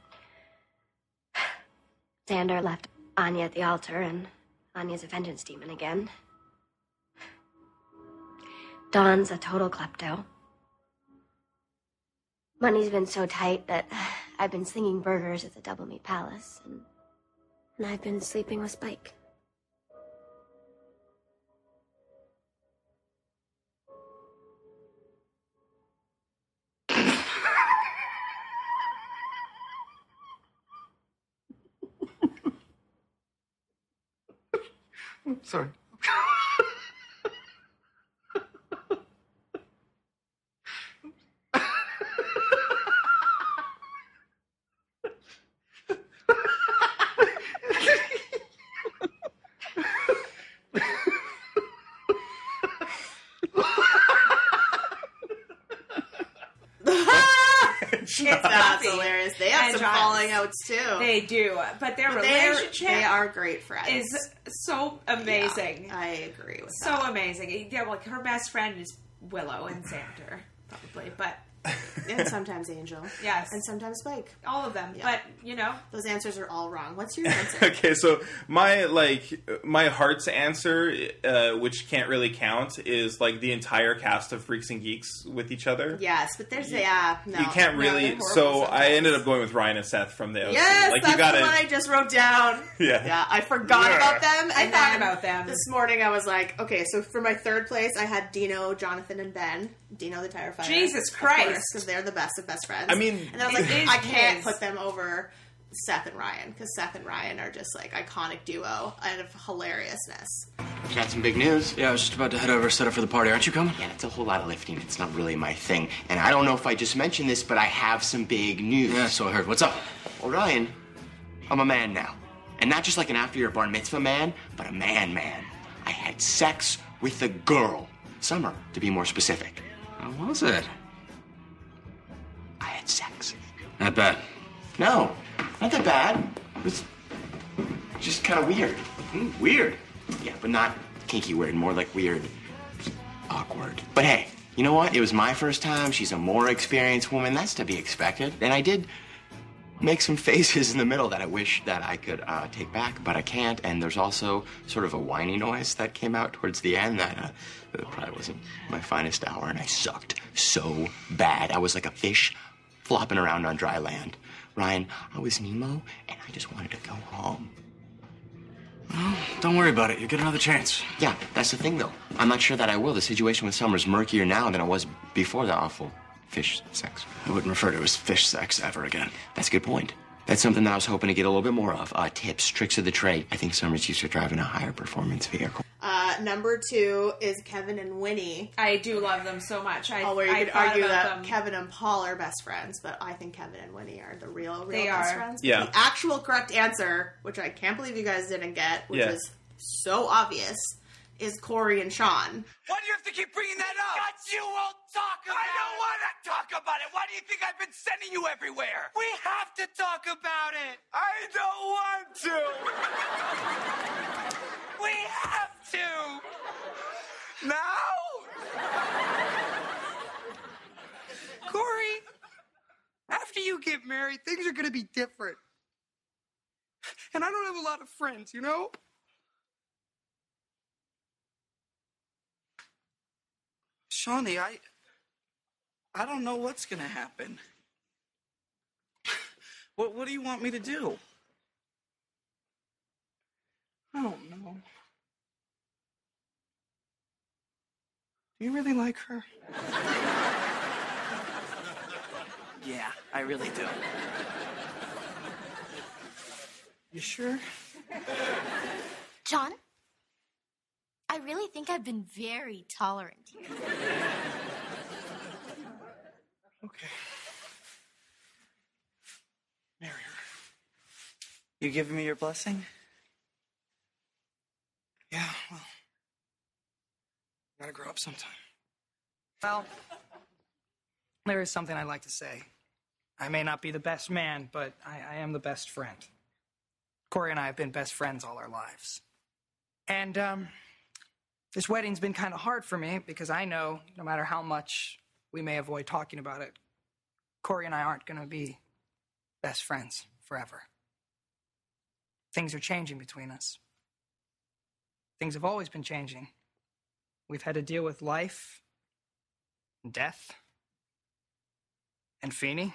[SPEAKER 29] Xander left Anya at the altar, and Anya's a vengeance demon again. Dawn's a total klepto. Money's been so tight that I've been slinging burgers at the Double Meat Palace, and, and I've been sleeping with Spike.
[SPEAKER 9] Sorry.
[SPEAKER 4] it's that's hilarious. They have
[SPEAKER 1] And
[SPEAKER 4] some
[SPEAKER 1] Giles.
[SPEAKER 4] falling outs too.
[SPEAKER 1] They do, but their
[SPEAKER 4] But they-
[SPEAKER 1] relationship
[SPEAKER 4] they are great friends.
[SPEAKER 1] Is so amazing.
[SPEAKER 4] I agree with
[SPEAKER 1] so amazing. Yeah, like her best friend is Willow and Xander, probably, but
[SPEAKER 4] and sometimes Angel.
[SPEAKER 1] Yes.
[SPEAKER 4] and sometimes Spike.
[SPEAKER 1] All of them, but you know
[SPEAKER 4] those answers are all wrong. What's
[SPEAKER 3] <laughs>
[SPEAKER 4] your answer?
[SPEAKER 3] okay, so my like my heart's answer, uh, which can't really count, is like the entire cast of Freaks and Geeks with each other.
[SPEAKER 4] yes, but there's yeah. No,
[SPEAKER 3] you can't
[SPEAKER 4] No,
[SPEAKER 3] really.
[SPEAKER 4] they're horrible
[SPEAKER 3] so I ended up going with Ryan and Seth from the OC.
[SPEAKER 4] Yes,
[SPEAKER 3] like
[SPEAKER 4] that's
[SPEAKER 3] you gotta.
[SPEAKER 4] the one I just wrote down.
[SPEAKER 3] <laughs> Yeah.
[SPEAKER 4] yeah. I forgot
[SPEAKER 3] Yeah.
[SPEAKER 4] about them.
[SPEAKER 1] I
[SPEAKER 4] And
[SPEAKER 1] thought
[SPEAKER 4] then
[SPEAKER 1] about them.
[SPEAKER 4] this morning. I was like, okay, so for my third place, I had Dino, Jonathan, and Ben. Dino the Terrifier.
[SPEAKER 1] Jesus Christ.
[SPEAKER 4] because they're the best of best friends.
[SPEAKER 1] I mean,
[SPEAKER 4] and I was like,
[SPEAKER 1] it is
[SPEAKER 4] I can't
[SPEAKER 1] his.
[SPEAKER 4] put them over Seth and Ryan because Seth and Ryan are just like iconic duo out of hilariousness.
[SPEAKER 30] I've got some big news. Yeah, I was just about to head over set up for the party. Aren't you coming?
[SPEAKER 31] Yeah, it's a whole lot of lifting. It's not really my thing. And I don't know if I just mentioned this, but I have some big news. Yeah, so I heard. What's up? Orion, I'm a man now. And not just like an after your bar mitzvah man, but a man man. I had sex with a girl. Summer, to be more specific. How was it? I had sex.
[SPEAKER 30] Not bad.
[SPEAKER 31] No, not that bad. It was just kind of weird. Mm, weird. Yeah, but not kinky weird, more like weird. Awkward. But hey, you know what? It was my first time. She's a more experienced woman. That's to be expected. And I did make some <laughs> faces in the middle that I wish that I could uh, take back, but I can't. And there's also sort of a whiny noise that came out towards the end that uh, that probably wasn't my finest hour, and I sucked so bad. I was like a fish flopping around on dry land. Ryan, I was Oh, Nemo and I just wanted to go home.
[SPEAKER 30] Well, don't worry about it. You'll get another chance.
[SPEAKER 31] Yeah, that's the thing though. I'm not sure that I will. The situation with Summer's murkier now than it was before the awful fish sex.
[SPEAKER 30] I wouldn't refer to as fish sex ever again.
[SPEAKER 31] That's a good point. That's something that I was hoping to get a little bit more of. Uh, tips, tricks of the trade. I think Summer's used to driving a higher performance vehicle.
[SPEAKER 4] Uh, number two is Kevin and Winnie.
[SPEAKER 1] I do love them so much. I,
[SPEAKER 4] Although you
[SPEAKER 1] I
[SPEAKER 4] could
[SPEAKER 1] thought
[SPEAKER 4] argue
[SPEAKER 1] about
[SPEAKER 4] that
[SPEAKER 1] them.
[SPEAKER 4] Kevin and Paul are best friends, but I think Kevin and Winnie are the real, real
[SPEAKER 1] They
[SPEAKER 4] best
[SPEAKER 1] are.
[SPEAKER 4] friends.
[SPEAKER 3] Yeah.
[SPEAKER 4] The actual correct answer, which I can't believe you guys didn't get, which
[SPEAKER 3] Yeah.
[SPEAKER 4] was so obvious, is Corey and Sean.
[SPEAKER 28] Why do you have to keep bringing that up? Because you won't talk about it. I don't want to talk about it. Why do you think I've been sending you everywhere? We have to talk about it. I don't want to. <laughs> we have to. Now? Corey, after you get married, things are going to be different. And I don't have a lot of friends, you know? Shawnee, I I don't know what's gonna happen. <laughs> What what do you want me to do? I don't know. Do you really like her? yeah, I really do. You sure?
[SPEAKER 19] John, I really think I've been very tolerant here.
[SPEAKER 28] You giving me your blessing? Yeah, well. Gotta grow up sometime. Well, there is something I'd like to say. I may not be the best man, but I, I am the best friend. Corey and I have been best friends all our lives. And um, this wedding's been kind of hard for me because I know no matter how much we may avoid talking about it, Corey and I aren't going to be best friends forever. Things are changing between us. Things have always been changing. We've had to deal with life, and death, and Feeney.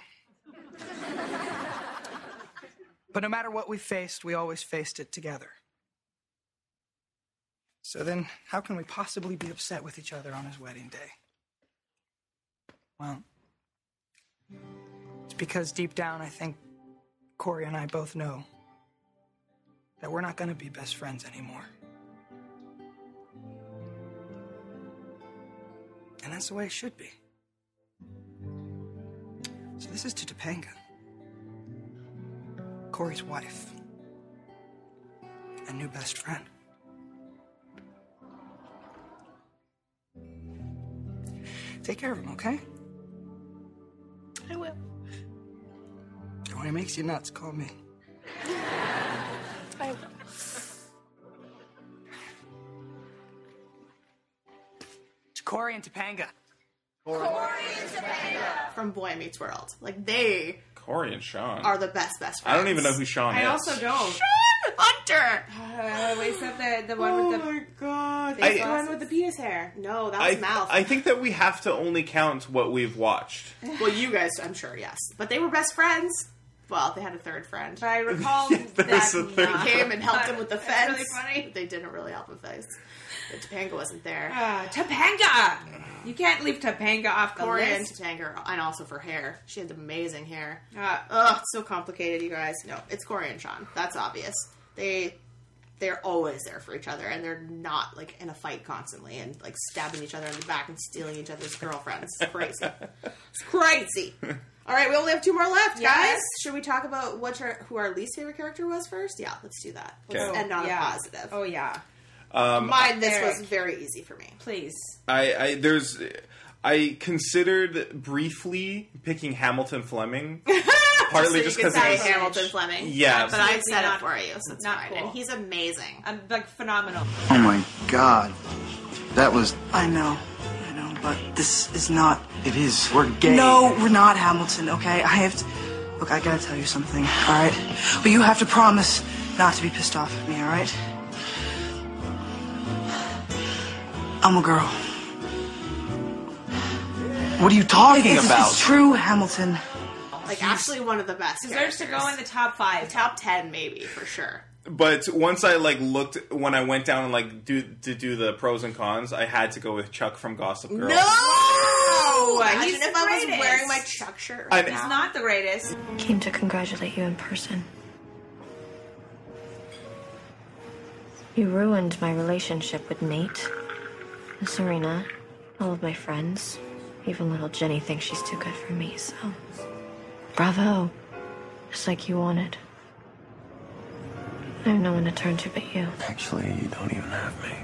[SPEAKER 28] but no matter what we faced, we always faced it together. So then, how can we possibly be upset with each other on his wedding day? Well, it's because deep down, I think Corey and I both know that we're not going to be best friends anymore. And that's the way it should be. So, this is to Topanga, Corey's wife, and new best friend. Take care of him, okay? I will. And when he makes you nuts, call me. I will. To Corey and Topanga.
[SPEAKER 4] From Boy Meets World. Like, they
[SPEAKER 3] Corey and Sean
[SPEAKER 4] are the best, best friends.
[SPEAKER 3] I don't even know who Sean
[SPEAKER 1] I
[SPEAKER 3] is.
[SPEAKER 1] also don't.
[SPEAKER 4] Hunter!
[SPEAKER 1] Uh, wait, except the, the one with the. Oh my
[SPEAKER 4] god.
[SPEAKER 3] I-
[SPEAKER 4] The one with the penis hair. No, that was
[SPEAKER 3] I,
[SPEAKER 4] mouth.
[SPEAKER 3] I think that we have to only count what we've watched.
[SPEAKER 4] well, you guys, I'm sure, yes. But they were best friends. Well, they had a third friend. But
[SPEAKER 1] I
[SPEAKER 3] <laughs>
[SPEAKER 1] recall
[SPEAKER 3] That was the third
[SPEAKER 4] He came and helped him with the
[SPEAKER 1] That's
[SPEAKER 4] fence.
[SPEAKER 1] really funny.
[SPEAKER 4] But they didn't really help him fence. But Topanga wasn't there.
[SPEAKER 1] Uh, Topanga! You can't leave Topanga off the
[SPEAKER 4] Corey and
[SPEAKER 1] list.
[SPEAKER 4] Topanga, and also for hair. She had amazing hair.
[SPEAKER 1] Uh,
[SPEAKER 4] Ugh, it's so complicated, you guys. No, it's Corey and Sean. That's obvious. They they're always there for each other, and they're not like in a fight constantly and like stabbing each other in the back and stealing each other's girlfriends. It's crazy.
[SPEAKER 1] <laughs>
[SPEAKER 4] it's crazy. All right, we only have two more left, guys.
[SPEAKER 1] Yes.
[SPEAKER 4] Should we talk about what our, who our least favorite character was first? Yeah, let's do that. Let's
[SPEAKER 3] Okay.
[SPEAKER 4] end on
[SPEAKER 1] Yeah.
[SPEAKER 4] a positive.
[SPEAKER 1] Oh yeah,
[SPEAKER 3] Um,
[SPEAKER 4] mine. This
[SPEAKER 1] Eric.
[SPEAKER 4] was very easy for me.
[SPEAKER 1] please.
[SPEAKER 3] I, I there's I considered briefly picking
[SPEAKER 4] <laughs>
[SPEAKER 3] Hamilton Fleming, partly just
[SPEAKER 4] so you could
[SPEAKER 3] because
[SPEAKER 4] say
[SPEAKER 3] it was
[SPEAKER 4] Hamilton Fleming.
[SPEAKER 3] Yeah.
[SPEAKER 4] but I
[SPEAKER 1] Absolutely
[SPEAKER 4] said
[SPEAKER 1] not-
[SPEAKER 4] it for you. So it's
[SPEAKER 1] not
[SPEAKER 4] fine.
[SPEAKER 1] cool.
[SPEAKER 4] And he's amazing.
[SPEAKER 1] I'm Um, like phenomenal.
[SPEAKER 2] Oh my god. That was.
[SPEAKER 14] I know, I know, but this is not.
[SPEAKER 2] It is. We're gay.
[SPEAKER 14] No, we're not Hamilton, okay? I have to. Look, I gotta tell you something, alright? But you have to promise not to be pissed off at me, alright? I'm a girl.
[SPEAKER 2] What are you talking
[SPEAKER 14] It's-
[SPEAKER 2] about?
[SPEAKER 14] It's true, Hamilton.
[SPEAKER 4] Like,
[SPEAKER 3] He's-
[SPEAKER 4] actually, one of the best.
[SPEAKER 1] Deserves to go in
[SPEAKER 4] the top five, the top ten, maybe for sure.
[SPEAKER 3] But once I like looked when I went down and like do to do the pros and cons, I had to go with Chuck from Gossip Girl.
[SPEAKER 4] No,
[SPEAKER 1] he's
[SPEAKER 4] Oh! imagine if
[SPEAKER 1] the
[SPEAKER 4] I was
[SPEAKER 1] greatest.
[SPEAKER 4] wearing my Chuck shirt.
[SPEAKER 3] I
[SPEAKER 4] Right
[SPEAKER 3] know.
[SPEAKER 4] now.
[SPEAKER 1] He's not the greatest.
[SPEAKER 29] Came to congratulate you in person. You ruined my relationship with Nate, Serena, all of my friends. Even little Jenny thinks she's too good for me, so. Bravo. Just like you wanted. I have no one to turn to but you.
[SPEAKER 27] Actually, you don't even have me.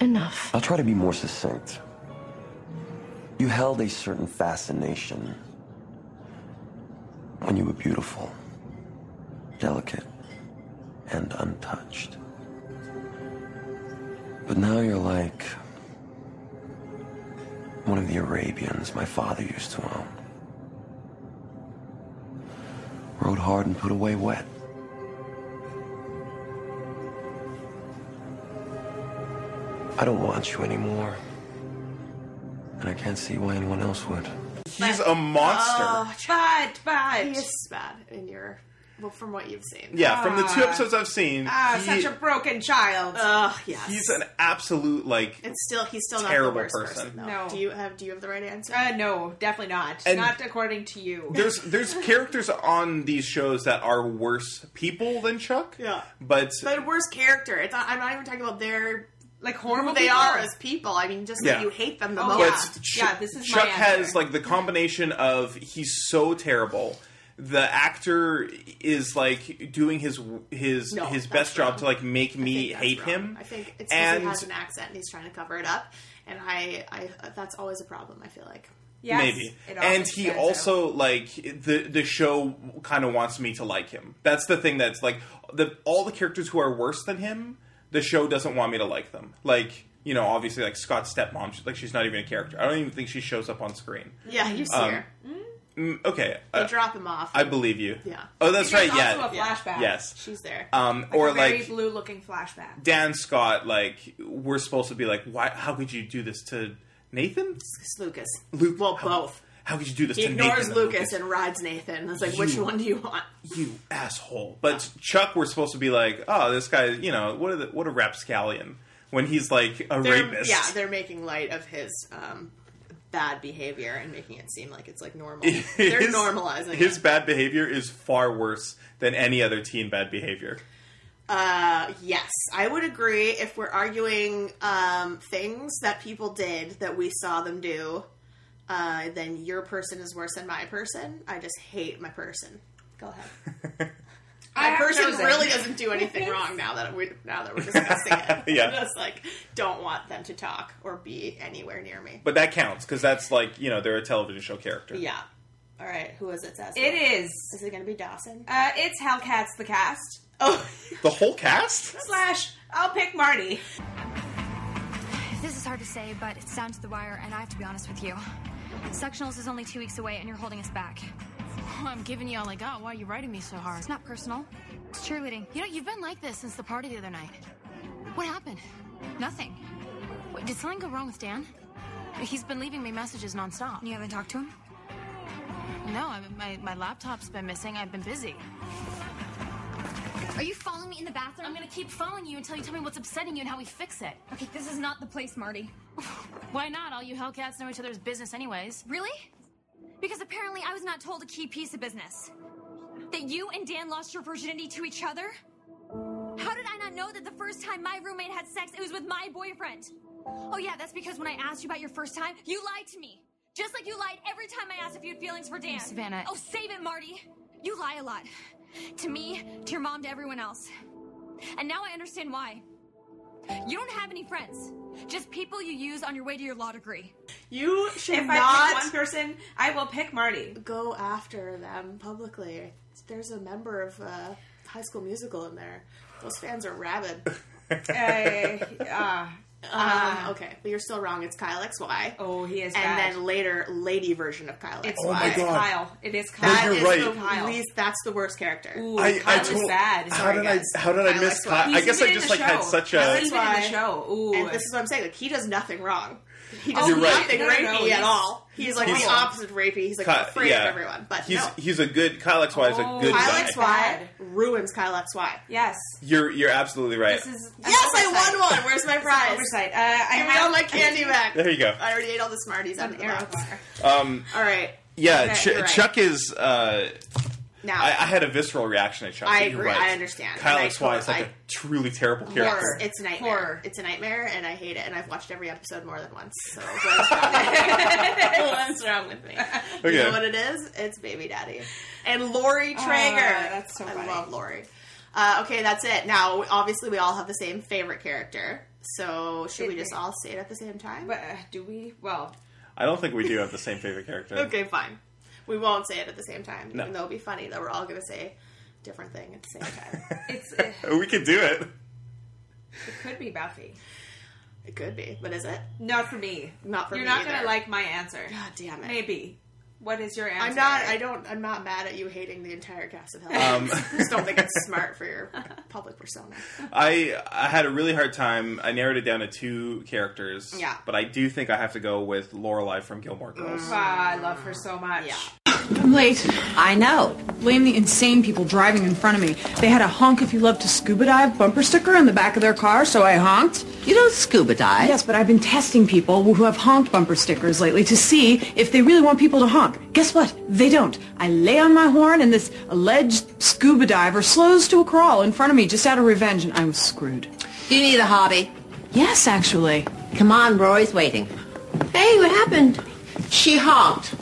[SPEAKER 29] Enough.
[SPEAKER 27] I'll try to be more succinct. You held a certain fascination when you were beautiful, delicate, and untouched. But now you're like one of the Arabians my father used to own. Rode hard and put away wet. I don't want you anymore. And I can't see why anyone else would.
[SPEAKER 3] He's a monster.
[SPEAKER 4] Oh,
[SPEAKER 1] but but
[SPEAKER 4] he is bad in your. Well, from what you've seen,
[SPEAKER 3] yeah, from the two
[SPEAKER 4] Ah.
[SPEAKER 3] episodes I've seen,
[SPEAKER 4] Ah,
[SPEAKER 3] he-
[SPEAKER 4] such a broken child. Ugh, yes.
[SPEAKER 3] he's an absolute like
[SPEAKER 4] and still, he's still
[SPEAKER 3] terrible
[SPEAKER 4] not the worst
[SPEAKER 3] person.
[SPEAKER 4] person.
[SPEAKER 1] No.
[SPEAKER 4] Do you have Do you have the right answer?
[SPEAKER 1] Uh, no, definitely not.
[SPEAKER 3] And-
[SPEAKER 1] not according to you.
[SPEAKER 3] there's
[SPEAKER 1] <laughs>
[SPEAKER 4] <laughs>
[SPEAKER 3] there's characters on these shows that are worse people than Chuck.
[SPEAKER 4] Yeah.
[SPEAKER 3] But
[SPEAKER 4] But worst character. It's not, I'm not even talking about their
[SPEAKER 1] like horrible
[SPEAKER 4] horrible. They
[SPEAKER 1] people.
[SPEAKER 4] are as people. I mean, just that
[SPEAKER 3] Yeah.
[SPEAKER 4] you hate them the
[SPEAKER 1] Oh,
[SPEAKER 4] most.
[SPEAKER 3] but Ch- Chuck has like the combination of he's so terrible. The actor is like doing his his
[SPEAKER 4] No,
[SPEAKER 3] his
[SPEAKER 4] that's
[SPEAKER 3] best job to like make me hate him.
[SPEAKER 4] I think it's because
[SPEAKER 3] and
[SPEAKER 4] he has an accent and he's trying to cover it up, and I, I that's always a problem. I feel like.
[SPEAKER 3] maybe. And he also like the the show kind of wants me to like him. That's the thing that's like the all the characters who are worse than him, the show doesn't want me to like them. Like you know, obviously, like Scott's stepmom, she, like she's not even a character. I don't even think she shows up on screen.
[SPEAKER 4] Yeah, you see
[SPEAKER 3] Um,
[SPEAKER 4] her.
[SPEAKER 3] Mm, okay,
[SPEAKER 4] They
[SPEAKER 3] uh,
[SPEAKER 4] drop him off.
[SPEAKER 3] I believe you.
[SPEAKER 4] Yeah.
[SPEAKER 3] Oh, that's
[SPEAKER 1] There's
[SPEAKER 3] right. Yeah.
[SPEAKER 1] also a flashback.
[SPEAKER 3] Yes.
[SPEAKER 4] She's there.
[SPEAKER 3] Um,
[SPEAKER 1] Like
[SPEAKER 3] or
[SPEAKER 1] a very
[SPEAKER 3] like
[SPEAKER 1] blue looking flashback.
[SPEAKER 3] Dan Scott, like we're supposed to be like, why? How could you do this to Nathan?
[SPEAKER 4] It's Lucas.
[SPEAKER 3] Luke. Well,
[SPEAKER 4] both.
[SPEAKER 3] How could you do this
[SPEAKER 4] He
[SPEAKER 3] to
[SPEAKER 4] ignores
[SPEAKER 3] Nathan?
[SPEAKER 4] Lucas, and rides Nathan. It's like, which
[SPEAKER 3] You-
[SPEAKER 4] one do you want?
[SPEAKER 3] You asshole. But Chuck, we're supposed to be like, oh, this guy, you know, what a what a rapscallion when he's like a
[SPEAKER 4] They're-
[SPEAKER 3] rapist.
[SPEAKER 4] Yeah, they're making light of his um, bad behavior and making it seem like it's like
[SPEAKER 3] <laughs>
[SPEAKER 4] normal. they're
[SPEAKER 3] His-
[SPEAKER 4] normalizing
[SPEAKER 3] His
[SPEAKER 4] it.
[SPEAKER 3] bad behavior is far worse than any other teen bad behavior.
[SPEAKER 4] Uh, yes, I would agree. If we're arguing um, things that people did that we saw them do, uh, then your person is worse than my person. I just hate my person. Go ahead.
[SPEAKER 1] I
[SPEAKER 4] My
[SPEAKER 1] have
[SPEAKER 4] person
[SPEAKER 1] chosen.
[SPEAKER 4] really doesn't
[SPEAKER 1] <laughs>
[SPEAKER 4] do anything wrong now that we now that we're discussing it.
[SPEAKER 3] Yeah.
[SPEAKER 4] I'm just like don't want them to talk or be anywhere near me.
[SPEAKER 3] But that counts because that's like you know they're a television show character.
[SPEAKER 4] Yeah. All right. Who is it? Says
[SPEAKER 1] It is.
[SPEAKER 4] Is it going to be Dawson? Oh.
[SPEAKER 1] Uh, it's Hellcats the cast
[SPEAKER 3] The whole cast.
[SPEAKER 1] slash I'll pick Marty.
[SPEAKER 5] This is hard to say, but it's down to the wire, and I have to be honest with you. Sectionals is only two weeks away, and you're holding us back.
[SPEAKER 6] Oh, I'm giving you all I got. Why are you writing me so hard?
[SPEAKER 5] It's not personal. It's cheerleading.
[SPEAKER 6] You know, you've been like this since the party the other night. What happened?
[SPEAKER 5] Nothing.
[SPEAKER 6] Wait, did something go wrong with Dan? He's been leaving me messages nonstop.
[SPEAKER 5] You haven't talked to him?
[SPEAKER 6] No, I, my, my laptop's been missing. I've been busy.
[SPEAKER 5] Are you following me in the bathroom?
[SPEAKER 6] I'm gonna keep following you until you tell me what's upsetting you and how we fix it.
[SPEAKER 5] Okay, this is not the place, Marty.
[SPEAKER 6] Why not? All you Hellcats know each other's business, anyways.
[SPEAKER 5] Really? Because apparently I was not told a key piece of business. That you and Dan lost your virginity to each other? How did I not know that the first time my roommate had sex, it was with my boyfriend? Oh, yeah, that's because when I asked you about your first time, you lied to me. Just like you lied every time I asked if you had feelings for Dan.
[SPEAKER 6] Savannah-
[SPEAKER 5] Oh, save it, Marty. You lie a lot. To me, to your mom, to everyone else. And now I understand why. You don't have any friends, just people you use on your way to your law degree.
[SPEAKER 4] You should
[SPEAKER 5] If I pick
[SPEAKER 4] not.
[SPEAKER 5] one
[SPEAKER 1] person, I will pick Marty. <laughs>
[SPEAKER 4] Go after them publicly. There's a member of uh, High School Musical in there. Those fans are rabid.
[SPEAKER 1] <laughs> ah,
[SPEAKER 4] um, okay, but you're still wrong. It's Kyle X Y.
[SPEAKER 1] Oh, he is
[SPEAKER 4] And
[SPEAKER 1] bad.
[SPEAKER 4] then later, lady version of Kyle X
[SPEAKER 1] It's
[SPEAKER 4] Y.
[SPEAKER 1] Oh my it's God. Kyle. It is Kyle.
[SPEAKER 4] That
[SPEAKER 3] No, you're
[SPEAKER 4] is
[SPEAKER 3] right.
[SPEAKER 4] the
[SPEAKER 1] Kyle.
[SPEAKER 4] least. That's the worst character.
[SPEAKER 1] Ooh, Kyle is bad.
[SPEAKER 3] How
[SPEAKER 1] Sorry,
[SPEAKER 3] did I? How did I miss? Kyle? I guess I just like had such a.
[SPEAKER 4] That's why-
[SPEAKER 1] show. Oh,
[SPEAKER 4] And this is what I'm saying. Like he does nothing wrong. He doesn't
[SPEAKER 3] You're right.
[SPEAKER 4] nothing
[SPEAKER 1] No, no,
[SPEAKER 4] rapey
[SPEAKER 1] no,
[SPEAKER 4] at
[SPEAKER 1] he's-
[SPEAKER 4] all. He's like
[SPEAKER 3] he's-
[SPEAKER 4] the opposite of rapey. He's like
[SPEAKER 3] Ky-
[SPEAKER 4] afraid
[SPEAKER 3] yeah.
[SPEAKER 4] of everyone. But
[SPEAKER 3] he's
[SPEAKER 4] no. Oh,
[SPEAKER 3] he's a good Kyle XY is a good
[SPEAKER 4] Kyle
[SPEAKER 3] guy.
[SPEAKER 4] XY ruins Kyle XY.
[SPEAKER 1] Oh, Yes.
[SPEAKER 3] You're you're absolutely right.
[SPEAKER 1] This is an
[SPEAKER 4] Yes, I
[SPEAKER 1] oversight.
[SPEAKER 4] won one. Where's my
[SPEAKER 1] It's an
[SPEAKER 4] prize?
[SPEAKER 1] oversight. Uh, I
[SPEAKER 4] Give me
[SPEAKER 1] have-
[SPEAKER 4] all my candy back.
[SPEAKER 3] There you go.
[SPEAKER 4] I already ate all the Smarties out of the box.
[SPEAKER 3] Um,
[SPEAKER 4] All right.
[SPEAKER 3] yeah,
[SPEAKER 4] Okay,
[SPEAKER 3] Ch-
[SPEAKER 4] you're right.
[SPEAKER 3] Chuck is. Uh,
[SPEAKER 4] Now
[SPEAKER 3] I, I had a visceral reaction to Chuck.
[SPEAKER 4] I
[SPEAKER 3] so you're
[SPEAKER 4] agree.
[SPEAKER 3] right.
[SPEAKER 4] I understand.
[SPEAKER 3] Kyle
[SPEAKER 4] And I
[SPEAKER 3] XY is like a
[SPEAKER 4] totally-
[SPEAKER 3] truly terrible character.
[SPEAKER 4] Yes, it's a nightmare. It's a nightmare, and I hate it. And I've watched every episode more than once.
[SPEAKER 1] <laughs>
[SPEAKER 4] So <laughs> what's wrong with me?
[SPEAKER 3] Okay.
[SPEAKER 4] You know what it is? It's Baby Daddy and Lori
[SPEAKER 1] Ah,
[SPEAKER 4] Traeger.
[SPEAKER 1] that's so
[SPEAKER 4] I
[SPEAKER 1] funny.
[SPEAKER 4] love Lori. Uh, okay, that's it. Now, obviously, we all have the same favorite character. So should we just all say it at the same time?
[SPEAKER 1] uh, do we? Well,
[SPEAKER 3] I don't think we do have the same favorite character.
[SPEAKER 4] <laughs> okay, fine. We won't say it at the same time,
[SPEAKER 3] No.
[SPEAKER 4] even though it'll be funny that we're all going to say different thing at the same time.
[SPEAKER 3] <laughs> we could do it.
[SPEAKER 1] it could be Buffy.
[SPEAKER 4] It could be, but is it?
[SPEAKER 1] Not for me.
[SPEAKER 4] Not for
[SPEAKER 1] You're
[SPEAKER 4] me
[SPEAKER 1] not gonna
[SPEAKER 4] either.
[SPEAKER 1] like my answer. God
[SPEAKER 4] damn it.
[SPEAKER 1] Maybe. What is your answer?
[SPEAKER 4] I'm not. I don't. I'm not mad at you hating the entire cast of Hell.
[SPEAKER 3] Um,
[SPEAKER 4] I <laughs> just don't think it's smart
[SPEAKER 1] <laughs>
[SPEAKER 4] for your public persona.
[SPEAKER 3] I I had a really hard time. I narrowed it down to two characters.
[SPEAKER 4] Yeah. Mm.
[SPEAKER 3] But I do think I have to go with Lorelai from Gilmore Girls.
[SPEAKER 1] Ah, I love her so much.
[SPEAKER 8] I'm late. I know. Blame the insane people driving in front of me. They had a honk if you love to scuba dive bumper sticker on the back of their car, so I honked. You don't scuba dive. Yes, but I've been testing people who have honked bumper stickers lately to see if they really want people to honk. Guess what? They don't. I lay on my horn and this alleged scuba diver slows to a crawl in front of me just out of revenge and I was screwed.
[SPEAKER 26] You need a hobby.
[SPEAKER 8] Yes, actually.
[SPEAKER 26] Come on, Rory's waiting. Hey, what happened? She honked.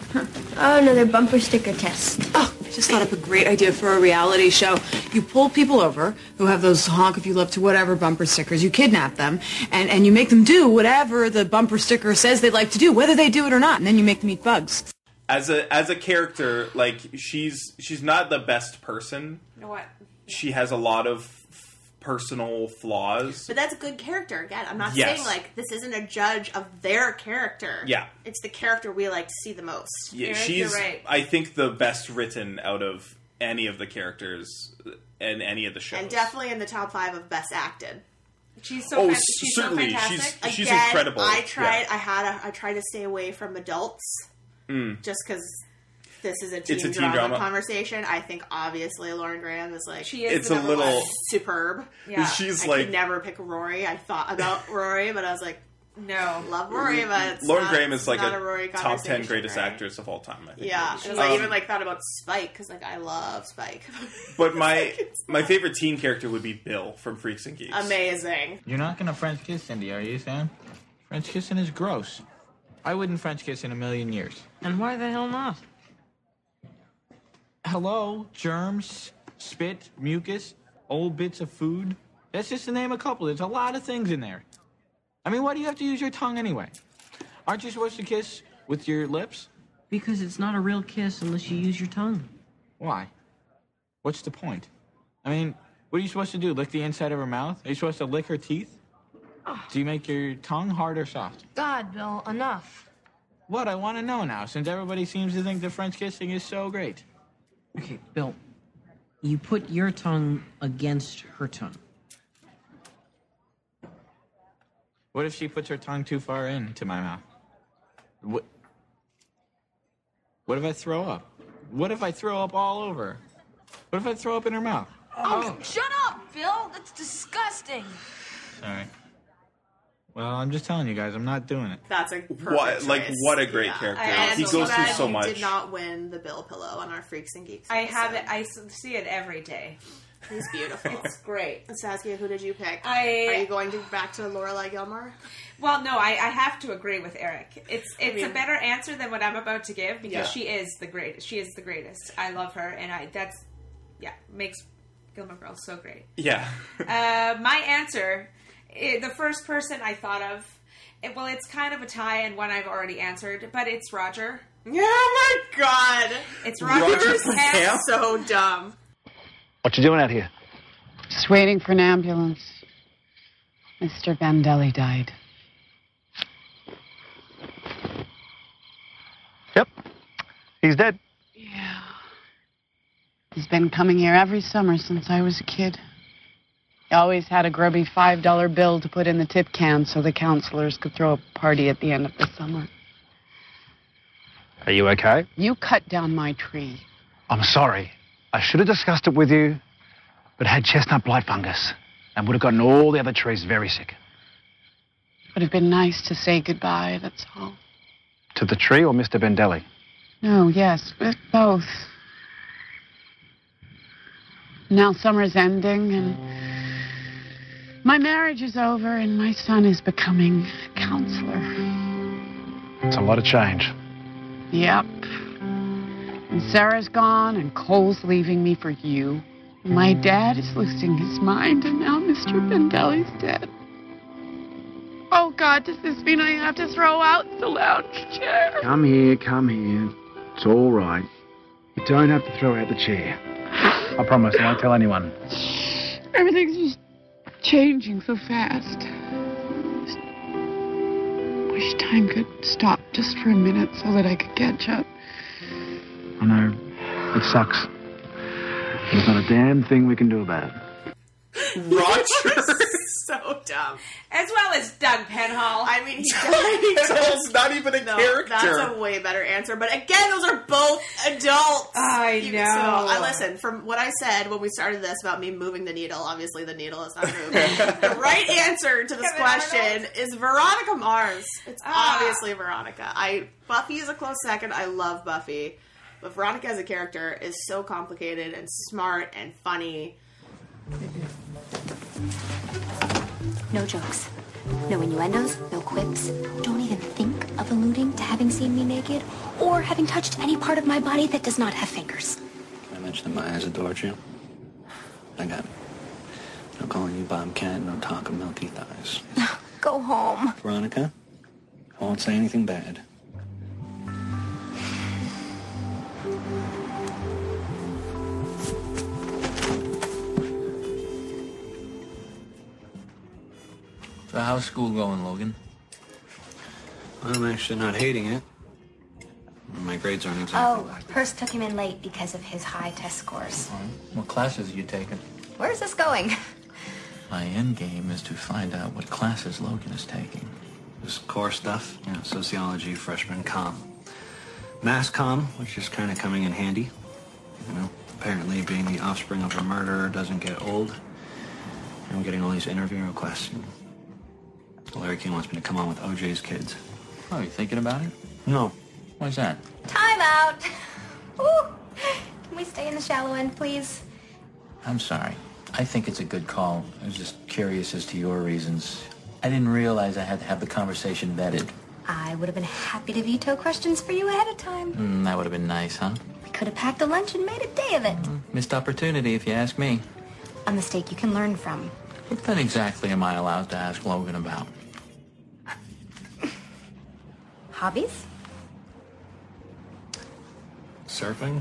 [SPEAKER 26] Oh, another bumper sticker test.
[SPEAKER 8] Oh, I just thought up a great idea for a reality show. You pull people over who have those honk if you love to whatever bumper stickers. You kidnap them and, and you make them do whatever the bumper sticker says they'd like to do, whether they do it or not. And then you make them eat bugs.
[SPEAKER 3] As a as a character, like she's she's not the best person.
[SPEAKER 1] You know what?
[SPEAKER 3] She has a lot of f- personal flaws.
[SPEAKER 4] But that's a good character. Again, I'm not
[SPEAKER 3] Yes.
[SPEAKER 4] saying like this isn't a judge of their character.
[SPEAKER 3] Yeah.
[SPEAKER 4] it's the character we like to see the most.
[SPEAKER 3] Yeah, she's I think the best written out of any of the characters in any of the shows.
[SPEAKER 4] and definitely in the top five of best acted.
[SPEAKER 1] She's
[SPEAKER 3] so Oh, fan- s- she's so certainly. fantastic. She's- she's incredible.
[SPEAKER 4] I tried.
[SPEAKER 3] Yeah.
[SPEAKER 4] I had. A, I tried to stay away from adults.
[SPEAKER 3] Mm.
[SPEAKER 4] just because this is a
[SPEAKER 3] It's a
[SPEAKER 4] teen,
[SPEAKER 3] teen
[SPEAKER 4] drama,
[SPEAKER 3] drama.
[SPEAKER 4] conversation, I think obviously Lauren Graham is like she
[SPEAKER 3] is It's the a number little- one.
[SPEAKER 4] superb.
[SPEAKER 3] Yeah. She's
[SPEAKER 4] I
[SPEAKER 3] like-
[SPEAKER 4] could never pick Rory. I thought
[SPEAKER 3] <laughs>
[SPEAKER 4] about Rory, but I was like,
[SPEAKER 1] no,
[SPEAKER 4] love Rory, but it's
[SPEAKER 3] Lauren
[SPEAKER 4] not-
[SPEAKER 3] Graham
[SPEAKER 4] it's
[SPEAKER 3] is like
[SPEAKER 4] not
[SPEAKER 3] a,
[SPEAKER 4] Rory
[SPEAKER 3] top ten
[SPEAKER 4] conversation,
[SPEAKER 3] greatest
[SPEAKER 4] right?
[SPEAKER 3] actors of all time. I think.
[SPEAKER 4] Yeah, and I
[SPEAKER 3] Um,
[SPEAKER 4] even like thought about Spike because like I love Spike. <laughs>
[SPEAKER 3] But my my favorite teen character would be Bill from Freaks and
[SPEAKER 4] Uh,
[SPEAKER 3] Geeks.
[SPEAKER 4] Amazing.
[SPEAKER 20] You're not gonna French kiss Cindy, are you, Sam? French kissing is gross. I wouldn't French kiss in a million years.
[SPEAKER 21] And why the hell not?
[SPEAKER 20] Hello, germs, spit, mucus, old bits of food. That's just to name a couple. There's a lot of things in there. I mean, why do you have to use your tongue anyway? Aren't you supposed to kiss with your lips?
[SPEAKER 21] Because it's not a real kiss unless you use your tongue.
[SPEAKER 20] Why? What's the point? I mean, what are you supposed to do? Lick the inside of her mouth? Are you supposed to lick her teeth? Do you make your tongue hard or soft?
[SPEAKER 21] God, Bill, enough.
[SPEAKER 20] What I want to know now, since everybody seems to think the French kissing is so great.
[SPEAKER 21] Okay, Bill, you put your tongue against her tongue.
[SPEAKER 20] What if she puts her tongue too far into my mouth? What? What if I throw up? What if I throw up all over? What if I throw up in her mouth? Oh, shut up, Bill. That's disgusting. Sorry. Well, I'm just telling you guys, I'm not doing it.
[SPEAKER 4] That's a perfect
[SPEAKER 20] What- like,
[SPEAKER 4] choice.
[SPEAKER 20] what a great character. He
[SPEAKER 4] so
[SPEAKER 20] goes
[SPEAKER 4] glad
[SPEAKER 20] through so
[SPEAKER 4] you
[SPEAKER 20] much.
[SPEAKER 4] Did not win the Bill pillow on our Freaks and Geeks.
[SPEAKER 1] I have
[SPEAKER 4] episode.
[SPEAKER 1] it. I s- see it every day.
[SPEAKER 4] He's beautiful.
[SPEAKER 1] it's great.
[SPEAKER 4] <laughs> Saskia, who did you pick?
[SPEAKER 1] I-
[SPEAKER 4] Are you going to back to Lorelai Gilmore?
[SPEAKER 1] Well, no, Oh, I, I have to agree with Eric. It's it's
[SPEAKER 4] mean-
[SPEAKER 1] a
[SPEAKER 4] <laughs>
[SPEAKER 1] better answer than what I'm about to give because
[SPEAKER 4] Yeah.
[SPEAKER 1] she is the greatest. She is the greatest. I love her, and I that's yeah makes Gilmore Girls so great.
[SPEAKER 3] yeah.
[SPEAKER 1] <laughs> uh, my answer, eh, the first person I thought of, it, well, it's kind of a tie and one I've already answered, but it's Roger.
[SPEAKER 4] Yeah, Oh my God,
[SPEAKER 1] it's Roger. Pam.
[SPEAKER 4] so dumb.
[SPEAKER 22] What you doing out here?
[SPEAKER 23] Just waiting for an ambulance. Mr. Vandelli died.
[SPEAKER 22] He's dead.
[SPEAKER 23] He's been coming here every summer since I was a kid. He always had a grubby $5 bill to put in the tip can so the counselors could throw a party at the end of the summer.
[SPEAKER 22] Are you okay?
[SPEAKER 23] You cut down my tree.
[SPEAKER 22] I'm sorry. I should have discussed it with you, but it had chestnut blight fungus and would have gotten all the other trees very sick.
[SPEAKER 23] Would have been nice to say goodbye, that's all.
[SPEAKER 22] To the tree or Mr. Bendelli?
[SPEAKER 23] No, Oh, yes, but both. Now summer's ending and my marriage is over and my son is becoming a counselor.
[SPEAKER 22] It's a lot of change.
[SPEAKER 23] Yep. And Sarah's gone and Cole's leaving me for you. My dad is losing his mind and now Mr. Bendelli's dead. Oh God, does this mean I have to throw out the lounge chair?
[SPEAKER 22] Come here, come here. It's all right. You don't have to throw out the chair. I promise I won't tell anyone.
[SPEAKER 23] Everything's just changing so fast. Just wish time could stop just for a minute so that I could catch up.
[SPEAKER 22] I know. It sucks. There's not a damn thing we can do about it.
[SPEAKER 1] <laughs>
[SPEAKER 3] Roger.
[SPEAKER 4] so dumb.
[SPEAKER 1] As well as Doug Penhall.
[SPEAKER 4] I mean,
[SPEAKER 1] <laughs>
[SPEAKER 4] he
[SPEAKER 3] Penhall's not
[SPEAKER 4] <laughs>
[SPEAKER 3] even a character.
[SPEAKER 4] That's a way better answer. But again, those are both adults.
[SPEAKER 1] I
[SPEAKER 4] Even
[SPEAKER 1] know.
[SPEAKER 4] So, I listen from what I said when we started this about me moving the needle. Obviously, the needle is not moving. the right answer to this
[SPEAKER 1] Kevin
[SPEAKER 4] question is Veronica Mars. It's
[SPEAKER 1] Ah.
[SPEAKER 4] obviously Veronica. I Buffy is a close second. I love Buffy, but Veronica as a character is so complicated and smart and funny.
[SPEAKER 7] No jokes. No innuendos, no quips. Don't even think of alluding to having seen me naked or having touched any part of my body that does not have fingers.
[SPEAKER 27] I mentioned that my eyes adored you. I got no calling you Bobcat, no talk of milky thighs.
[SPEAKER 7] Go home.
[SPEAKER 27] Veronica, I won't say anything bad.
[SPEAKER 30] So how's school going, Logan?
[SPEAKER 27] I'm actually not hating it. My grades aren't exactly.
[SPEAKER 7] Oh, Hearst took him in late because of his high test scores.
[SPEAKER 30] What classes are you taking?
[SPEAKER 7] Where's this going?
[SPEAKER 30] My end game is to find out what classes Logan is taking.
[SPEAKER 27] This core stuff, you know, sociology, freshman com. Mass com, which is kind of coming in handy. You know, apparently being the offspring of a murderer doesn't get old. And I'm getting all these interview requests. Larry King wants me to come on with OJ's kids.
[SPEAKER 30] Oh, you thinking about it?
[SPEAKER 27] No.
[SPEAKER 30] Why's that?
[SPEAKER 7] Time out. Ooh. Can we stay in the shallow end, please?
[SPEAKER 30] I'm sorry. I think it's a good call. I was just curious as to your reasons. I didn't realize I had to have the conversation vetted.
[SPEAKER 7] I would have been happy to veto questions for you ahead of time.
[SPEAKER 30] Mm, that would have been nice, huh?
[SPEAKER 7] We could have packed a lunch and made a day of it.
[SPEAKER 30] Missed opportunity, if you ask me.
[SPEAKER 7] A mistake you can learn from.
[SPEAKER 30] What then exactly am I allowed to ask Logan about?
[SPEAKER 7] Hobbies?
[SPEAKER 27] Surfing?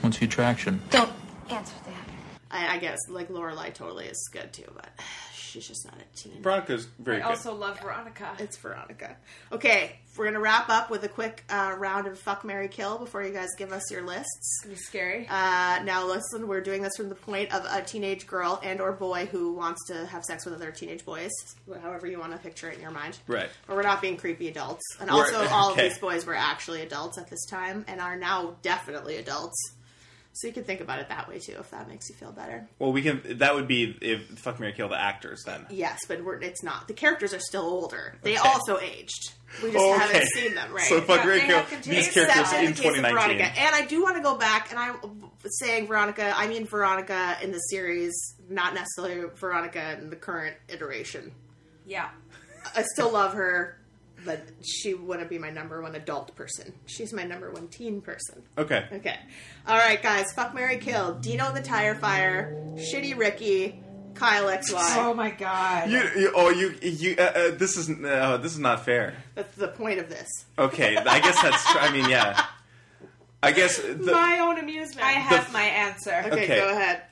[SPEAKER 30] What's the attraction?
[SPEAKER 7] Don't answer that.
[SPEAKER 4] I, I guess like Lorelai totally is good too, but she's just not a teen.
[SPEAKER 3] Veronica's very
[SPEAKER 4] I
[SPEAKER 3] good.
[SPEAKER 4] also love Veronica. It's Veronica. Okay, we're gonna wrap up with a quick uh, round of fuck Mary Kill before you guys give us your lists. It's
[SPEAKER 1] gonna be scary.
[SPEAKER 4] Uh, now listen, we're doing this from the point of a teenage girl and or boy who wants to have sex with other teenage boys, however you want to picture it in your mind.
[SPEAKER 3] Right.
[SPEAKER 4] But we're not being creepy adults. And
[SPEAKER 3] We're-
[SPEAKER 4] also, all
[SPEAKER 3] okay.
[SPEAKER 4] of these boys were actually adults at this time and are now definitely adults. So you can think about it that way too, if that makes you feel better.
[SPEAKER 3] Well, we can. That would be if fuck Mary kill the actors then.
[SPEAKER 4] Yes, but we're, it's not. The characters are still older. They
[SPEAKER 3] Okay.
[SPEAKER 4] also aged. We just
[SPEAKER 3] Okay.
[SPEAKER 4] haven't seen them, right?
[SPEAKER 3] So fuck Mary Kill these characters
[SPEAKER 4] Except
[SPEAKER 3] in
[SPEAKER 4] the case of
[SPEAKER 3] 2019.
[SPEAKER 4] Veronica. And I do want to go back, and I'm saying Veronica, I mean Veronica in the series, not necessarily Veronica in the current iteration.
[SPEAKER 1] Yeah.
[SPEAKER 4] I still love her, but she wouldn't be my number one adult person. She's my number one teen person.
[SPEAKER 3] Okay.
[SPEAKER 4] Okay. All right, guys. Fuck Mary Kill. Dino the Tire Fire. Shitty Ricky. Kyle XY.
[SPEAKER 1] Oh my god.
[SPEAKER 3] You, you, oh, you, you. Uh, uh, this is uh, this is not fair.
[SPEAKER 4] That's the point of this.
[SPEAKER 3] Okay, I guess that's. tr- I mean, yeah. I guess the,
[SPEAKER 4] my own amusement. I
[SPEAKER 1] have my answer.
[SPEAKER 3] Okay.
[SPEAKER 4] go ahead.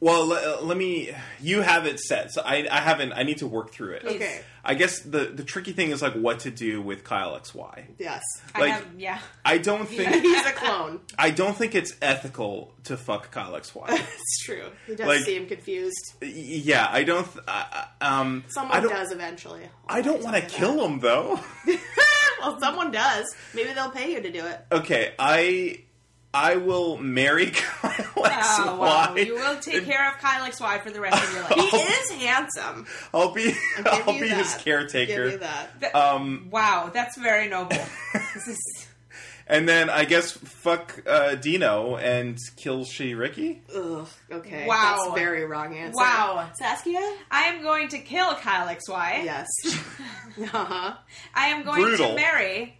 [SPEAKER 3] Well, le- uh, let me. You have it set, so I, I haven't. I need to work through it.
[SPEAKER 1] Please. Okay.
[SPEAKER 3] I guess the the tricky thing is like what to do with Kyle X Y.
[SPEAKER 4] Yes.
[SPEAKER 1] I
[SPEAKER 3] Like-
[SPEAKER 1] have, yeah.
[SPEAKER 3] I don't
[SPEAKER 4] <laughs>
[SPEAKER 3] think
[SPEAKER 4] He's a clone.
[SPEAKER 3] I don't think it's ethical to fuck Kyle
[SPEAKER 4] <laughs>
[SPEAKER 3] X Y.
[SPEAKER 4] It's true. He does
[SPEAKER 3] Like-
[SPEAKER 4] seem confused.
[SPEAKER 3] yeah, I don't. Th- I, I- um, I
[SPEAKER 4] Someone
[SPEAKER 3] don't,
[SPEAKER 4] does eventually. <laughs>
[SPEAKER 3] I don't want to kill him though. <laughs>
[SPEAKER 4] well, someone does. Maybe they'll pay you to do it.
[SPEAKER 3] Okay, I I will marry <laughs> Kyle X
[SPEAKER 4] Oh,
[SPEAKER 1] Wow,
[SPEAKER 3] Y.
[SPEAKER 1] you will take care of Kyle XY for the rest of your
[SPEAKER 3] <laughs>
[SPEAKER 1] life.
[SPEAKER 3] He
[SPEAKER 1] is handsome.
[SPEAKER 3] I'll be I'll
[SPEAKER 1] you
[SPEAKER 3] be his
[SPEAKER 1] that.
[SPEAKER 3] caretaker.
[SPEAKER 1] Give you that.
[SPEAKER 3] Um,
[SPEAKER 1] Wow, that's very noble.
[SPEAKER 3] <laughs>
[SPEAKER 1] this is
[SPEAKER 3] and then I guess fuck uh, Dino and kill Shiriki.
[SPEAKER 4] Ugh. Okay.
[SPEAKER 1] Wow.
[SPEAKER 4] That's very wrong answer.
[SPEAKER 1] Wow.
[SPEAKER 4] Saskia?
[SPEAKER 1] I am going to kill Kyle XY. <laughs>
[SPEAKER 4] Yes. uh-huh.
[SPEAKER 1] I am going
[SPEAKER 3] Brutal.
[SPEAKER 1] to marry.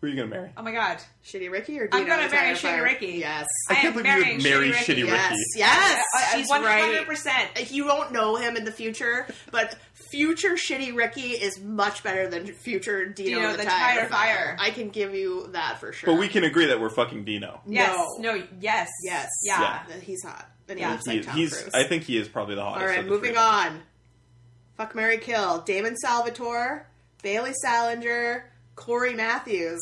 [SPEAKER 3] Who are you gonna marry?
[SPEAKER 1] Oh my god.
[SPEAKER 4] Shitty Ricky or
[SPEAKER 1] I'm
[SPEAKER 4] Dino
[SPEAKER 1] going to marry Shitty
[SPEAKER 4] Tire Fire?
[SPEAKER 1] Ricky.
[SPEAKER 4] Yes.
[SPEAKER 3] I can't
[SPEAKER 1] am
[SPEAKER 3] believe you would
[SPEAKER 1] marrying
[SPEAKER 3] marry Shitty Ricky.
[SPEAKER 4] Yes,
[SPEAKER 1] I- I-
[SPEAKER 4] she's
[SPEAKER 1] 100%.
[SPEAKER 4] right. You won't know him in the future, but future shitty Ricky is much better than future Dino, the, tire, fire. I can give you that for sure.
[SPEAKER 3] But we can agree that we're fucking Dino.
[SPEAKER 1] Yes.
[SPEAKER 4] No.
[SPEAKER 1] No. Yes.
[SPEAKER 4] Yes.
[SPEAKER 1] Yeah.
[SPEAKER 4] He's hot. And
[SPEAKER 1] Yeah.
[SPEAKER 4] he looks like
[SPEAKER 3] He-
[SPEAKER 4] Tom
[SPEAKER 3] he's.
[SPEAKER 4] Cruise.
[SPEAKER 3] I think he is probably the hottest.
[SPEAKER 4] All right,
[SPEAKER 3] of the three.
[SPEAKER 4] moving on. Fuck Mary Kill. Damon Salvatore, Bailey Salinger, Corey Matthews.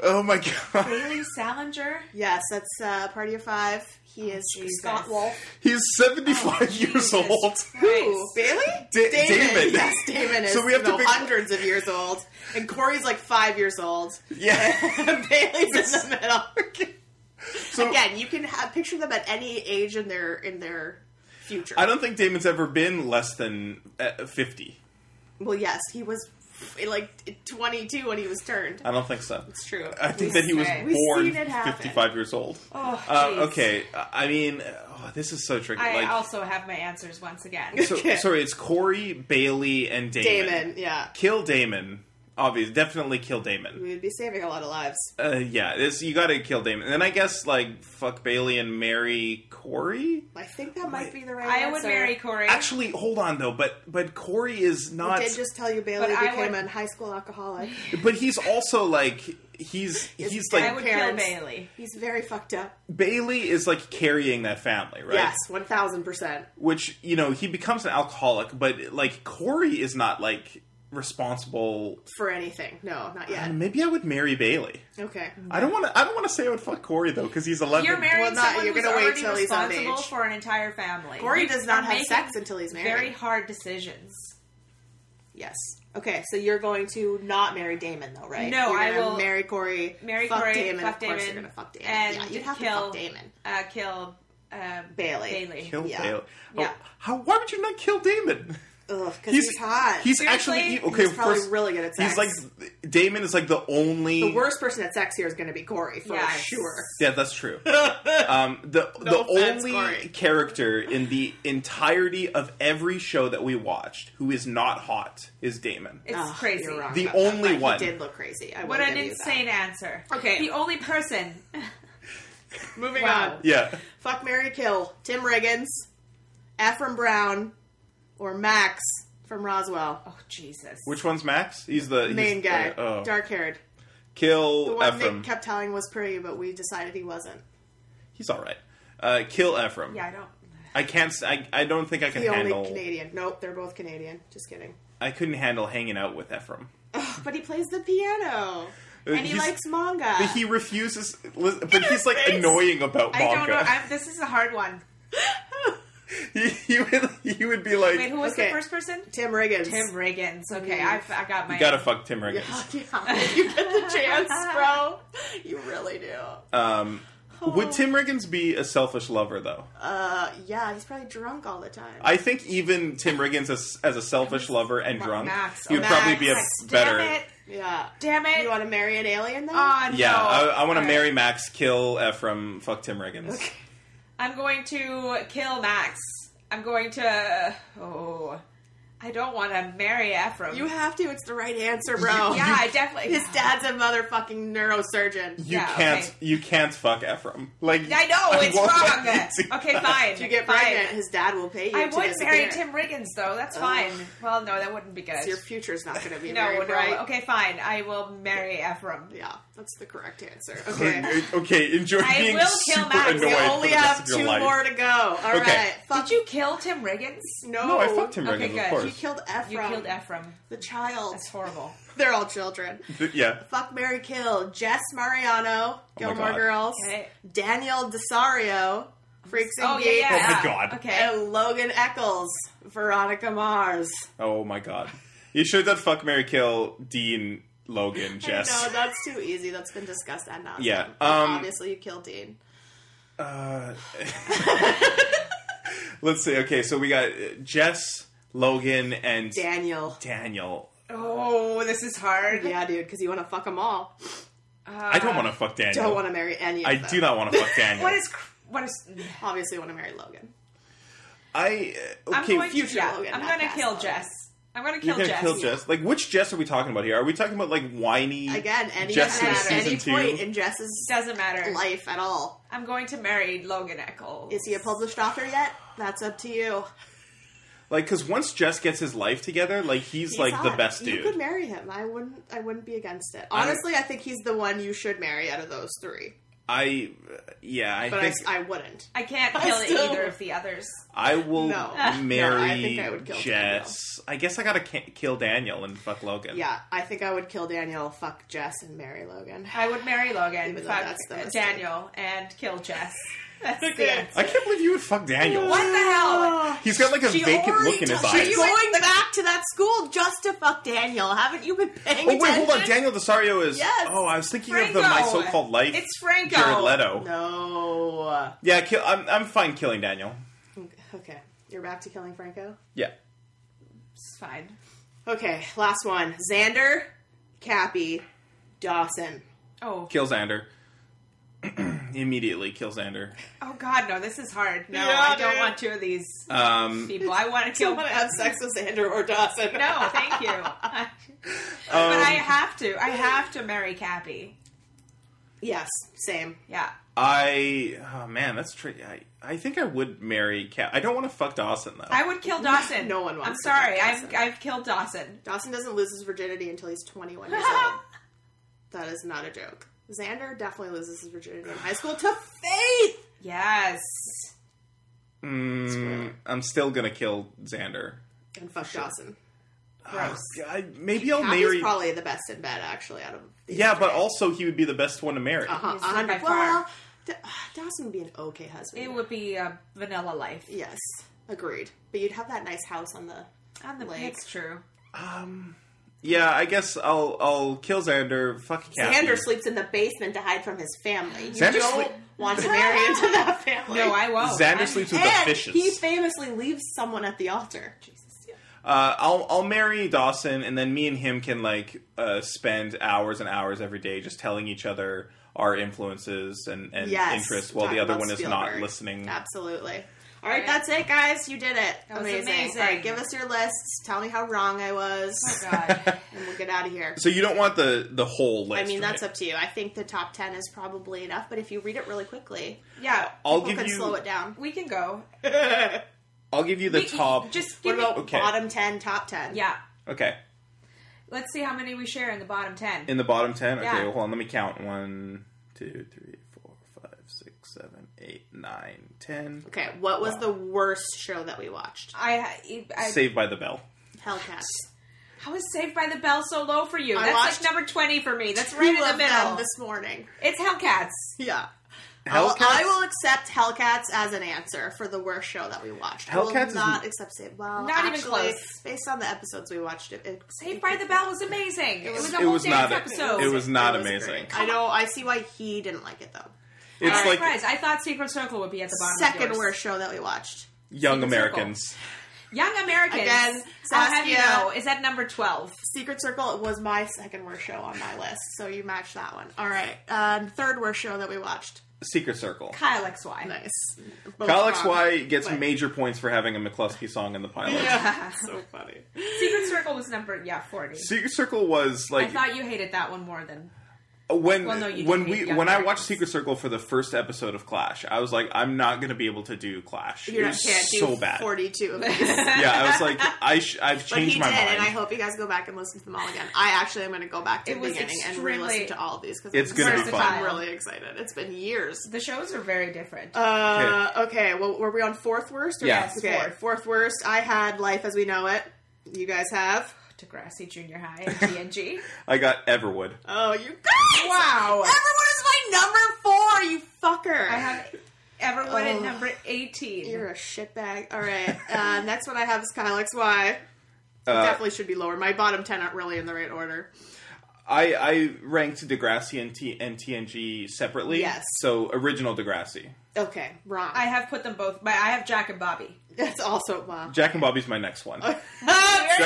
[SPEAKER 3] Oh my god.
[SPEAKER 4] Bailey Salinger? Oh, Yes, that's uh, Party of Five. He is Scott Wolf.
[SPEAKER 3] He's 75
[SPEAKER 4] Oh,
[SPEAKER 3] years old.
[SPEAKER 4] Who? Bailey?
[SPEAKER 3] Da- Damon.
[SPEAKER 4] Yes, Damon is
[SPEAKER 3] So we have to
[SPEAKER 4] no,
[SPEAKER 3] be-
[SPEAKER 4] hundreds of years old. And Corey's like five years old.
[SPEAKER 3] Yeah.
[SPEAKER 4] <laughs> Bailey's in
[SPEAKER 3] <laughs>
[SPEAKER 4] the middle. Again, you can have, picture them at any age in their in their future.
[SPEAKER 3] I don't think Damon's ever been less than uh, 50.
[SPEAKER 4] Well, yes, he was like 22 when he was turned.
[SPEAKER 3] I don't think so.
[SPEAKER 4] It's true.
[SPEAKER 3] I think
[SPEAKER 4] We
[SPEAKER 3] that he was
[SPEAKER 4] say. We've
[SPEAKER 3] born
[SPEAKER 4] seen it happen.
[SPEAKER 3] 55 years old.
[SPEAKER 1] Oh,
[SPEAKER 3] Uh,
[SPEAKER 1] jeez.
[SPEAKER 3] okay, I I mean, oh, this is so tricky.
[SPEAKER 1] I
[SPEAKER 3] like,
[SPEAKER 1] also have my answers once again.
[SPEAKER 4] <laughs>
[SPEAKER 3] so, sorry, it's Corey, Bailey, and Damon.
[SPEAKER 4] Damon, yeah.
[SPEAKER 3] Kill Damon. Obvious. Definitely kill Damon.
[SPEAKER 4] We would be saving a lot of lives.
[SPEAKER 3] Uh, yeah, this, you gotta kill Damon. And then I guess, like, fuck Bailey and marry Corey?
[SPEAKER 4] I think that might be the right
[SPEAKER 1] I
[SPEAKER 4] answer.
[SPEAKER 1] would marry Corey.
[SPEAKER 3] Actually, hold on, though, but but Corey is not.
[SPEAKER 4] We did just tell you Bailey
[SPEAKER 1] But I
[SPEAKER 4] became
[SPEAKER 1] would-
[SPEAKER 4] a high school alcoholic.
[SPEAKER 3] But he's also like he's he's like
[SPEAKER 4] Parents. He's very fucked up.
[SPEAKER 3] Bailey is like carrying that family, right?
[SPEAKER 4] Yes, one thousand percent.
[SPEAKER 3] Which you know he becomes an alcoholic, but like Corey is not like responsible.
[SPEAKER 4] For anything. No, not yet.
[SPEAKER 3] And maybe I would marry Bailey.
[SPEAKER 4] Okay.
[SPEAKER 3] Uh-huh. I don't want to. I don't want to say I would fuck Corey though, because he's eleven.
[SPEAKER 1] You're marrying
[SPEAKER 4] Well, not-
[SPEAKER 1] someone
[SPEAKER 4] you're
[SPEAKER 1] who's
[SPEAKER 4] gonna wait
[SPEAKER 1] already
[SPEAKER 4] till he's of
[SPEAKER 1] responsible
[SPEAKER 4] age.
[SPEAKER 1] for an entire family.
[SPEAKER 4] Corey
[SPEAKER 1] You
[SPEAKER 4] does not
[SPEAKER 1] are
[SPEAKER 4] have
[SPEAKER 1] making
[SPEAKER 4] sex until he's married.
[SPEAKER 1] Very hard decisions.
[SPEAKER 4] Yes. Okay, so you're going to not marry Damon though, right?
[SPEAKER 1] No,
[SPEAKER 4] You're
[SPEAKER 1] I
[SPEAKER 4] gonna
[SPEAKER 1] will
[SPEAKER 4] marry Corey.
[SPEAKER 1] Marry
[SPEAKER 4] fuck
[SPEAKER 1] Corey,
[SPEAKER 4] Damon.
[SPEAKER 1] fuck
[SPEAKER 4] of course,
[SPEAKER 1] Damon,
[SPEAKER 4] you're gonna fuck Damon.
[SPEAKER 1] and
[SPEAKER 4] yeah, you'd have
[SPEAKER 1] kill-
[SPEAKER 4] to fuck Damon.
[SPEAKER 1] Uh, kill uh,
[SPEAKER 4] Bailey.
[SPEAKER 1] Bailey.
[SPEAKER 3] Kill
[SPEAKER 4] Yeah.
[SPEAKER 3] Bailey.
[SPEAKER 1] Yeah.
[SPEAKER 3] Oh, how? Why would you not kill Damon?
[SPEAKER 4] Ugh, because he's, hot.
[SPEAKER 3] He's actually e- okay.
[SPEAKER 4] He's probably
[SPEAKER 3] first,
[SPEAKER 4] really good at sex.
[SPEAKER 3] he's like Damon is like the only
[SPEAKER 4] the worst person at sex here is going to be Corey for
[SPEAKER 1] Yes.
[SPEAKER 4] sure.
[SPEAKER 3] Yeah,
[SPEAKER 4] <laughs>
[SPEAKER 3] that's true. um, the the
[SPEAKER 4] offense,
[SPEAKER 3] only
[SPEAKER 4] Corey.
[SPEAKER 3] character in the entirety of every show that we watched who is not hot is Damon.
[SPEAKER 1] It's
[SPEAKER 4] Ugh,
[SPEAKER 1] crazy.
[SPEAKER 4] you're wrong
[SPEAKER 3] The
[SPEAKER 4] about that,
[SPEAKER 3] only
[SPEAKER 4] but he
[SPEAKER 3] one.
[SPEAKER 4] did look crazy. I
[SPEAKER 1] What
[SPEAKER 4] will
[SPEAKER 1] an
[SPEAKER 4] give you that.
[SPEAKER 1] insane answer.
[SPEAKER 4] Okay.
[SPEAKER 1] The only person.
[SPEAKER 4] <laughs> Moving
[SPEAKER 1] Wow.
[SPEAKER 4] on.
[SPEAKER 3] Yeah.
[SPEAKER 4] Fuck Mary Kill, Tim Riggins, Ephraim Brown, or Max from Roswell.
[SPEAKER 1] Oh, Jesus.
[SPEAKER 3] Which one's Max? He's the Uh, he's
[SPEAKER 4] Main
[SPEAKER 3] the-
[SPEAKER 4] guy,
[SPEAKER 3] oh.
[SPEAKER 4] dark haired.
[SPEAKER 3] Kill
[SPEAKER 4] The one
[SPEAKER 3] Ephraim.
[SPEAKER 4] Nick kept telling was pretty, but we decided he wasn't.
[SPEAKER 3] He's all right. Uh, kill Ephraim.
[SPEAKER 4] Yeah, I don't.
[SPEAKER 3] I can't. s- I, I don't think I can
[SPEAKER 4] the
[SPEAKER 3] handle.
[SPEAKER 4] only Canadian. Nope, they're both Canadian. Just kidding.
[SPEAKER 3] I couldn't handle hanging out with Ephraim.
[SPEAKER 4] But he plays the piano, <laughs> and he
[SPEAKER 3] Uh, he's-
[SPEAKER 4] likes manga.
[SPEAKER 3] But he refuses. li- But he's like
[SPEAKER 1] face.
[SPEAKER 3] annoying about
[SPEAKER 1] I don't know.
[SPEAKER 3] manga.
[SPEAKER 1] I'm, this is a hard one.
[SPEAKER 3] He would. <laughs> He would be like,
[SPEAKER 1] Wait, who was
[SPEAKER 4] Okay.
[SPEAKER 1] the first person?
[SPEAKER 4] Tim Riggins.
[SPEAKER 1] Tim Riggins. Okay, I've, I got my.
[SPEAKER 3] "You gotta fuck Tim <laughs> Riggins."
[SPEAKER 4] Yeah, <laughs> you get the chance, bro. You really do.
[SPEAKER 3] Um, Would Tim Riggins be a selfish lover though?
[SPEAKER 4] Uh, yeah, he's probably drunk all the time.
[SPEAKER 3] I think even Tim Riggins as, as a selfish lover and drunk,
[SPEAKER 4] Max. Oh,
[SPEAKER 3] he would
[SPEAKER 4] Max.
[SPEAKER 3] probably be a
[SPEAKER 4] Max.
[SPEAKER 3] better.
[SPEAKER 1] Damn it.
[SPEAKER 4] Yeah.
[SPEAKER 1] Damn it.
[SPEAKER 4] You want to marry an alien though?
[SPEAKER 1] Oh, no.
[SPEAKER 3] Yeah, I, I want
[SPEAKER 1] All
[SPEAKER 3] to
[SPEAKER 1] right.
[SPEAKER 3] marry Max, kill Ephraim, fuck Tim Riggins.
[SPEAKER 1] I'm going to kill Max. I'm going to. Oh. I don't want to marry Ephraim.
[SPEAKER 4] You have to. It's the right answer, <laughs> bro.
[SPEAKER 1] Yeah,
[SPEAKER 3] <laughs>
[SPEAKER 1] I definitely.
[SPEAKER 4] His dad's a motherfucking neurosurgeon.
[SPEAKER 3] You can't. You can't fuck Ephraim. Like
[SPEAKER 1] I know it's
[SPEAKER 3] won't
[SPEAKER 1] wrong.
[SPEAKER 3] let you do
[SPEAKER 1] okay,
[SPEAKER 3] that.
[SPEAKER 1] fine.
[SPEAKER 4] If you get
[SPEAKER 1] fine.
[SPEAKER 4] pregnant, his dad will pay you.
[SPEAKER 1] I
[SPEAKER 4] to
[SPEAKER 1] would marry
[SPEAKER 4] disappear.
[SPEAKER 1] Tim Riggins though. That's
[SPEAKER 4] Ugh.
[SPEAKER 1] fine. Well, no, that wouldn't be good.
[SPEAKER 4] So your future's not going to be
[SPEAKER 1] no,
[SPEAKER 4] very
[SPEAKER 1] no.
[SPEAKER 4] bright.
[SPEAKER 1] Okay, fine. I will marry Ephraim.
[SPEAKER 4] Yeah, that's the correct
[SPEAKER 3] <laughs>
[SPEAKER 4] answer.
[SPEAKER 3] Okay. okay, enjoy
[SPEAKER 1] I
[SPEAKER 3] being
[SPEAKER 1] will kill
[SPEAKER 3] super
[SPEAKER 1] Max.
[SPEAKER 3] annoyed
[SPEAKER 1] We
[SPEAKER 3] for
[SPEAKER 1] only
[SPEAKER 3] the rest
[SPEAKER 1] have
[SPEAKER 3] of your
[SPEAKER 1] two
[SPEAKER 3] life.
[SPEAKER 1] more
[SPEAKER 4] to go. All
[SPEAKER 3] Okay. right.
[SPEAKER 1] Did you kill Tim Riggins?
[SPEAKER 4] No.
[SPEAKER 3] No, I fucked Tim Riggins,
[SPEAKER 1] Okay,
[SPEAKER 3] of
[SPEAKER 1] good.
[SPEAKER 3] course.
[SPEAKER 4] You killed Ephraim.
[SPEAKER 1] You killed Ephraim.
[SPEAKER 4] The child.
[SPEAKER 1] That's horrible.
[SPEAKER 4] They're all children.
[SPEAKER 3] <laughs> Th- yeah.
[SPEAKER 4] Fuck Mary Kill, Jess Mariano, Gilmore
[SPEAKER 3] Oh God.
[SPEAKER 4] Girls, Daniel Desario, Freaks and
[SPEAKER 1] Oh, yeah,
[SPEAKER 4] Geeks,
[SPEAKER 1] yeah, Oh,
[SPEAKER 3] my yeah. God.
[SPEAKER 1] Okay.
[SPEAKER 4] and Logan Eccles, Veronica Mars.
[SPEAKER 3] Oh my god. You should have done fuck Mary Kill Dean Logan Jess.
[SPEAKER 4] No, that's too easy. That's been discussed ad nauseum.
[SPEAKER 3] Yeah,
[SPEAKER 4] Like,
[SPEAKER 3] um,
[SPEAKER 4] obviously, you killed Dean.
[SPEAKER 3] Uh, <laughs> let's see. Okay, so we got uh, Jess, Logan, and
[SPEAKER 4] Daniel.
[SPEAKER 3] Daniel.
[SPEAKER 1] Oh, this is hard. Uh,
[SPEAKER 4] Yeah, dude, because you want to fuck them all.
[SPEAKER 3] I don't want to fuck Daniel.
[SPEAKER 4] Uh, Don't want to marry any of
[SPEAKER 3] I
[SPEAKER 4] them.
[SPEAKER 3] do not want to
[SPEAKER 1] <laughs>
[SPEAKER 4] <laughs>
[SPEAKER 3] fuck Daniel.
[SPEAKER 4] is what is obviously want to marry Logan.
[SPEAKER 3] I uh,
[SPEAKER 1] I'm
[SPEAKER 3] okay.
[SPEAKER 1] going to.
[SPEAKER 4] future
[SPEAKER 1] Yeah,
[SPEAKER 4] Logan,
[SPEAKER 1] I'm
[SPEAKER 4] not
[SPEAKER 1] going to
[SPEAKER 4] past
[SPEAKER 1] kill
[SPEAKER 4] Logan.
[SPEAKER 1] Jess. I'm going to
[SPEAKER 3] You're
[SPEAKER 1] kill
[SPEAKER 3] gonna
[SPEAKER 1] Jess.
[SPEAKER 3] kill Jess. Like, which Jess are we talking about here? Are we talking about like whiny
[SPEAKER 4] Again, any,
[SPEAKER 3] Jess in
[SPEAKER 4] at
[SPEAKER 3] season
[SPEAKER 4] any
[SPEAKER 3] two?
[SPEAKER 4] point in Jess's
[SPEAKER 1] doesn't matter
[SPEAKER 4] life at all.
[SPEAKER 1] I'm going to marry Logan Eccles.
[SPEAKER 4] Is he a published author yet? That's up to you.
[SPEAKER 3] Like, because once Jess gets his life together, like he's,
[SPEAKER 4] He's
[SPEAKER 3] like the
[SPEAKER 4] hot.
[SPEAKER 3] best
[SPEAKER 4] You could
[SPEAKER 3] dude.
[SPEAKER 4] marry him. I wouldn't. I wouldn't be against it.
[SPEAKER 3] I-
[SPEAKER 4] Honestly, I, think he's the one you should marry out of those three.
[SPEAKER 3] I, yeah, I
[SPEAKER 4] but I
[SPEAKER 3] think
[SPEAKER 4] s- I, wouldn't.
[SPEAKER 1] I can't
[SPEAKER 4] I
[SPEAKER 1] kill
[SPEAKER 4] still-
[SPEAKER 1] either of the others.
[SPEAKER 3] I will
[SPEAKER 4] No.
[SPEAKER 3] marry
[SPEAKER 4] <laughs> No, I think I would kill
[SPEAKER 3] Jess. I guess I gotta ca- kill Daniel and fuck Logan.
[SPEAKER 4] Yeah, I think I would kill Daniel, fuck Jess, and marry Logan.
[SPEAKER 1] I would marry Logan,
[SPEAKER 4] Even though
[SPEAKER 1] fuck
[SPEAKER 4] that's the mistake.
[SPEAKER 1] Daniel, and kill Jess. That's the
[SPEAKER 4] <laughs> Okay.
[SPEAKER 1] answer.
[SPEAKER 3] I can't believe you would fuck Daniel.
[SPEAKER 1] What the hell?
[SPEAKER 3] He's got like a vacant look in his eyes.
[SPEAKER 4] She's going back to that school just to fuck Daniel. Haven't you been paying
[SPEAKER 3] Oh wait,
[SPEAKER 4] attention?
[SPEAKER 3] hold on. Daniel Desario is.
[SPEAKER 4] Yes.
[SPEAKER 3] Oh, I was thinking of the My
[SPEAKER 4] Franco.
[SPEAKER 3] So-Called Life.
[SPEAKER 4] It's Franco.
[SPEAKER 3] Jared Leto.
[SPEAKER 4] No.
[SPEAKER 3] Yeah, kill, I'm I'm fine killing Daniel.
[SPEAKER 4] Okay, you're back to killing Franco.
[SPEAKER 3] Yeah.
[SPEAKER 1] It's fine.
[SPEAKER 4] Okay, last one. Xander, Cappy, Dawson.
[SPEAKER 1] Oh,
[SPEAKER 3] Kill Xander. <clears throat> Immediately kill Xander.
[SPEAKER 1] oh God, no! This is hard. No,
[SPEAKER 4] Yeah,
[SPEAKER 1] I don't
[SPEAKER 4] dude.
[SPEAKER 1] want two of these
[SPEAKER 3] Um,
[SPEAKER 1] people. I want to kill.
[SPEAKER 4] want to have sex with Xander or Dawson.
[SPEAKER 1] No, thank <laughs> you.
[SPEAKER 3] Um,
[SPEAKER 1] but I have to. I have to marry Cappy.
[SPEAKER 4] Yes, same.
[SPEAKER 1] Yeah.
[SPEAKER 3] I oh man, that's tricky. I, I think I would marry Cap. I don't want to fuck Dawson though.
[SPEAKER 1] I would kill Dawson.
[SPEAKER 4] No one wants
[SPEAKER 1] I'm
[SPEAKER 4] to
[SPEAKER 1] sorry.
[SPEAKER 4] fuck
[SPEAKER 1] I've,
[SPEAKER 4] Dawson.
[SPEAKER 1] I've killed Dawson.
[SPEAKER 4] Dawson doesn't lose his virginity until he's
[SPEAKER 1] <laughs>
[SPEAKER 4] 21 years old. That is not a joke. Xander definitely loses his virginity in high school to Faith.
[SPEAKER 1] Yes.
[SPEAKER 3] Mm, I'm still gonna kill Xander.
[SPEAKER 4] and fuck Dawson.
[SPEAKER 3] Gross. Oh, maybe I'll
[SPEAKER 4] Cappy's
[SPEAKER 3] marry.
[SPEAKER 4] probably the best in bed, actually, out of
[SPEAKER 3] yeah, but also he would be the best one to marry.
[SPEAKER 4] uh-huh,
[SPEAKER 1] He's
[SPEAKER 4] a
[SPEAKER 1] by
[SPEAKER 4] hundred.
[SPEAKER 1] far.
[SPEAKER 4] Well, Da- Dawson would be an okay husband.
[SPEAKER 1] It would be a vanilla life.
[SPEAKER 4] yes, agreed. But you'd have that nice house on the
[SPEAKER 1] On the
[SPEAKER 4] lake.
[SPEAKER 1] It's true.
[SPEAKER 3] Um, yeah, I guess I'll I'll kill Xander. Fuck Cappy.
[SPEAKER 4] Xander sleeps in the basement to hide from his family. You
[SPEAKER 3] Xander
[SPEAKER 4] don't
[SPEAKER 3] sleep-
[SPEAKER 4] want to marry
[SPEAKER 1] <laughs>
[SPEAKER 4] into that family.
[SPEAKER 1] No, I won't.
[SPEAKER 3] Xander sleeps with the
[SPEAKER 4] And
[SPEAKER 3] fishes.
[SPEAKER 4] He famously leaves someone at the altar.
[SPEAKER 3] Uh, I'll I'll marry Dawson, and then me and him can like uh, spend hours and hours every day just telling each other our influences and, and
[SPEAKER 4] Yes.
[SPEAKER 3] interests, while
[SPEAKER 4] Talk
[SPEAKER 3] the other
[SPEAKER 4] about
[SPEAKER 3] one is
[SPEAKER 4] Spielberg.
[SPEAKER 3] not listening.
[SPEAKER 4] Absolutely. All right, that's it, guys. You did it.
[SPEAKER 1] was
[SPEAKER 4] amazing.
[SPEAKER 1] amazing.
[SPEAKER 4] All right, give us your lists. Tell me how wrong I was. Oh god. <laughs> and we'll get out of here.
[SPEAKER 3] So you don't want the the whole list.
[SPEAKER 4] I mean, that's
[SPEAKER 3] right?
[SPEAKER 4] up to you. I think the top ten is probably enough, but if you read it really quickly,
[SPEAKER 1] Yeah.
[SPEAKER 3] I'll
[SPEAKER 4] people
[SPEAKER 3] give
[SPEAKER 4] could
[SPEAKER 3] you-
[SPEAKER 4] slow it down.
[SPEAKER 1] We can go.
[SPEAKER 4] <laughs>
[SPEAKER 3] I'll give you the
[SPEAKER 1] We-
[SPEAKER 3] top.
[SPEAKER 1] Just
[SPEAKER 4] What
[SPEAKER 1] give me.
[SPEAKER 4] about
[SPEAKER 3] Okay.
[SPEAKER 4] bottom ten, top ten?
[SPEAKER 1] Yeah.
[SPEAKER 3] Okay,
[SPEAKER 1] Let's see how many we share in the bottom ten.
[SPEAKER 3] in the bottom ten. Okay,
[SPEAKER 1] Yeah.
[SPEAKER 3] well, hold on. Let me count. One, two, three, four, five, six, seven, eight, nine, ten.
[SPEAKER 4] Okay, what was the worst show that we watched?
[SPEAKER 1] I, I
[SPEAKER 3] Saved by the Bell.
[SPEAKER 4] Hellcats.
[SPEAKER 1] How is Saved by the Bell so low for you?
[SPEAKER 4] I
[SPEAKER 1] That's
[SPEAKER 4] watched
[SPEAKER 1] like number twenty for me. That's
[SPEAKER 4] Two
[SPEAKER 1] right in the
[SPEAKER 4] of them
[SPEAKER 1] middle.
[SPEAKER 4] this morning.
[SPEAKER 1] It's Hellcats.
[SPEAKER 4] Yeah. I'll-
[SPEAKER 3] Hellcats.
[SPEAKER 4] I will accept Hellcats as an answer for the worst show that we watched. I
[SPEAKER 3] Hellcats
[SPEAKER 4] will
[SPEAKER 3] is-
[SPEAKER 4] not accept Saved. Well,
[SPEAKER 1] Not even
[SPEAKER 4] actually,
[SPEAKER 1] close.
[SPEAKER 4] Based on the episodes we watched, it, it
[SPEAKER 1] Saved by the Bell was amazing. It was a
[SPEAKER 3] It
[SPEAKER 1] whole
[SPEAKER 3] was
[SPEAKER 1] dance
[SPEAKER 3] not.
[SPEAKER 1] episode.
[SPEAKER 4] <laughs>
[SPEAKER 3] It was not
[SPEAKER 4] It was
[SPEAKER 3] amazing.
[SPEAKER 4] I know. I see why he didn't like it though.
[SPEAKER 3] It's
[SPEAKER 1] I'm
[SPEAKER 3] like
[SPEAKER 1] surprised. I thought Secret Circle would be at the bottom. of
[SPEAKER 4] Second
[SPEAKER 1] yours.
[SPEAKER 4] worst show that we watched.
[SPEAKER 3] Young
[SPEAKER 1] Secret
[SPEAKER 3] Americans.
[SPEAKER 1] Young Americans.
[SPEAKER 4] Again,
[SPEAKER 1] I'll have you
[SPEAKER 4] Saskia.
[SPEAKER 1] know, is at number twelve.
[SPEAKER 4] Secret Circle was my second worst show on my list, so you matched that one. All right, um, third worst show that we watched.
[SPEAKER 3] Secret Circle.
[SPEAKER 4] Kyle XY. Nice.
[SPEAKER 3] Kyle XY gets major points for having a McCluskey song in the pilot.
[SPEAKER 4] Yeah. so
[SPEAKER 1] funny. Secret Circle was number yeah forty.
[SPEAKER 3] Secret Circle was like
[SPEAKER 1] I thought you hated that one more than
[SPEAKER 3] when
[SPEAKER 1] Well, no, you
[SPEAKER 3] when
[SPEAKER 1] didn't hate
[SPEAKER 3] we
[SPEAKER 1] Young
[SPEAKER 3] when I watched Secret Circle for the first episode of Clash, I was like, I'm not going to be able to do Clash.
[SPEAKER 4] You
[SPEAKER 3] it
[SPEAKER 4] can't
[SPEAKER 3] was
[SPEAKER 4] do
[SPEAKER 3] so bad.
[SPEAKER 1] <laughs>
[SPEAKER 4] 42 of these.
[SPEAKER 3] yeah, I was like, I sh- I've
[SPEAKER 4] But
[SPEAKER 3] changed
[SPEAKER 4] he
[SPEAKER 3] my
[SPEAKER 4] did, and I
[SPEAKER 3] mind.
[SPEAKER 4] hope you guys go back and listen to them all again. I actually am going to go back to
[SPEAKER 1] It
[SPEAKER 4] the
[SPEAKER 1] was
[SPEAKER 4] beginning and
[SPEAKER 1] extremely-
[SPEAKER 4] re-listen to all of these because
[SPEAKER 3] It's gonna be fun.
[SPEAKER 4] I'm really excited. It's been years.
[SPEAKER 1] The shows are very different.
[SPEAKER 4] Uh, okay. Well, were we on fourth worst?
[SPEAKER 1] Yeah. Yes,
[SPEAKER 4] Okay.
[SPEAKER 1] fourth.
[SPEAKER 4] Fourth. worst. I had life as we know it. You guys have
[SPEAKER 1] Degrassi Junior High and
[SPEAKER 4] <laughs>
[SPEAKER 1] TNG.
[SPEAKER 3] I got Everwood.
[SPEAKER 4] Oh, you guys!
[SPEAKER 1] Wow.
[SPEAKER 4] Everyone is my number four. You fucker. I
[SPEAKER 1] have Everyone at number
[SPEAKER 4] eighteen. You're a shitbag. All right. Uh, <laughs> next one I have is Kyle XY.
[SPEAKER 3] Uh,
[SPEAKER 4] Definitely should be lower. My bottom ten aren't really in the
[SPEAKER 1] <laughs>
[SPEAKER 4] right order.
[SPEAKER 3] I I ranked Degrassi and, T- and TNG separately.
[SPEAKER 4] Yes.
[SPEAKER 3] So original Degrassi.
[SPEAKER 4] Okay, wrong.
[SPEAKER 1] I have put them both. But I have Jack and Bobby.
[SPEAKER 4] That's also wow.
[SPEAKER 3] Jack and Bobby's my next
[SPEAKER 1] <laughs>
[SPEAKER 3] one.
[SPEAKER 1] Jack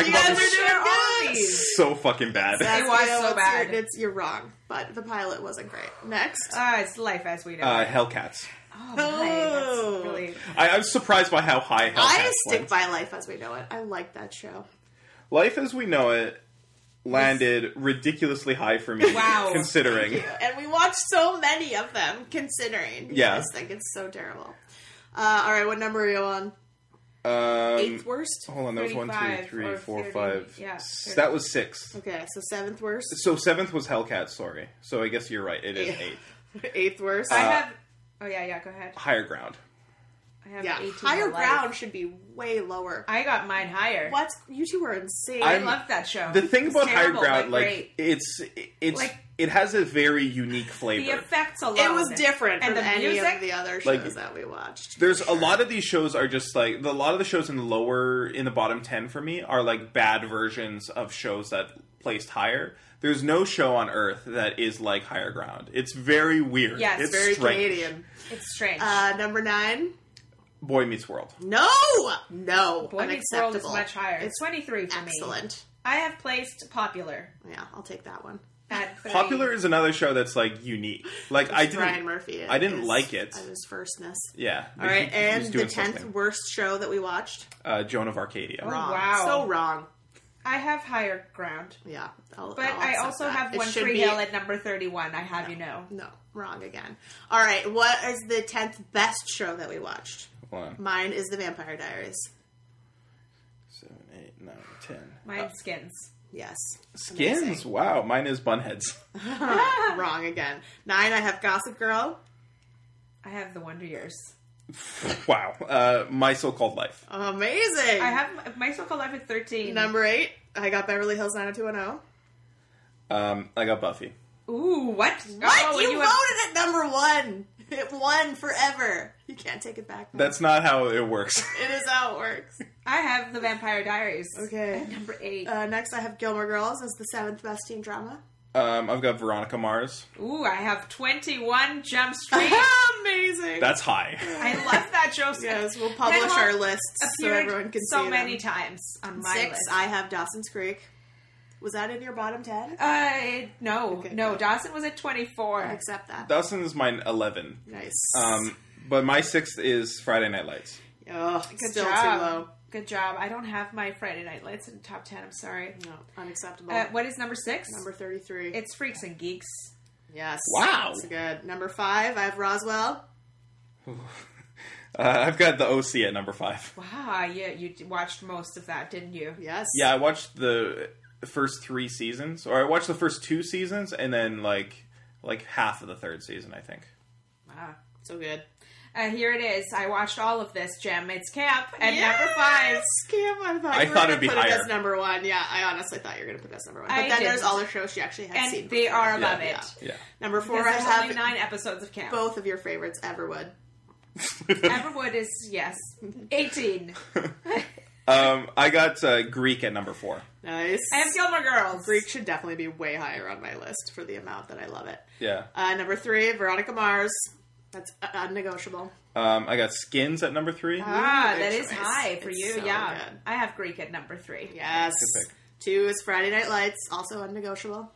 [SPEAKER 3] and
[SPEAKER 4] Bobby's-
[SPEAKER 3] so fucking bad. Uh,
[SPEAKER 4] That's- <laughs>
[SPEAKER 3] <laughs>
[SPEAKER 1] It was
[SPEAKER 4] you know,
[SPEAKER 1] so
[SPEAKER 4] it's
[SPEAKER 1] bad.
[SPEAKER 4] Your, it's, you're wrong, but the pilot wasn't great. Next,
[SPEAKER 1] uh, it's life as we know.
[SPEAKER 3] Uh, Hellcats.
[SPEAKER 1] oh, my, that's really
[SPEAKER 3] I, I'm surprised by how high Hellcats
[SPEAKER 4] Oh. I stick
[SPEAKER 3] went.
[SPEAKER 4] by life as we know it. I like that show.
[SPEAKER 3] Life as we know it landed ridiculously high for me.
[SPEAKER 4] Wow.
[SPEAKER 3] <laughs> Considering.
[SPEAKER 4] And we watched so many of them, considering.
[SPEAKER 3] Yeah.
[SPEAKER 4] I just think it's so terrible. Uh, all right, what number are you on?
[SPEAKER 3] Um,
[SPEAKER 4] Eighth worst?
[SPEAKER 3] Hold on, that was one, two,
[SPEAKER 4] 35
[SPEAKER 3] three,
[SPEAKER 4] or
[SPEAKER 3] four,
[SPEAKER 4] 30,
[SPEAKER 3] five.
[SPEAKER 4] yeah,
[SPEAKER 3] s-
[SPEAKER 4] 30.
[SPEAKER 3] That was sixth.
[SPEAKER 4] Okay, so seventh worst? <laughs>
[SPEAKER 3] So seventh was Hellcats, sorry. So I guess you're right. It is
[SPEAKER 4] Yeah.
[SPEAKER 3] eighth.
[SPEAKER 4] Eighth worst?
[SPEAKER 3] I Uh,
[SPEAKER 1] have- Oh yeah, yeah. Go ahead.
[SPEAKER 3] Higher ground.
[SPEAKER 1] I have
[SPEAKER 4] yeah,
[SPEAKER 1] 18
[SPEAKER 4] higher
[SPEAKER 1] on Life.
[SPEAKER 4] ground should be way lower.
[SPEAKER 1] I got mine higher.
[SPEAKER 4] What's you two were insane.
[SPEAKER 3] I'm- I loved
[SPEAKER 1] that show.
[SPEAKER 3] The thing
[SPEAKER 1] It's
[SPEAKER 3] about higher
[SPEAKER 1] terrible,
[SPEAKER 3] ground,
[SPEAKER 1] but
[SPEAKER 3] like
[SPEAKER 1] great.
[SPEAKER 3] it's it's
[SPEAKER 1] Like-
[SPEAKER 3] it has a very unique flavor.
[SPEAKER 1] the effects alone,
[SPEAKER 4] It was different
[SPEAKER 1] and
[SPEAKER 4] from
[SPEAKER 1] the
[SPEAKER 4] any
[SPEAKER 1] music.
[SPEAKER 4] of the other shows
[SPEAKER 3] Like-
[SPEAKER 4] that we watched.
[SPEAKER 3] There's a lot of these shows are just like the, a lot of the shows in the lower in the bottom ten for me are like bad versions of shows that placed higher. There's no show on earth that is like higher ground. It's very weird.
[SPEAKER 4] Yes,
[SPEAKER 3] it's
[SPEAKER 4] very
[SPEAKER 3] strange.
[SPEAKER 4] Canadian.
[SPEAKER 1] It's strange.
[SPEAKER 4] Uh, number nine.
[SPEAKER 3] Boy Meets World.
[SPEAKER 4] No, no,
[SPEAKER 1] Boy Meets World is
[SPEAKER 4] unacceptable.
[SPEAKER 1] much higher. It's 23 for me.
[SPEAKER 4] Excellent.
[SPEAKER 1] I have placed Popular.
[SPEAKER 4] Yeah, I'll take that one.
[SPEAKER 1] At three.
[SPEAKER 3] Popular is another show that's like unique. Like I didn't,
[SPEAKER 4] Brian Murphy.
[SPEAKER 3] I didn't
[SPEAKER 4] is-
[SPEAKER 3] like it.
[SPEAKER 4] I was firstness.
[SPEAKER 3] Yeah,
[SPEAKER 4] All
[SPEAKER 3] but <laughs>
[SPEAKER 4] right,
[SPEAKER 3] he- he was
[SPEAKER 4] and the
[SPEAKER 3] doing
[SPEAKER 4] tenth
[SPEAKER 3] something.
[SPEAKER 4] worst show that we watched.
[SPEAKER 3] uh, Joan of Arcadia.
[SPEAKER 4] Oh, Wrong.
[SPEAKER 1] wow.
[SPEAKER 4] So wrong.
[SPEAKER 1] I have higher ground.
[SPEAKER 4] Yeah, I'll-
[SPEAKER 1] but
[SPEAKER 4] I'll
[SPEAKER 1] i
[SPEAKER 4] accept
[SPEAKER 1] also
[SPEAKER 4] that.
[SPEAKER 1] have
[SPEAKER 4] It
[SPEAKER 1] One
[SPEAKER 4] should
[SPEAKER 1] Tree
[SPEAKER 4] be-
[SPEAKER 1] Hill at number thirty-one. I have you know. <laughs>
[SPEAKER 4] No, <laughs> wrong again. All right, what is the tenth best show that we watched?
[SPEAKER 3] Hold on.
[SPEAKER 4] Mine is The Vampire Diaries.
[SPEAKER 3] Seven, eight, nine, ten.
[SPEAKER 1] Mine skins.
[SPEAKER 4] Uh, Yes.
[SPEAKER 3] Skins. Wow, mine is Bunheads. <laughs>
[SPEAKER 4] wrong again. Nine. I have Gossip Girl.
[SPEAKER 1] I have The Wonder Years.
[SPEAKER 3] Wow, uh, my so-called life.
[SPEAKER 4] Amazing.
[SPEAKER 1] I have my so-called life at thirteen.
[SPEAKER 4] Number eight. I got Beverly Hills 90210.
[SPEAKER 3] Um, I got Buffy.
[SPEAKER 1] Ooh, what?
[SPEAKER 4] What?
[SPEAKER 1] Oh,
[SPEAKER 4] you,
[SPEAKER 1] you
[SPEAKER 4] voted
[SPEAKER 1] have-
[SPEAKER 4] at number one. It won forever. You can't take it back.
[SPEAKER 3] That's not how it works.
[SPEAKER 4] It is how it works.
[SPEAKER 1] I have The Vampire Diaries.
[SPEAKER 4] Okay.
[SPEAKER 1] At number eight.
[SPEAKER 4] Uh, next, I have Gilmore Girls as the seventh best teen drama.
[SPEAKER 3] Um, I've got Veronica Mars.
[SPEAKER 1] Ooh, I have twenty-one Jump Street.
[SPEAKER 4] <laughs> Amazing.
[SPEAKER 3] That's high.
[SPEAKER 1] I love that show. so-
[SPEAKER 4] Yes, we'll publish
[SPEAKER 1] Penhall
[SPEAKER 4] our lists so
[SPEAKER 1] appeared
[SPEAKER 4] everyone can
[SPEAKER 1] so
[SPEAKER 4] see them.
[SPEAKER 1] many times on my
[SPEAKER 4] Six,
[SPEAKER 1] list.
[SPEAKER 4] I have Dawson's Creek. Was that in your bottom ten?
[SPEAKER 1] Uh, no, no. Dawson was at twenty-four.
[SPEAKER 4] accept that.
[SPEAKER 3] Dawson's mine eleven.
[SPEAKER 4] Nice.
[SPEAKER 3] Um, but my sixth is Friday Night Lights.
[SPEAKER 4] Oh,
[SPEAKER 1] Good
[SPEAKER 4] still
[SPEAKER 1] job.
[SPEAKER 4] too low.
[SPEAKER 1] Good job. I don't have my Friday Night Lights in the top ten. I'm sorry.
[SPEAKER 4] No, unacceptable.
[SPEAKER 1] Uh, what is number six?
[SPEAKER 4] Number thirty-three.
[SPEAKER 1] It's Freaks and Geeks.
[SPEAKER 4] Yes.
[SPEAKER 3] Wow.
[SPEAKER 4] That's good. Number five, I have Roswell.
[SPEAKER 3] Uh, I've got the OC at number five.
[SPEAKER 1] Wow. Yeah, you d- watched most of that, didn't you?
[SPEAKER 4] Yes.
[SPEAKER 3] Yeah, I watched the first three seasons, or I watched the first two seasons, and then like like half of the third season, I think.
[SPEAKER 1] Wow.
[SPEAKER 4] So good.
[SPEAKER 1] Ah, Uh, here it is. I watched all of this, Jim. It's Camp at
[SPEAKER 4] Yes,
[SPEAKER 1] number five.
[SPEAKER 4] Camp. I thought
[SPEAKER 3] I
[SPEAKER 4] you were
[SPEAKER 3] thought
[SPEAKER 4] gonna
[SPEAKER 3] it'd be
[SPEAKER 4] put it
[SPEAKER 3] higher.
[SPEAKER 4] as number one. Yeah, I honestly thought you were going to put it as number one. But
[SPEAKER 1] I
[SPEAKER 4] then
[SPEAKER 1] didn't.
[SPEAKER 4] there's all the shows she actually had
[SPEAKER 1] And
[SPEAKER 4] seen.
[SPEAKER 1] they
[SPEAKER 4] before.
[SPEAKER 1] are above
[SPEAKER 4] Yeah.
[SPEAKER 1] it.
[SPEAKER 3] Yeah.
[SPEAKER 4] Number four, I
[SPEAKER 1] Because there's
[SPEAKER 4] have
[SPEAKER 1] only nine episodes of Camp.
[SPEAKER 4] both of your favorites, Everwood.
[SPEAKER 1] <laughs> Everwood is yes, eighteen.
[SPEAKER 3] <laughs> Um, I got uh, Greek at number four.
[SPEAKER 4] <laughs> Nice.
[SPEAKER 1] I have Gilmore Girls.
[SPEAKER 4] Greek should definitely be way higher on my list for the amount that I love it.
[SPEAKER 3] Yeah.
[SPEAKER 4] Uh, number three, Veronica Mars. That's uh, unnegotiable.
[SPEAKER 3] Um, I got Skins at number three.
[SPEAKER 1] Ah,
[SPEAKER 4] Good
[SPEAKER 1] that is
[SPEAKER 4] choice.
[SPEAKER 1] high for
[SPEAKER 4] It's
[SPEAKER 1] you.
[SPEAKER 4] so
[SPEAKER 1] yeah,
[SPEAKER 4] good.
[SPEAKER 1] I have Greek at number three.
[SPEAKER 4] Yes.
[SPEAKER 3] Good pick.
[SPEAKER 4] Two is Friday Night Lights, also unnegotiable.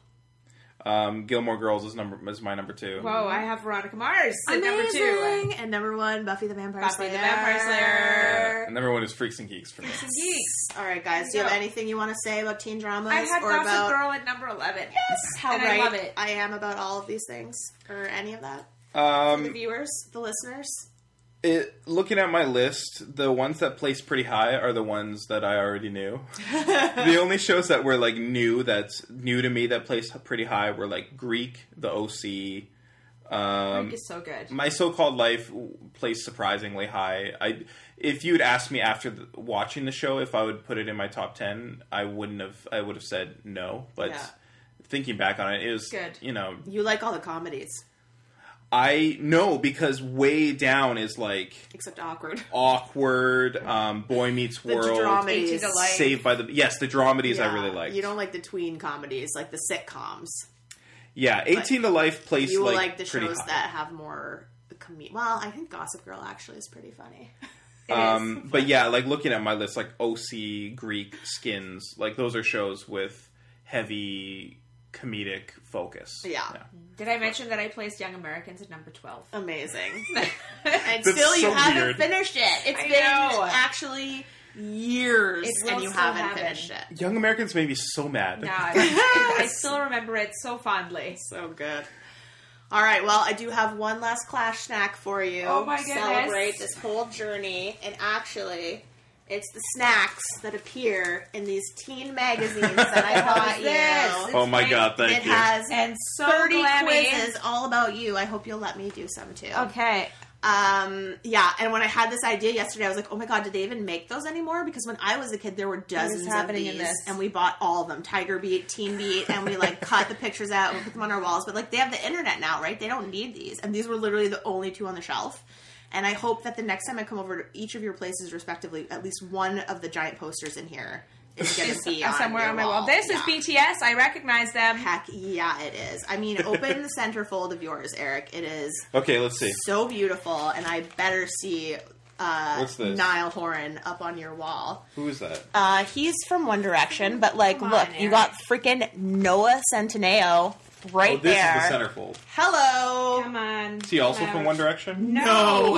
[SPEAKER 3] Um, Gilmore Girls is number is my number two.
[SPEAKER 1] Whoa, I have Veronica Mars at number two.
[SPEAKER 4] Amazing! And number one, Buffy the Vampire
[SPEAKER 1] Buffy
[SPEAKER 4] Slayer.
[SPEAKER 1] the Vampire Slayer.
[SPEAKER 3] Uh, And number one is Freaks and Geeks for me.
[SPEAKER 1] Geeks.
[SPEAKER 4] All right, guys. Do you have
[SPEAKER 1] Yeah.
[SPEAKER 4] anything you want to say about teen dramas?
[SPEAKER 1] I had
[SPEAKER 4] or
[SPEAKER 1] Gossip
[SPEAKER 4] about
[SPEAKER 1] Girl at number eleven. Yes,
[SPEAKER 4] how
[SPEAKER 1] and
[SPEAKER 4] right
[SPEAKER 1] I love it.
[SPEAKER 4] I am about all of these things or any of that? the
[SPEAKER 3] Um,
[SPEAKER 4] viewers, the listeners.
[SPEAKER 3] it, looking at my list, the ones that place pretty high are the ones that I already knew. the only shows that were like new that's new to me that placed pretty high were like Greek, The OC. Um,
[SPEAKER 1] Freak is so good.
[SPEAKER 3] My so-called life w- placed surprisingly high. I, if you'd asked me after the, watching the show if I would put it in my top ten, I wouldn't have. I would have said no. But
[SPEAKER 4] Yeah.
[SPEAKER 3] thinking back on it, it was
[SPEAKER 4] Good.
[SPEAKER 3] You know,
[SPEAKER 4] You like all the comedies
[SPEAKER 3] I know because way down is like
[SPEAKER 4] except awkward.
[SPEAKER 3] awkward. Um, Boy Meets
[SPEAKER 4] The
[SPEAKER 3] World,
[SPEAKER 4] dramedies. Eighteen to Like.
[SPEAKER 3] Saved by the yes, the dramedies I
[SPEAKER 4] Yeah.
[SPEAKER 3] really like.
[SPEAKER 4] You don't like the tween comedies, like the sitcoms.
[SPEAKER 3] yeah, eighteen to life placed
[SPEAKER 4] you
[SPEAKER 3] like,
[SPEAKER 4] will like the
[SPEAKER 3] pretty
[SPEAKER 4] shows
[SPEAKER 3] high.
[SPEAKER 4] that have more comedic. Well, I think Gossip Girl actually is pretty funny.
[SPEAKER 3] Um, but yeah, like looking at my list, like OC, Greek, Skins, like those are shows with heavy comedic focus.
[SPEAKER 1] Did I mention that I placed Young Americans at number twelve? <laughs>
[SPEAKER 4] Amazing. and
[SPEAKER 3] That's
[SPEAKER 4] still, you
[SPEAKER 3] so
[SPEAKER 4] haven't
[SPEAKER 3] weird.
[SPEAKER 4] finished it. It's
[SPEAKER 1] I
[SPEAKER 4] been
[SPEAKER 1] know.
[SPEAKER 4] actually years,
[SPEAKER 1] It will
[SPEAKER 4] and you
[SPEAKER 1] still
[SPEAKER 4] haven't
[SPEAKER 1] happen.
[SPEAKER 4] finished <laughs> it.
[SPEAKER 3] Young Americans made me so mad.
[SPEAKER 1] Yeah,
[SPEAKER 3] <laughs>
[SPEAKER 1] I, I still remember it so fondly.
[SPEAKER 4] So good. All right. Well, I do have one last Clash snack for you.
[SPEAKER 1] Oh my
[SPEAKER 4] to
[SPEAKER 1] goodness.
[SPEAKER 4] Celebrate this whole journey, and actually, it's the snacks that appear in these teen magazines
[SPEAKER 1] <laughs>
[SPEAKER 4] that I bought you.
[SPEAKER 3] Oh my god, thank
[SPEAKER 4] it
[SPEAKER 3] you.
[SPEAKER 4] has
[SPEAKER 1] and so
[SPEAKER 4] 30
[SPEAKER 1] glammy.
[SPEAKER 4] quizzes all about you. I hope you'll let me do some too.
[SPEAKER 1] Okay.
[SPEAKER 4] Um, yeah, and when I had this idea yesterday, I was like, "Oh my god, did they even make those anymore?" Because when I was a kid, there were dozens
[SPEAKER 1] happening
[SPEAKER 4] of
[SPEAKER 1] in
[SPEAKER 4] these,
[SPEAKER 1] this?
[SPEAKER 4] and we bought all of them: Tiger Beat, Teen Beat, and we like cut the pictures out and we put them on our walls. But like, they have the internet now, right? They don't need these, and these were literally the only two on the shelf. And I hope that the next time I come over to each of your places, respectively, at least one of the giant posters in here is going to
[SPEAKER 1] <laughs>
[SPEAKER 4] be on
[SPEAKER 1] somewhere
[SPEAKER 4] your
[SPEAKER 1] on my wall. This is
[SPEAKER 4] Yeah.
[SPEAKER 1] BTS. I recognize them.
[SPEAKER 4] Heck yeah, it is. I mean,
[SPEAKER 3] <laughs>
[SPEAKER 4] open the centerfold of yours, Eric. It is
[SPEAKER 3] Okay, let's see.
[SPEAKER 4] so beautiful, and I better see uh,
[SPEAKER 3] What's this?
[SPEAKER 4] Niall Horan up on your wall.
[SPEAKER 3] Who is that?
[SPEAKER 4] Uh, he's from One Direction, but like, look, you got freaking Noah Centineo right
[SPEAKER 3] oh, this
[SPEAKER 4] there.
[SPEAKER 3] is the centerfold.
[SPEAKER 4] Hello.
[SPEAKER 1] Come on.
[SPEAKER 3] Is he also from One Direction?
[SPEAKER 4] No.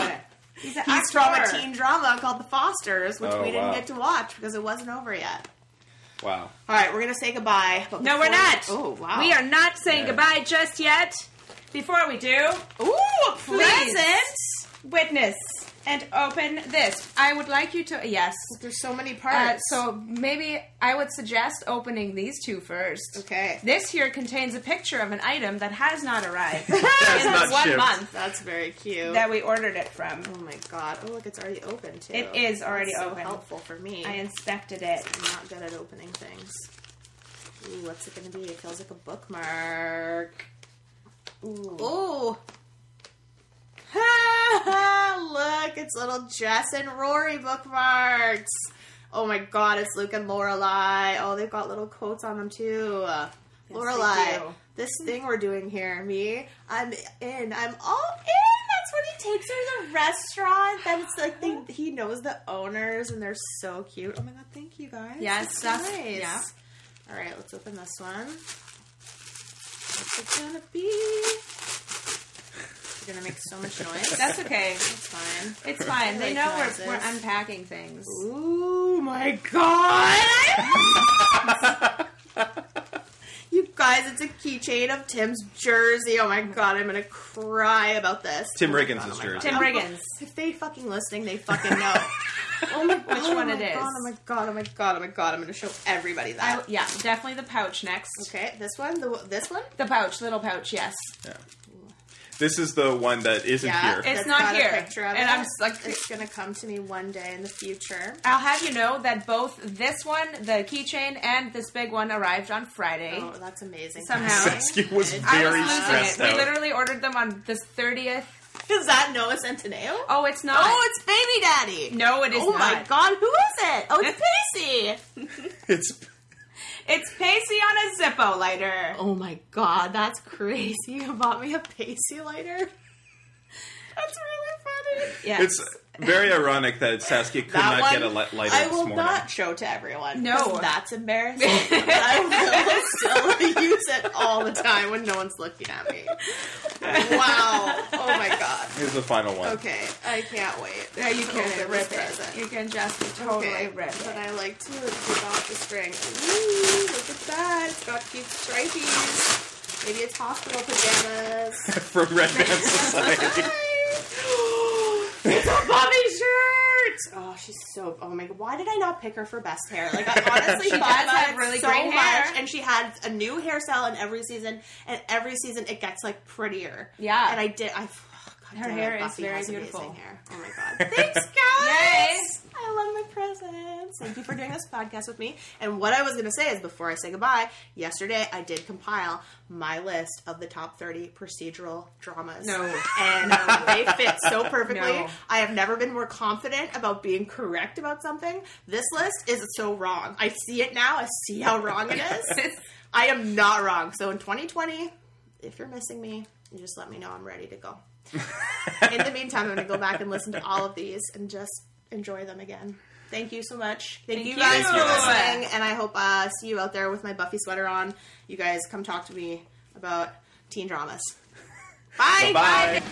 [SPEAKER 1] He's,
[SPEAKER 4] He's from a teen drama called The Fosters, which
[SPEAKER 3] Oh,
[SPEAKER 4] we didn't
[SPEAKER 3] wow.
[SPEAKER 4] get to watch because it wasn't over yet.
[SPEAKER 3] Wow.
[SPEAKER 4] All right, we're gonna say goodbye. but
[SPEAKER 1] No, we're
[SPEAKER 4] before-
[SPEAKER 1] not.
[SPEAKER 4] Oh wow,
[SPEAKER 1] We are not saying
[SPEAKER 4] Yeah.
[SPEAKER 1] goodbye just yet. Before we do,
[SPEAKER 4] ooh, a
[SPEAKER 1] present witness and open this. I would like you to yes.
[SPEAKER 4] There's so many
[SPEAKER 1] Uh,
[SPEAKER 4] parts.
[SPEAKER 1] so maybe I would suggest opening these two first.
[SPEAKER 4] Okay.
[SPEAKER 1] This here contains a picture of an item that has not
[SPEAKER 4] <laughs>
[SPEAKER 1] arrived in
[SPEAKER 4] That's
[SPEAKER 1] the
[SPEAKER 4] not
[SPEAKER 1] one
[SPEAKER 4] shipped.
[SPEAKER 1] month
[SPEAKER 4] That's very cute.
[SPEAKER 1] that we ordered it from.
[SPEAKER 4] Oh my god! Oh look, it's already open too.
[SPEAKER 1] It is already
[SPEAKER 4] That's so
[SPEAKER 1] open.
[SPEAKER 4] Helpful for me.
[SPEAKER 1] I inspected it.
[SPEAKER 4] I'm not good at opening things. Ooh, what's it gonna be? It feels like a bookmark. Ooh. <laughs> Look, it's little Jess and Rory bookmarks. Oh my god, it's Luke and Lorelai. Oh, they've got little quotes on them too.
[SPEAKER 1] they
[SPEAKER 4] Lorelai,
[SPEAKER 1] do.
[SPEAKER 4] this thing we're doing here, me, I'm in, I'm all in. That's when he takes her to the restaurant. That it's like they, he knows the owners, and they're so cute. Oh my god, thank you guys.
[SPEAKER 1] Yes,
[SPEAKER 4] That's
[SPEAKER 1] that's-
[SPEAKER 4] nice.
[SPEAKER 1] yeah.
[SPEAKER 4] All right, let's open this one. What's it gonna be? You're gonna make so much noise.
[SPEAKER 1] That's okay.
[SPEAKER 4] It's fine.
[SPEAKER 1] It's fine. They
[SPEAKER 4] Like
[SPEAKER 1] know we're,
[SPEAKER 4] noises.
[SPEAKER 1] we're unpacking things.
[SPEAKER 4] Ooh Oh my god! you guys, it's a keychain of Tim's jersey. Oh my god, I'm gonna cry about this.
[SPEAKER 3] Tim
[SPEAKER 4] Oh my
[SPEAKER 3] Riggins'
[SPEAKER 4] God, oh my
[SPEAKER 3] jersey.
[SPEAKER 4] God.
[SPEAKER 1] Tim
[SPEAKER 4] Oh,
[SPEAKER 1] Riggins.
[SPEAKER 4] If they fucking listening, they fucking know. <laughs> oh my god,
[SPEAKER 1] Which one
[SPEAKER 4] oh
[SPEAKER 1] it
[SPEAKER 4] my
[SPEAKER 1] is.
[SPEAKER 4] God, oh my god, oh my god, oh my god, I'm gonna show everybody that.
[SPEAKER 1] I, yeah, definitely the pouch next.
[SPEAKER 4] Okay, this one, the, this one.
[SPEAKER 1] The pouch, little pouch, yes.
[SPEAKER 3] Yeah. This is the one that isn't
[SPEAKER 4] Yeah,
[SPEAKER 3] here.
[SPEAKER 1] It's
[SPEAKER 4] that's
[SPEAKER 1] not
[SPEAKER 4] got a
[SPEAKER 1] here.
[SPEAKER 4] picture of
[SPEAKER 1] And
[SPEAKER 4] it.
[SPEAKER 1] I'm just like-
[SPEAKER 4] it's gonna come to me one day in the future.
[SPEAKER 1] I'll have you know that both this one, the keychain, and this big one arrived on Friday.
[SPEAKER 4] Oh, that's amazing.
[SPEAKER 1] Somehow.
[SPEAKER 3] <laughs> Saskia was
[SPEAKER 1] I was
[SPEAKER 3] very stressed
[SPEAKER 1] losing it. We
[SPEAKER 3] out.
[SPEAKER 1] literally ordered them on the 30th.
[SPEAKER 4] Is that Noah Centineo?
[SPEAKER 1] Oh, it's not.
[SPEAKER 4] Oh, it's Baby Daddy.
[SPEAKER 1] No, it is
[SPEAKER 4] oh my
[SPEAKER 1] not.
[SPEAKER 4] God, who is it? Oh, it's Pacey.
[SPEAKER 3] <laughs>
[SPEAKER 4] <laughs>
[SPEAKER 3] It's
[SPEAKER 1] It's Pacey on a Zippo lighter. <laughs>
[SPEAKER 4] Oh my God, that's crazy. You bought me a Pacey lighter. That's really funny. Yes.
[SPEAKER 3] It's very ironic that Saskia could
[SPEAKER 4] That
[SPEAKER 3] not
[SPEAKER 4] one,
[SPEAKER 3] get a light lighter
[SPEAKER 4] I
[SPEAKER 3] this
[SPEAKER 4] will
[SPEAKER 3] morning.
[SPEAKER 4] not show to everyone.
[SPEAKER 1] No.
[SPEAKER 4] 'cause that's <laughs> embarrassing. but I will still <laughs> use it all the time when no one's looking at me. Wow! Oh my god.
[SPEAKER 3] Here's the final one. <laughs>
[SPEAKER 4] Okay, I can't wait.
[SPEAKER 1] Yeah, you can
[SPEAKER 4] Open
[SPEAKER 1] rip
[SPEAKER 4] this
[SPEAKER 1] it.
[SPEAKER 4] present.
[SPEAKER 1] You can just totally
[SPEAKER 4] Okay,
[SPEAKER 1] rip it.
[SPEAKER 4] But I like to take off the string. Ooh, look at that! It's got cute stripies. Maybe it's hospital pajamas.
[SPEAKER 3] <laughs> From
[SPEAKER 4] <laughs>
[SPEAKER 3] Red Man Society.
[SPEAKER 4] <gasps> It's a bummy shirt. Oh, she's so. Oh my god, why did I not pick her for best hair? Like I
[SPEAKER 3] <laughs>
[SPEAKER 4] honestly
[SPEAKER 1] She
[SPEAKER 4] thought
[SPEAKER 1] does
[SPEAKER 4] about
[SPEAKER 1] have
[SPEAKER 4] it
[SPEAKER 1] really
[SPEAKER 4] so
[SPEAKER 1] great
[SPEAKER 4] much,
[SPEAKER 1] hair.
[SPEAKER 4] and she had a new hairstyle in every season, and every season it gets like prettier.
[SPEAKER 1] Yeah.
[SPEAKER 4] and I did. I. oh, God
[SPEAKER 1] Her
[SPEAKER 4] damn
[SPEAKER 1] hair
[SPEAKER 4] it,
[SPEAKER 1] is
[SPEAKER 4] Buffy
[SPEAKER 1] very
[SPEAKER 4] has amazing
[SPEAKER 1] beautiful.
[SPEAKER 4] Hair. Oh my god! Thanks, guys. I love my presents. Thank you for doing this podcast with me. And what I was going to say is, before I say goodbye, yesterday I did compile my list of the top thirty procedural dramas.
[SPEAKER 1] No.
[SPEAKER 4] and um, they fit so perfectly.
[SPEAKER 1] <laughs> No.
[SPEAKER 4] I have never been more confident about being correct about something. This list is so wrong. I see it now. I see how wrong it
[SPEAKER 1] <laughs>
[SPEAKER 4] is. I am not wrong. So in 2020, if you're missing me, you just let me know. I'm ready to go. in the meantime, I'm going to go back and listen to all of these and just enjoy them again. Thank you so much. Thank,
[SPEAKER 1] Thank
[SPEAKER 4] you guys
[SPEAKER 1] you.
[SPEAKER 4] for listening, and I hope uh, see you out there with my Buffy sweater on. You guys come talk to me about teen dramas. Bye.
[SPEAKER 3] Bye-bye.